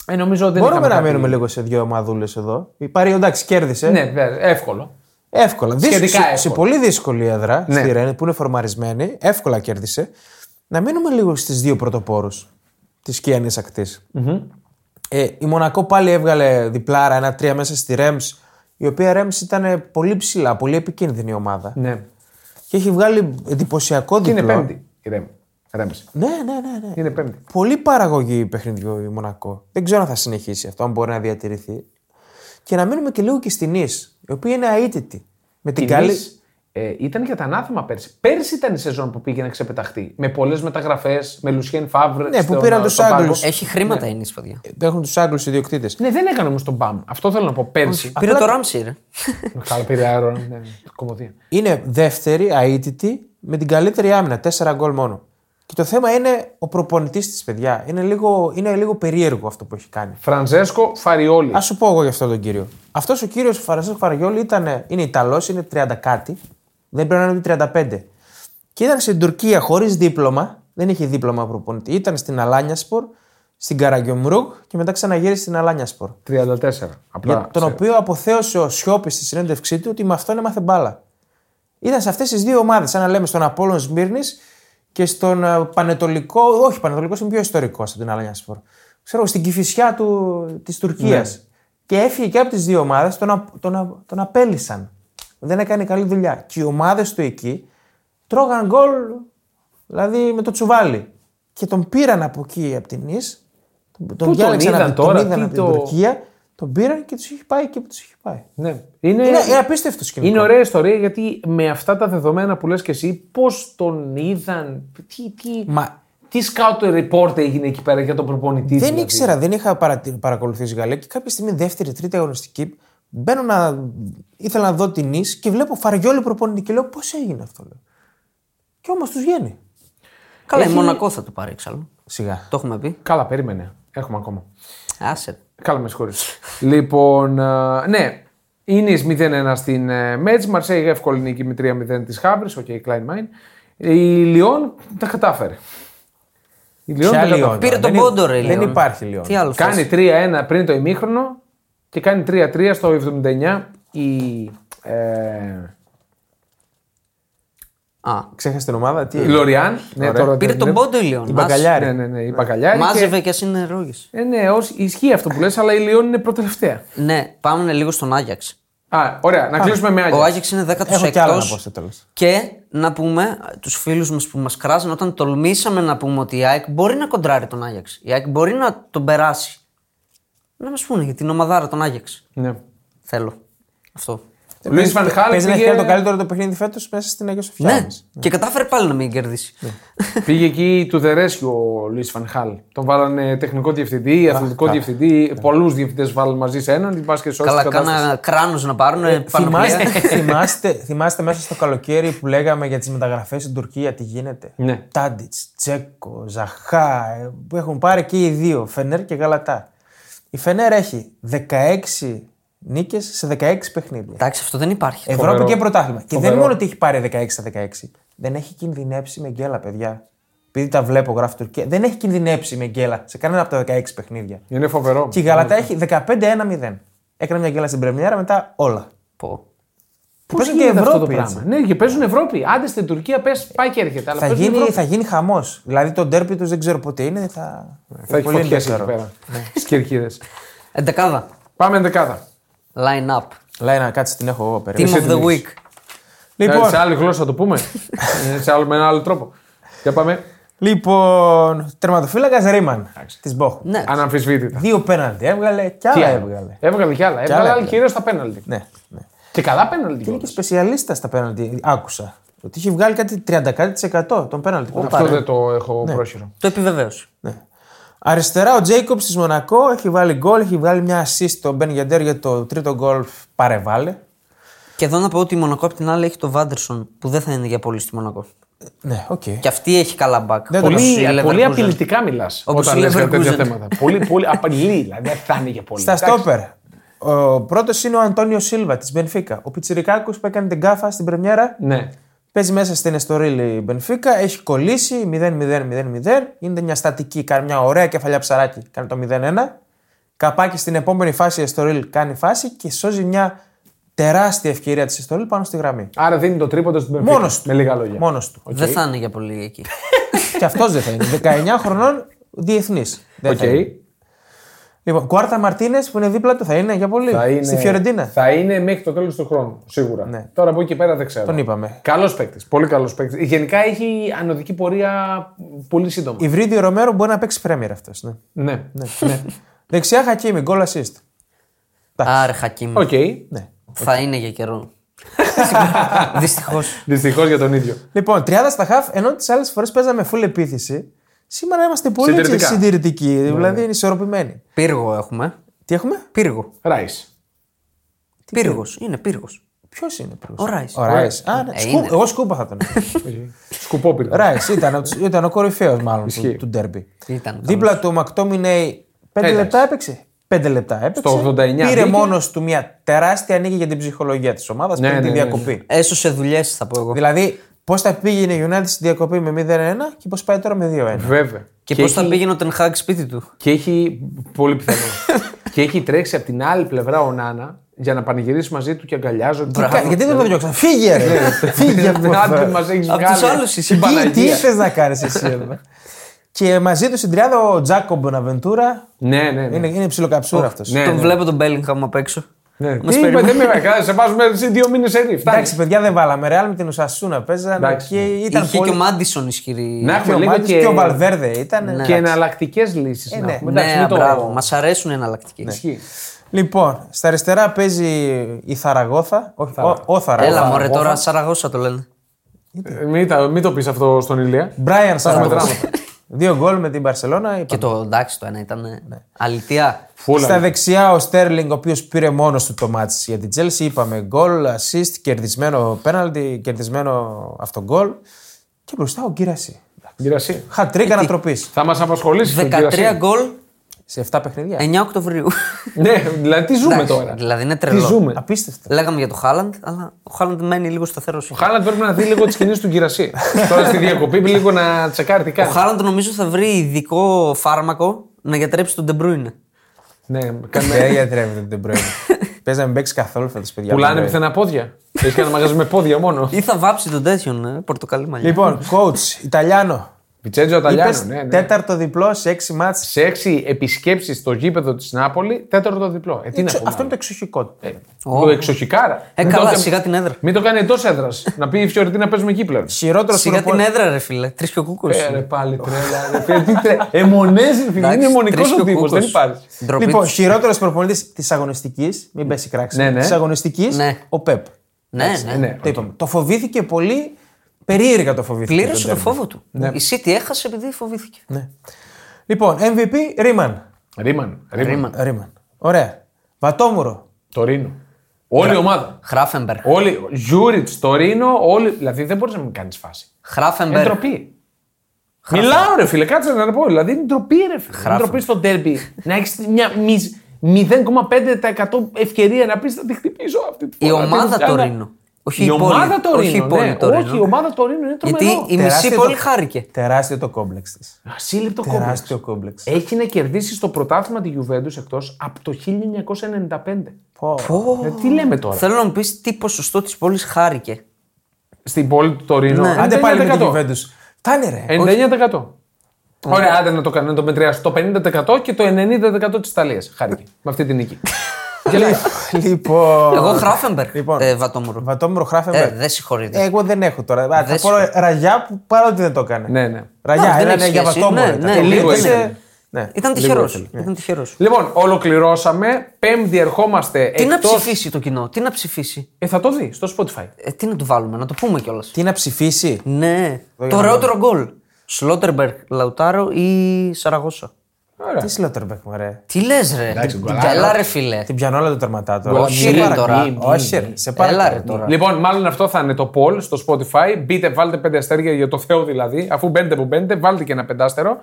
A: Ε, νομίζω δεν
C: Μπορούμε
A: είχαμε
C: να
A: κάτι-
C: μείνουμε λίγο σε δύο ομαδούλες εδώ. Η Παρή, εντάξει, κέρδισε.
A: Ναι, βέβαια, εύκολο.
C: Εύκολα.
A: Σχετικά
C: Δύσκολα. σε,
A: εύκολα.
C: σε πολύ δύσκολη έδρα
A: Ναι.
C: στη Ρεν που είναι φορμαρισμένη. Εύκολα κέρδισε. Να μείνουμε λίγο στις δύο πρωτοπόρους της Κιανή Ε, η Μονακό πάλι έβγαλε διπλάρα ένα-τρία μέσα στη Ρέμς η οποία Ρέμς ήταν πολύ ψηλά, πολύ επικίνδυνη ομάδα.
A: Ναι.
C: Και έχει βγάλει εντυπωσιακό
A: Και
C: διπλό.
A: είναι πέμπτη η Ρέμ. Ρέμς.
C: Ναι, ναι, ναι. ναι.
A: Είναι πέμπτη.
C: Πολύ παραγωγή παιχνιδιού η Μονακό. Δεν ξέρω αν θα συνεχίσει αυτό, αν μπορεί να διατηρηθεί. Και να μείνουμε και λίγο και στην Ισ, η οποία είναι αίτητη. Με την
A: Η
C: καλή.
A: Nice, ε, ήταν για τα ανάθεμα πέρσι. Πέρσι ήταν η σεζόν που πήγε να ξεπεταχτεί. Με πολλές μεταγραφές, με Λουσιέν Φαβρ.
C: Ναι, που πήραν τους Άγγλους.
B: Έχει χρήματα η Nice, παιδιά.
C: Έχουν τους Άγγλους ιδιοκτήτες.
A: Ναι, δεν έκανε όμως τον μπαμ. Αυτό θέλω να πω πέρσι.
B: Πήρε
C: απλά-
B: το Ράμσι, ρε.
A: Καλά, πήρε αερόν. ναι, ναι, κομμωδία.
C: Είναι δεύτερη, αίτητη, με την καλύτερη άμυνα. Τέσσερα γκολ μόνο. Και το θέμα είναι ο προπονητής της, παιδιά. Είναι λίγο, είναι λίγο περίεργο αυτό που έχει κάνει.
A: Φραντζέσκο Φαριόλη.
C: Ας σου πω εγώ για αυτόν τον κύριο. Αυτός ο κύριος Φαρασέκο Φαριόλη ήταν, είναι Ιταλός, είναι 30 κάτι. Δεν πρέπει να είναι ούτε 35. Και ήταν στην Τουρκία χωρίς δίπλωμα. Δεν είχε δίπλωμα προπονητή. Ήταν στην Αλάνιασπορ, στην Καραγκιομρούγκ και μετά ξαναγύρισε στην Αλάνιασπορ.
A: 34. Απλά.
C: Για τον
A: σε-
C: οποίο αποθέωσε ο Σιώπης στη συνέντευξή του ότι με αυτόν έμαθε μπάλα. Ήταν σε αυτές τις δύο ομάδες, σαν να λέμε στον Απόλλων Σμύρνης και στον ε, Πανετολικό. Όχι, Πανετολικός είναι πιο ιστορικός από την Αλανιάσπορ. Ξέρω εγώ, στην κυφισιά της Τουρκίας.
A: Ναι.
C: Και έφυγε και από τις δύο ομάδες, τον, α- τον, α- τον απέλησαν. Δεν έκανε καλή δουλειά. Και οι ομάδες του εκεί τρώγαν γκολ, δηλαδή με το τσουβάλι. Και τον πήραν από εκεί, από την Ίσ. Τον,
A: τον
C: διάλεξαν
A: είδαν
C: από,
A: τώρα,
C: τον είδαν
A: τι
C: από την
A: το-
C: Τουρκία, τον πήραν και τους είχε πάει εκεί που τους είχε πάει.
A: Ναι. Είναι,
C: Είναι, είναι απίστευτος σκηνικό.
A: είναι ωραία ιστορία γιατί με αυτά τα δεδομένα που λες και εσύ, πώς τον είδαν, τι, τι,
C: Μα
A: τι scout report έγινε εκεί πέρα για τον προπονητή.
C: δεν
A: δηλαδή.
C: ήξερα, δεν είχα παρατη- παρακολουθήσει Γαλλία και κάποια στιγμή δεύτερη, τρίτη αγωνιστική μπαίνω να. ήθελα να δω την Ισ και βλέπω φαριόλι προπονητή και λέω πώς έγινε αυτό. Λέω. Και όμως τους βγαίνει.
B: Καλά, η
A: Έχει-
B: Μονακό θα το πάρει εξάλλου.
C: Σιγά.
B: Το έχουμε πει.
A: Καλά, περίμενε. Έχουμε ακόμα.
B: Άσε.
A: Καλά, με συγχωρείτε. λοιπόν, α, ναι. Είναι εις 0-1 στην ε, Μέτζ. Μαρσέη εύκολη νίκη με 3-0 της Χάβρης. Οκ, okay, Klein Mine. Η Λιόν τα κατάφερε. Η Λιόν
C: Ποια
A: τα κατάφερε.
C: Λιόν.
B: Πήρε
C: δεν
B: τον
C: είναι-
B: πόντο, ρε.
C: δεν
B: Λιόν.
C: υπάρχει Λιόν.
B: Τι άλλο θες.
A: Κάνει 3-1 πριν το ημίχρονο και κάνει 3-3 στο 79 η. Ε,
B: Α,
C: Ξέχασε την ομάδα, τι.
A: η Λοριάν. Ναι,
C: Ωραία.
A: τώρα
B: Πήρε
A: την
B: τον
A: βλέπω.
B: πόντο η Λιόν.
C: Η
B: Άσε.
C: Μπακαλιάρη.
A: Ναι, ναι, ναι, η Μπακαλιάρη.
B: Μάζευε και ας είναι ρόγες.
A: Και... Ε, ναι, ως... ισχύει αυτό που λες, αλλά η Λιόν είναι προτελευταία.
B: Ναι, πάμε λίγο στον Άγιαξ.
A: Α, ωραία, να κλείσουμε με
B: Ο
A: Άγιαξ.
B: Άγιαξ είναι
C: Έχω κι άλλα να
B: 16ο.
C: πω στο τέλος.
B: Και να πούμε τους φίλους μας που μας κράζαν όταν τολμήσαμε να πούμε ότι η ΑΕΚ μπορεί να κοντράρει τον Άγιαξ. Η ΑΕΚ μπορεί να τον περάσει. Να μας πούνε για την ομαδάρα τον Άγιαξ.
A: Ναι.
B: Θέλω. Αυτό.
A: Λουίς Βαν Χάλ
C: Παίζει να έχει
A: πήγε-
C: κάνει το καλύτερο το παιχνίδι φέτος μέσα στην Αγία Σοφιά.
B: Ναι.
C: όμως.
B: Και κατάφερε πάλι να μην κερδίσει.
C: Ναι.
A: Πήγε εκεί του The Rescue ο Λουίς Φανχάλ. Τον βάλανε τεχνικό διευθυντή, αθλητικό διευθυντή.
C: Ναι.
A: Πολλούς διευθυντές βάλουν μαζί σε έναν. Την πα και σώσει την
B: Καλά,
A: κατάσταση.
B: κάνα κράνος να πάρουν.
C: Ε, Θυμάστε, θυμάστε, θυμάστε μέσα στο καλοκαίρι που λέγαμε για τις μεταγραφές στην Τουρκία τι γίνεται.
A: Ναι.
C: Τάντιτ, Τσέκο, Ζαχά, ε, που έχουν πάρει και οι δύο, Φενέρ και Γαλατά. Η Φενέρ έχει 16 νίκες σε 16 παιχνίδια.
B: Εντάξει, αυτό δεν υπάρχει.
C: Ευρώπη
A: Φοβερό.
C: και πρωτάθλημα. Και δεν
A: Φοβερό.
C: είναι μόνο ότι έχει πάρει 16 στα 16. Δεν έχει κινδυνεύσει με γκέλα, παιδιά. Επειδή τα βλέπω, γράφει Τουρκία. Δεν έχει κινδυνεύσει με γκέλα σε κανένα από τα 16 παιχνίδια.
A: Είναι φοβερό.
C: Και η Γαλατά έχει 15-1-0. Έκανε μια γκέλα στην Πρεμιέρα, μετά όλα.
B: Πω.
A: Πώς
C: παίζουν και
A: γίνεται αυτό το
C: Ευρώπη,
A: πράγμα.
C: έτσι.
A: Ναι, και παίζουν Ευρώπη. Άντε στην Τουρκία πες, πάει και έρχεται. Αλλά
C: Θα
A: παίζουν
C: γίνει,
A: Ευρώπη.
C: θα γίνει χαμός. Δηλαδή το ντέρπι τους δεν ξέρω πότε είναι. Θα,
A: Ναι, θα έχει
C: πολύ
A: φωτιές εκεί
C: ενδιαφέρον. Ναι.
A: πέρα. Στις κερκίδες.
B: Εντεκάδα.
A: Πάμε ενδεκάδα.
B: Line up.
C: Λέει να κάτσε την έχω εγώ περίπου.
B: Team
A: εσύ
B: of
A: την
B: the
A: έχεις.
B: week.
A: Ε,
C: Λοιπόν,
A: Σε άλλη γλώσσα το πούμε. Ε, σε άλλο, με ένα άλλο τρόπο. Για πάμε.
C: λοιπόν τερματοφύλακας Ρίμαν της Μπόχου.
B: Ναι.
A: Αναμφισβήτητα.
C: Δύο πέναντι έβγαλε και άλλα έβγαλε.
A: Έβγαλε κι άλλα. Έβγαλε,
C: άλλα
A: αλλά
C: έβγαλε.
A: κυρίως τα πέναλτι.
C: Ναι, ναι.
A: Και καλά πέναλτι.
C: Είναι και
A: κιόλας.
C: σπεσιαλίστα στα πέναλτι. Άκουσα. Ότι είχε βγάλει κάτι 30% κάτι των πέναλτι. που
A: Αυτό δεν το έχω πρόχειρο.
B: Το επιβεβαίωσε.
C: Ναι. Αριστερά ο Τζέικομπ της Μονακό έχει βάλει γκολ, έχει βάλει μια assist στον Μπεν Γεντέρ για το τρίτο γκολ παρεβάλλε.
B: Και εδώ να πω ότι η Μονακό απ' την άλλη έχει το Βάντερσον που δεν θα είναι για πολύ στη Μονακό.
C: Ναι, οκ.
B: Και αυτή έχει καλά μπακ.
C: Δεν το
B: Όπως η
A: Πολύ,
B: Leverkusen.
A: πολύ απειλητικά μιλάς
B: Όπως
A: όταν
B: η
A: λες για τέτοια
B: Leverkusen.
A: θέματα. πολύ, πολύ απειλή, δηλαδή δεν θα είναι για πολύ.
C: Στα
A: Εντάξει.
C: στόπερ. Ο πρώτος είναι ο Αντώνιο Σίλβα της Μπενφίκα. Ο Πιτσυρικάκο που έκανε την κάφα στην Πρεμιέρα.
A: Ναι.
C: Παίζει μέσα στην Εστορίλη η Μπενφίκα, έχει κολλήσει 0-0-0-0. Είναι μια στατική, κάνει μια ωραία κεφαλιά ψαράκι, κάνει το 0-1. Καπάκι στην επόμενη φάση η Εστορίλ κάνει φάση και σώζει μια τεράστια ευκαιρία της Εστορίλ πάνω στη γραμμή.
A: Άρα δίνει το τρίποντο στην Πενφύκα.
C: Μόνος του.
A: Με λίγα λόγια.
C: Μόνος του.
B: Δεν θα είναι για πολύ εκεί.
C: και αυτός δεν θα είναι. 19 χρονών διεθνής.
A: Οκ.
C: Λοιπόν, Κουάρτα Μαρτίνες που είναι δίπλα του θα είναι για πολύ.
A: Θα είναι,
C: Στη Φιωρεντίνα.
A: Θα είναι μέχρι το τέλος του χρόνου, σίγουρα.
C: Ναι.
A: Τώρα από εκεί και πέρα δεν ξέρω.
C: Τον είπαμε.
A: Καλός παίκτης. Πολύ καλός παίκτης. Γενικά έχει ανωδική πορεία πολύ σύντομα.
C: Η Βρίδιο Ρομέρο μπορεί να παίξει πρέμιερ αυτός. Ναι.
A: Ναι. ναι.
C: Δεξιά Χακίμι, γκολ assist.
B: Άρε, Χακίμ.
A: Οκ.
C: Ναι.
B: Θα είναι για καιρό. Δυστυχώς.
A: Δυστυχώς για τον ίδιο.
C: Λοιπόν, 30 στα χαφ, ενώ τις άλλες φορές παίζαμε full επίθεση, σήμερα είμαστε πολύ
A: Συντηρητικά.
C: συντηρητικοί, συντηρητικοί δηλαδή είναι ισορροπημένοι.
B: Πύργο έχουμε.
C: Τι έχουμε,
B: Πύργο.
A: Ράις.
B: Πύργο. Είναι πύργος.
C: ποιος είναι πρώτο.
B: Ο Ράις.
C: Ο Ράις.
A: Ο
C: Α, ναι.
B: Ε,
C: Σκού-
B: είναι.
C: Εγώ σκούπα θα τον έχω.
A: Σκουπόπιλα.
C: Ράις ήταν, ο- ήταν ο κορυφαίος μάλλον του, του ντέρμπι.
B: Ήταν
C: Δίπλα του ο Μακτόμινεϊ 5
A: Εντάξει.
C: λεπτά έπαιξε. 5 λεπτά έπαιξε.
A: Στο 89
C: Πήρε
A: μπήκε.
C: μόνος του μια τεράστια νίκη για την ψυχολογία της ομάδας
A: Ναι,
C: πριν τη
A: ναι, ναι, ναι.
C: διακοπή.
B: Έσω σε δουλειές θα πω εγώ.
C: Δηλαδή, πώς θα πήγαινε η United στη διακοπή με 0-1 και πώς πάει τώρα με 2-1.
A: Βέβαια.
B: Και πώ
A: έχει-
B: θα πήγαινε ο Τενχάκ σπίτι του.
A: Και έχει. Πολύ πιθανό. και έχει τρέξει από την άλλη πλευρά ο Νάνα για να πανηγυρίσει μαζί του και αγκαλιάζονται.
C: Κα- Γιατί δεν το διώξαν, φύγε! ρε.
A: Ναι.
C: Φύγε από εδώ.
A: Άντε μας έχεις
B: Απ'
A: βγάλει.
B: τους άλλους είσαι.
A: Την
C: Τι-
A: Παναγία.
C: Τι θες να κάνεις εσύ εδώ. Και μαζί του στην τριάδα ο Τζάκο Μποναβεντούρα.
A: Ναι, ναι, ναι.
C: Είναι, είναι ψιλοκαψούρα αυτό.
A: Ναι,
B: τον
A: ναι.
B: βλέπω τον Μπέλιγχαμ απ' έξω.
A: Ναι.
B: Μας
A: Τι είπε,
B: περιμένει.
A: δεν με έκανε, σε βάζουμε εσύ δύο μήνες έτσι. Φτάνει.
C: Εντάξει, παιδιά δεν βάλαμε. Ρεάλ με την Ουσασούνα παίζανε.
A: Εντάξει, ναι.
C: Και ήταν
B: Είχε
C: πολύ.
B: και ο Μάντισον ισχυρή.
A: Να
C: και
A: έχουμε
C: ο
A: λίγο
C: Μάντης
A: και,
C: και ο Βαλβέρδε ήταν.
A: και εναλλακτικές λύσεις.
C: ναι.
B: Ναι, μπράβο. Μας αρέσουν οι εναλλακτικές.
A: Ναι.
C: Λοιπόν, στα αριστερά παίζει η Θαραγώθα. Όχι, ο, ο Θαραγώθα.
B: Έλα, μωρέ τώρα, Σαραγώσα το λένε.
A: Ε, Μην, τα- μην το πεις αυτό στον Ηλία.
C: Μπράιαν Σαραγώθα.
A: μετράματα.
C: Δύο γκολ με την Παρσελώνα.
B: Και το εντάξει, το ένα ήταν ε, αλητία.
C: Στα
A: Φούλα.
C: δεξιά ο Στέρλινγκ, ο οποίος πήρε μόνος του το μάτς για την Τζέλση. Είπαμε γκολ, assist, κερδισμένο πέναλτι, κερδισμένο αυτογκολ. Και μπροστά ο Γκύραση.
A: Γκυρασί.
C: Χατρίκα ανατροπής.
A: Θα μας απασχολήσει τον Γκυρασί.
B: 13 γκολ
C: Σε 7 παιχνίδια.
B: 9 Οκτωβρίου.
A: Ναι, δηλαδή τι ζούμε
B: Εντάξει,
A: τώρα.
B: Δηλαδή είναι
A: Τι
B: τρελό.
A: ζούμε.
C: Απίστευτα.
B: Λέγαμε για το Χάλαντ, αλλά ο Χάλαντ μένει λίγο σταθερό.
A: Ο Χάλαντ πρέπει να δει λίγο τις κινήσεις του Γκυρασί. Τώρα στη διακοπή λίγο να τσεκάρει τι
B: Ο
A: κάνει.
B: Χάλαντ νομίζω θα βρει ειδικό φάρμακο να γιατρέψει τον Ντεμπρούινε.
A: Ναι,
C: Δεν
A: κάνουμε.
C: γιατρεύεται την πρωί. Παίζει να μην παίξει καθόλου φέτος, παιδιά.
A: Πουλάνε
C: Τον Bruyne.
A: πουθενά πόδια. Έχεις κάνει μαγαζί με πόδια μόνο.
B: Ή θα βάψει τον τέτοιον ε, πορτοκαλί μαλλιά.
C: Λοιπόν, coach, Ιταλιάνο.
A: Βιτσέντζο Αταλιάνο.
C: Είπες
A: Ναι, ναι.
C: τέταρτο διπλό σε έξι μάτς.
A: Σε έξι επισκέψεις στο γήπεδο της Νάπολη, τέταρτο διπλό. Ε, τι να
C: Εξο-
A: πούμε
C: Αυτό είναι
A: άλλο.
C: το εξοχικό του.
A: Ε, Το εξοχικάρα.
B: Ε,
A: Μην
B: καλά,
A: το-
B: σιγά την έδρα.
A: Μην το κάνει εντός έδρας. να πει η Φιωρεντίνα παίζουμε εκεί πλέον.
C: Χειρότερο
B: Σιγά την έδρα, ρε φίλε. Τρεις και ο κούκος.
A: Ε, ρε, πάλι τρέλα. Ρε, φίλε, τι τρε... Εμονέζει, φίλε. Είναι αιμονικό ο τύπος, δεν υπάρχει.
C: Λοιπόν, χειρότερο προπονητής της αγωνιστικής, μην πέσει κράξη.
A: Ναι, ναι.
C: Της αγωνιστικής,
B: Ναι.
C: ο Πεπ.
B: Ναι, ναι.
A: ναι.
C: Το είπαμε. Το φοβήθηκε πολύ. Περίεργα το φοβήθηκε.
B: Πλήρωσε το Ναι.
C: τέρμα.
B: φόβο του. Η City έχασε επειδή φοβήθηκε.
C: Ναι. Λοιπόν, MVP Ρίμαν.
A: Ρίμαν. Ρίμαν.
C: Ρίμαν. Ωραία. Βατόμουρο.
A: Τωρίνο. Όλη η ομάδα.
B: Χράφενμπεργκ.
A: Όλοι, Γιούριτ, Τωρίνο, όλοι. Δηλαδή δεν μπορείς να μην κάνεις φάση. Είναι
B: Χράφενμπεργκ.
A: ντροπή. Μιλάω ρε φίλε, κάτσε να το πω. Δηλαδή είναι ντροπή ρε φίλε. Είναι
B: Χράφω.
A: ντροπή στο τέρμπι. να έχεις μια μιζ- 0,5% ευκαιρία να πεις θα τη χτυπήσω αυτή τη φορά.
B: Η ομάδα
A: Τέλος,
B: Τωρίνο. Όχι η
A: Η
B: πόλη.
A: ομάδα
B: Όχι η
A: Τωρίνο.
B: πόλη
A: ναι.
B: Τωρίνο.
A: Όχι, η ομάδα Τωρίνο είναι τρομερό.
B: Γιατί η μισή
C: Τεράστιο
B: πόλη
C: το-
B: χάρηκε.
C: Τεράστιο το κόμπλεξ της.
A: Ασύλληπτο κόμπλεξ.
C: Τεράστιο
B: Ε,
C: κόμπλεξ.
A: Έχει να κερδίσει στο πρωτάθλημα τη Juventus εκτός από το 1995.
C: Πω.
A: Ε, τι λέμε τώρα.
B: Θέλω να μου πεις τι ποσοστό της πόλης χάρηκε. Ε,
A: Στην πόλη του Τωρίνο.
B: Ναι.
C: Άντε πάλι με την
A: 99%.
C: κυβέρνηση. Φτάνε ρε.
B: Ε,
A: 99%. Ωραία, άντε να το κάνουμε, να το μετριάσει το 50% και το 90% της Ιταλίας. Χάρηκε με αυτή την νίκη. Γελάει.
C: Λοιπόν.
B: Εγώ Χράφενμπεργκ.
C: Λοιπόν.
B: Ε, Βατόμουρο.
C: Βατόμουρο
B: Ε,
C: Χράφενμπεργκ.
B: δεν συγχωρείτε.
C: Εγώ δεν έχω τώρα. Α,
B: Δεν
C: θα πω
B: σου-
C: ραγιά που παρότι δεν το έκανε.
A: ναι, ναι.
C: Ραγιά,
B: Εντάξει, δεν
C: έλα
B: έχει
C: ναι, για
B: σχέση.
C: βατόμουρο.
B: Ναι,
C: ήταν.
B: ναι,
C: Το
A: λίγο
C: οποίο
A: είναι.
C: σε- Ναι.
B: Ήταν
A: λίγο
B: τυχερός.
A: ήθελε.
B: Ήταν τυχερός.
A: Λοιπόν, ολοκληρώσαμε. Πέμπτη ερχόμαστε.
B: Τι να
A: εκτός-
B: ψηφίσει το κοινό, τι να ψηφίσει.
A: Ε, θα το δει στο Spotify.
B: Ε, τι να του βάλουμε, να το πούμε κιόλας.
C: Τι να ψηφίσει.
B: Ναι. Το
C: να
B: ωραιότερο γκολ. Σλότερμπεργκ, Λαουτάρο ή Σαραγώσα.
A: Ωραία.
C: Τι Σλότερμπεκ, μωρέ.
B: Τι λες, ρε. Την
A: γκολάρα.
B: Καλά, ρε φίλε.
C: Την πιάνω όλα τα τερματά τώρα.
A: Γκολ,
C: Σε
A: μη,
C: παρακαλώ.
B: τώρα, μη,
C: Όχι, ρε. Σε
B: Έλα ρε
C: παρακαλώ.
B: τώρα.
A: Λοιπόν, μάλλον αυτό θα είναι το poll στο Spotify. Μπείτε, βάλτε πέντε αστέρια για το Θεό δηλαδή. Αφού μπαίνετε που μπαίνετε, βάλτε και ένα πεντάστερο.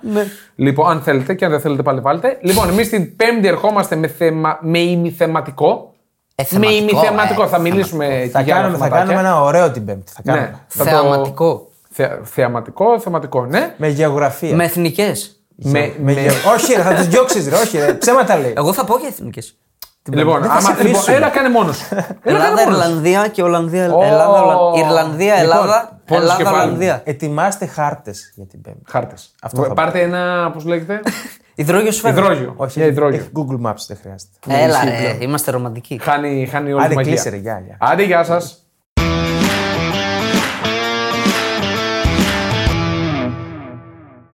A: Λοιπόν, αν θέλετε και αν δεν θέλετε πάλι βάλτε. Λοιπόν, εμείς την Πέμπτη ερχόμαστε με, θεμα... με ημιθεματικό.
B: Ε,
A: με
B: θεματικό,
A: ημιθεματικό.
B: ε,
A: θα μιλήσουμε
C: Θα
A: και για άλλα
C: κάνουμε, θα
A: θεματάκια.
C: κάνουμε ένα ωραίο την Πέμπτη. Θα
A: Ναι,
C: κάνουμε.
A: θα το-
B: Θεαματικό.
A: Θε- Θεαματικό, θεματικό, ναι.
C: Με γεωγραφία.
B: Με εθνικές.
A: Με,
C: Με γεω- Όχι, ρε, θα του διώξεις, ρε. Όχι, ρε. Ψέματα λέει.
B: Εγώ θα πω για εθνικές.
A: Λοιπόν,
C: δεν θα
A: άμα,
C: σε
A: λοιπόν,
C: αφήσουμε.
A: έλα κάνε μόνος. Έλα κάνε
B: Ελλάδα,
A: μόνος.
B: Ιρλανδία και Ολλανδία.
A: Ω.
B: Ελλάδα, Ολλαν- Ιρλανδία,
A: Λοιπόν,
B: Ελλάδα,
A: πόνος
B: Ελλάδα,
A: κεφάλι.
B: Ολλανδία.
C: Ετοιμάστε χάρτες για την Πέμπτη.
A: Χάρτες.
C: Αυτό θα πω.
A: Ε, Πάρτε ένα, πώς λέγεται.
B: Υδρόγειο σφαίρα.
A: υδρόγειο.
C: Όχι,
A: Μια υδρόγειο.
C: έχει Google Maps, δεν χρειάζεται.
A: Ναι,
B: Έλα, ρε, είμαστε ρομαντικοί.
A: Χάνει, χάνει όλη
C: Άντε,
A: τη μαγεία.
C: κλείσε, ρε, γεια, γεια.
A: Άντε, γεια σας.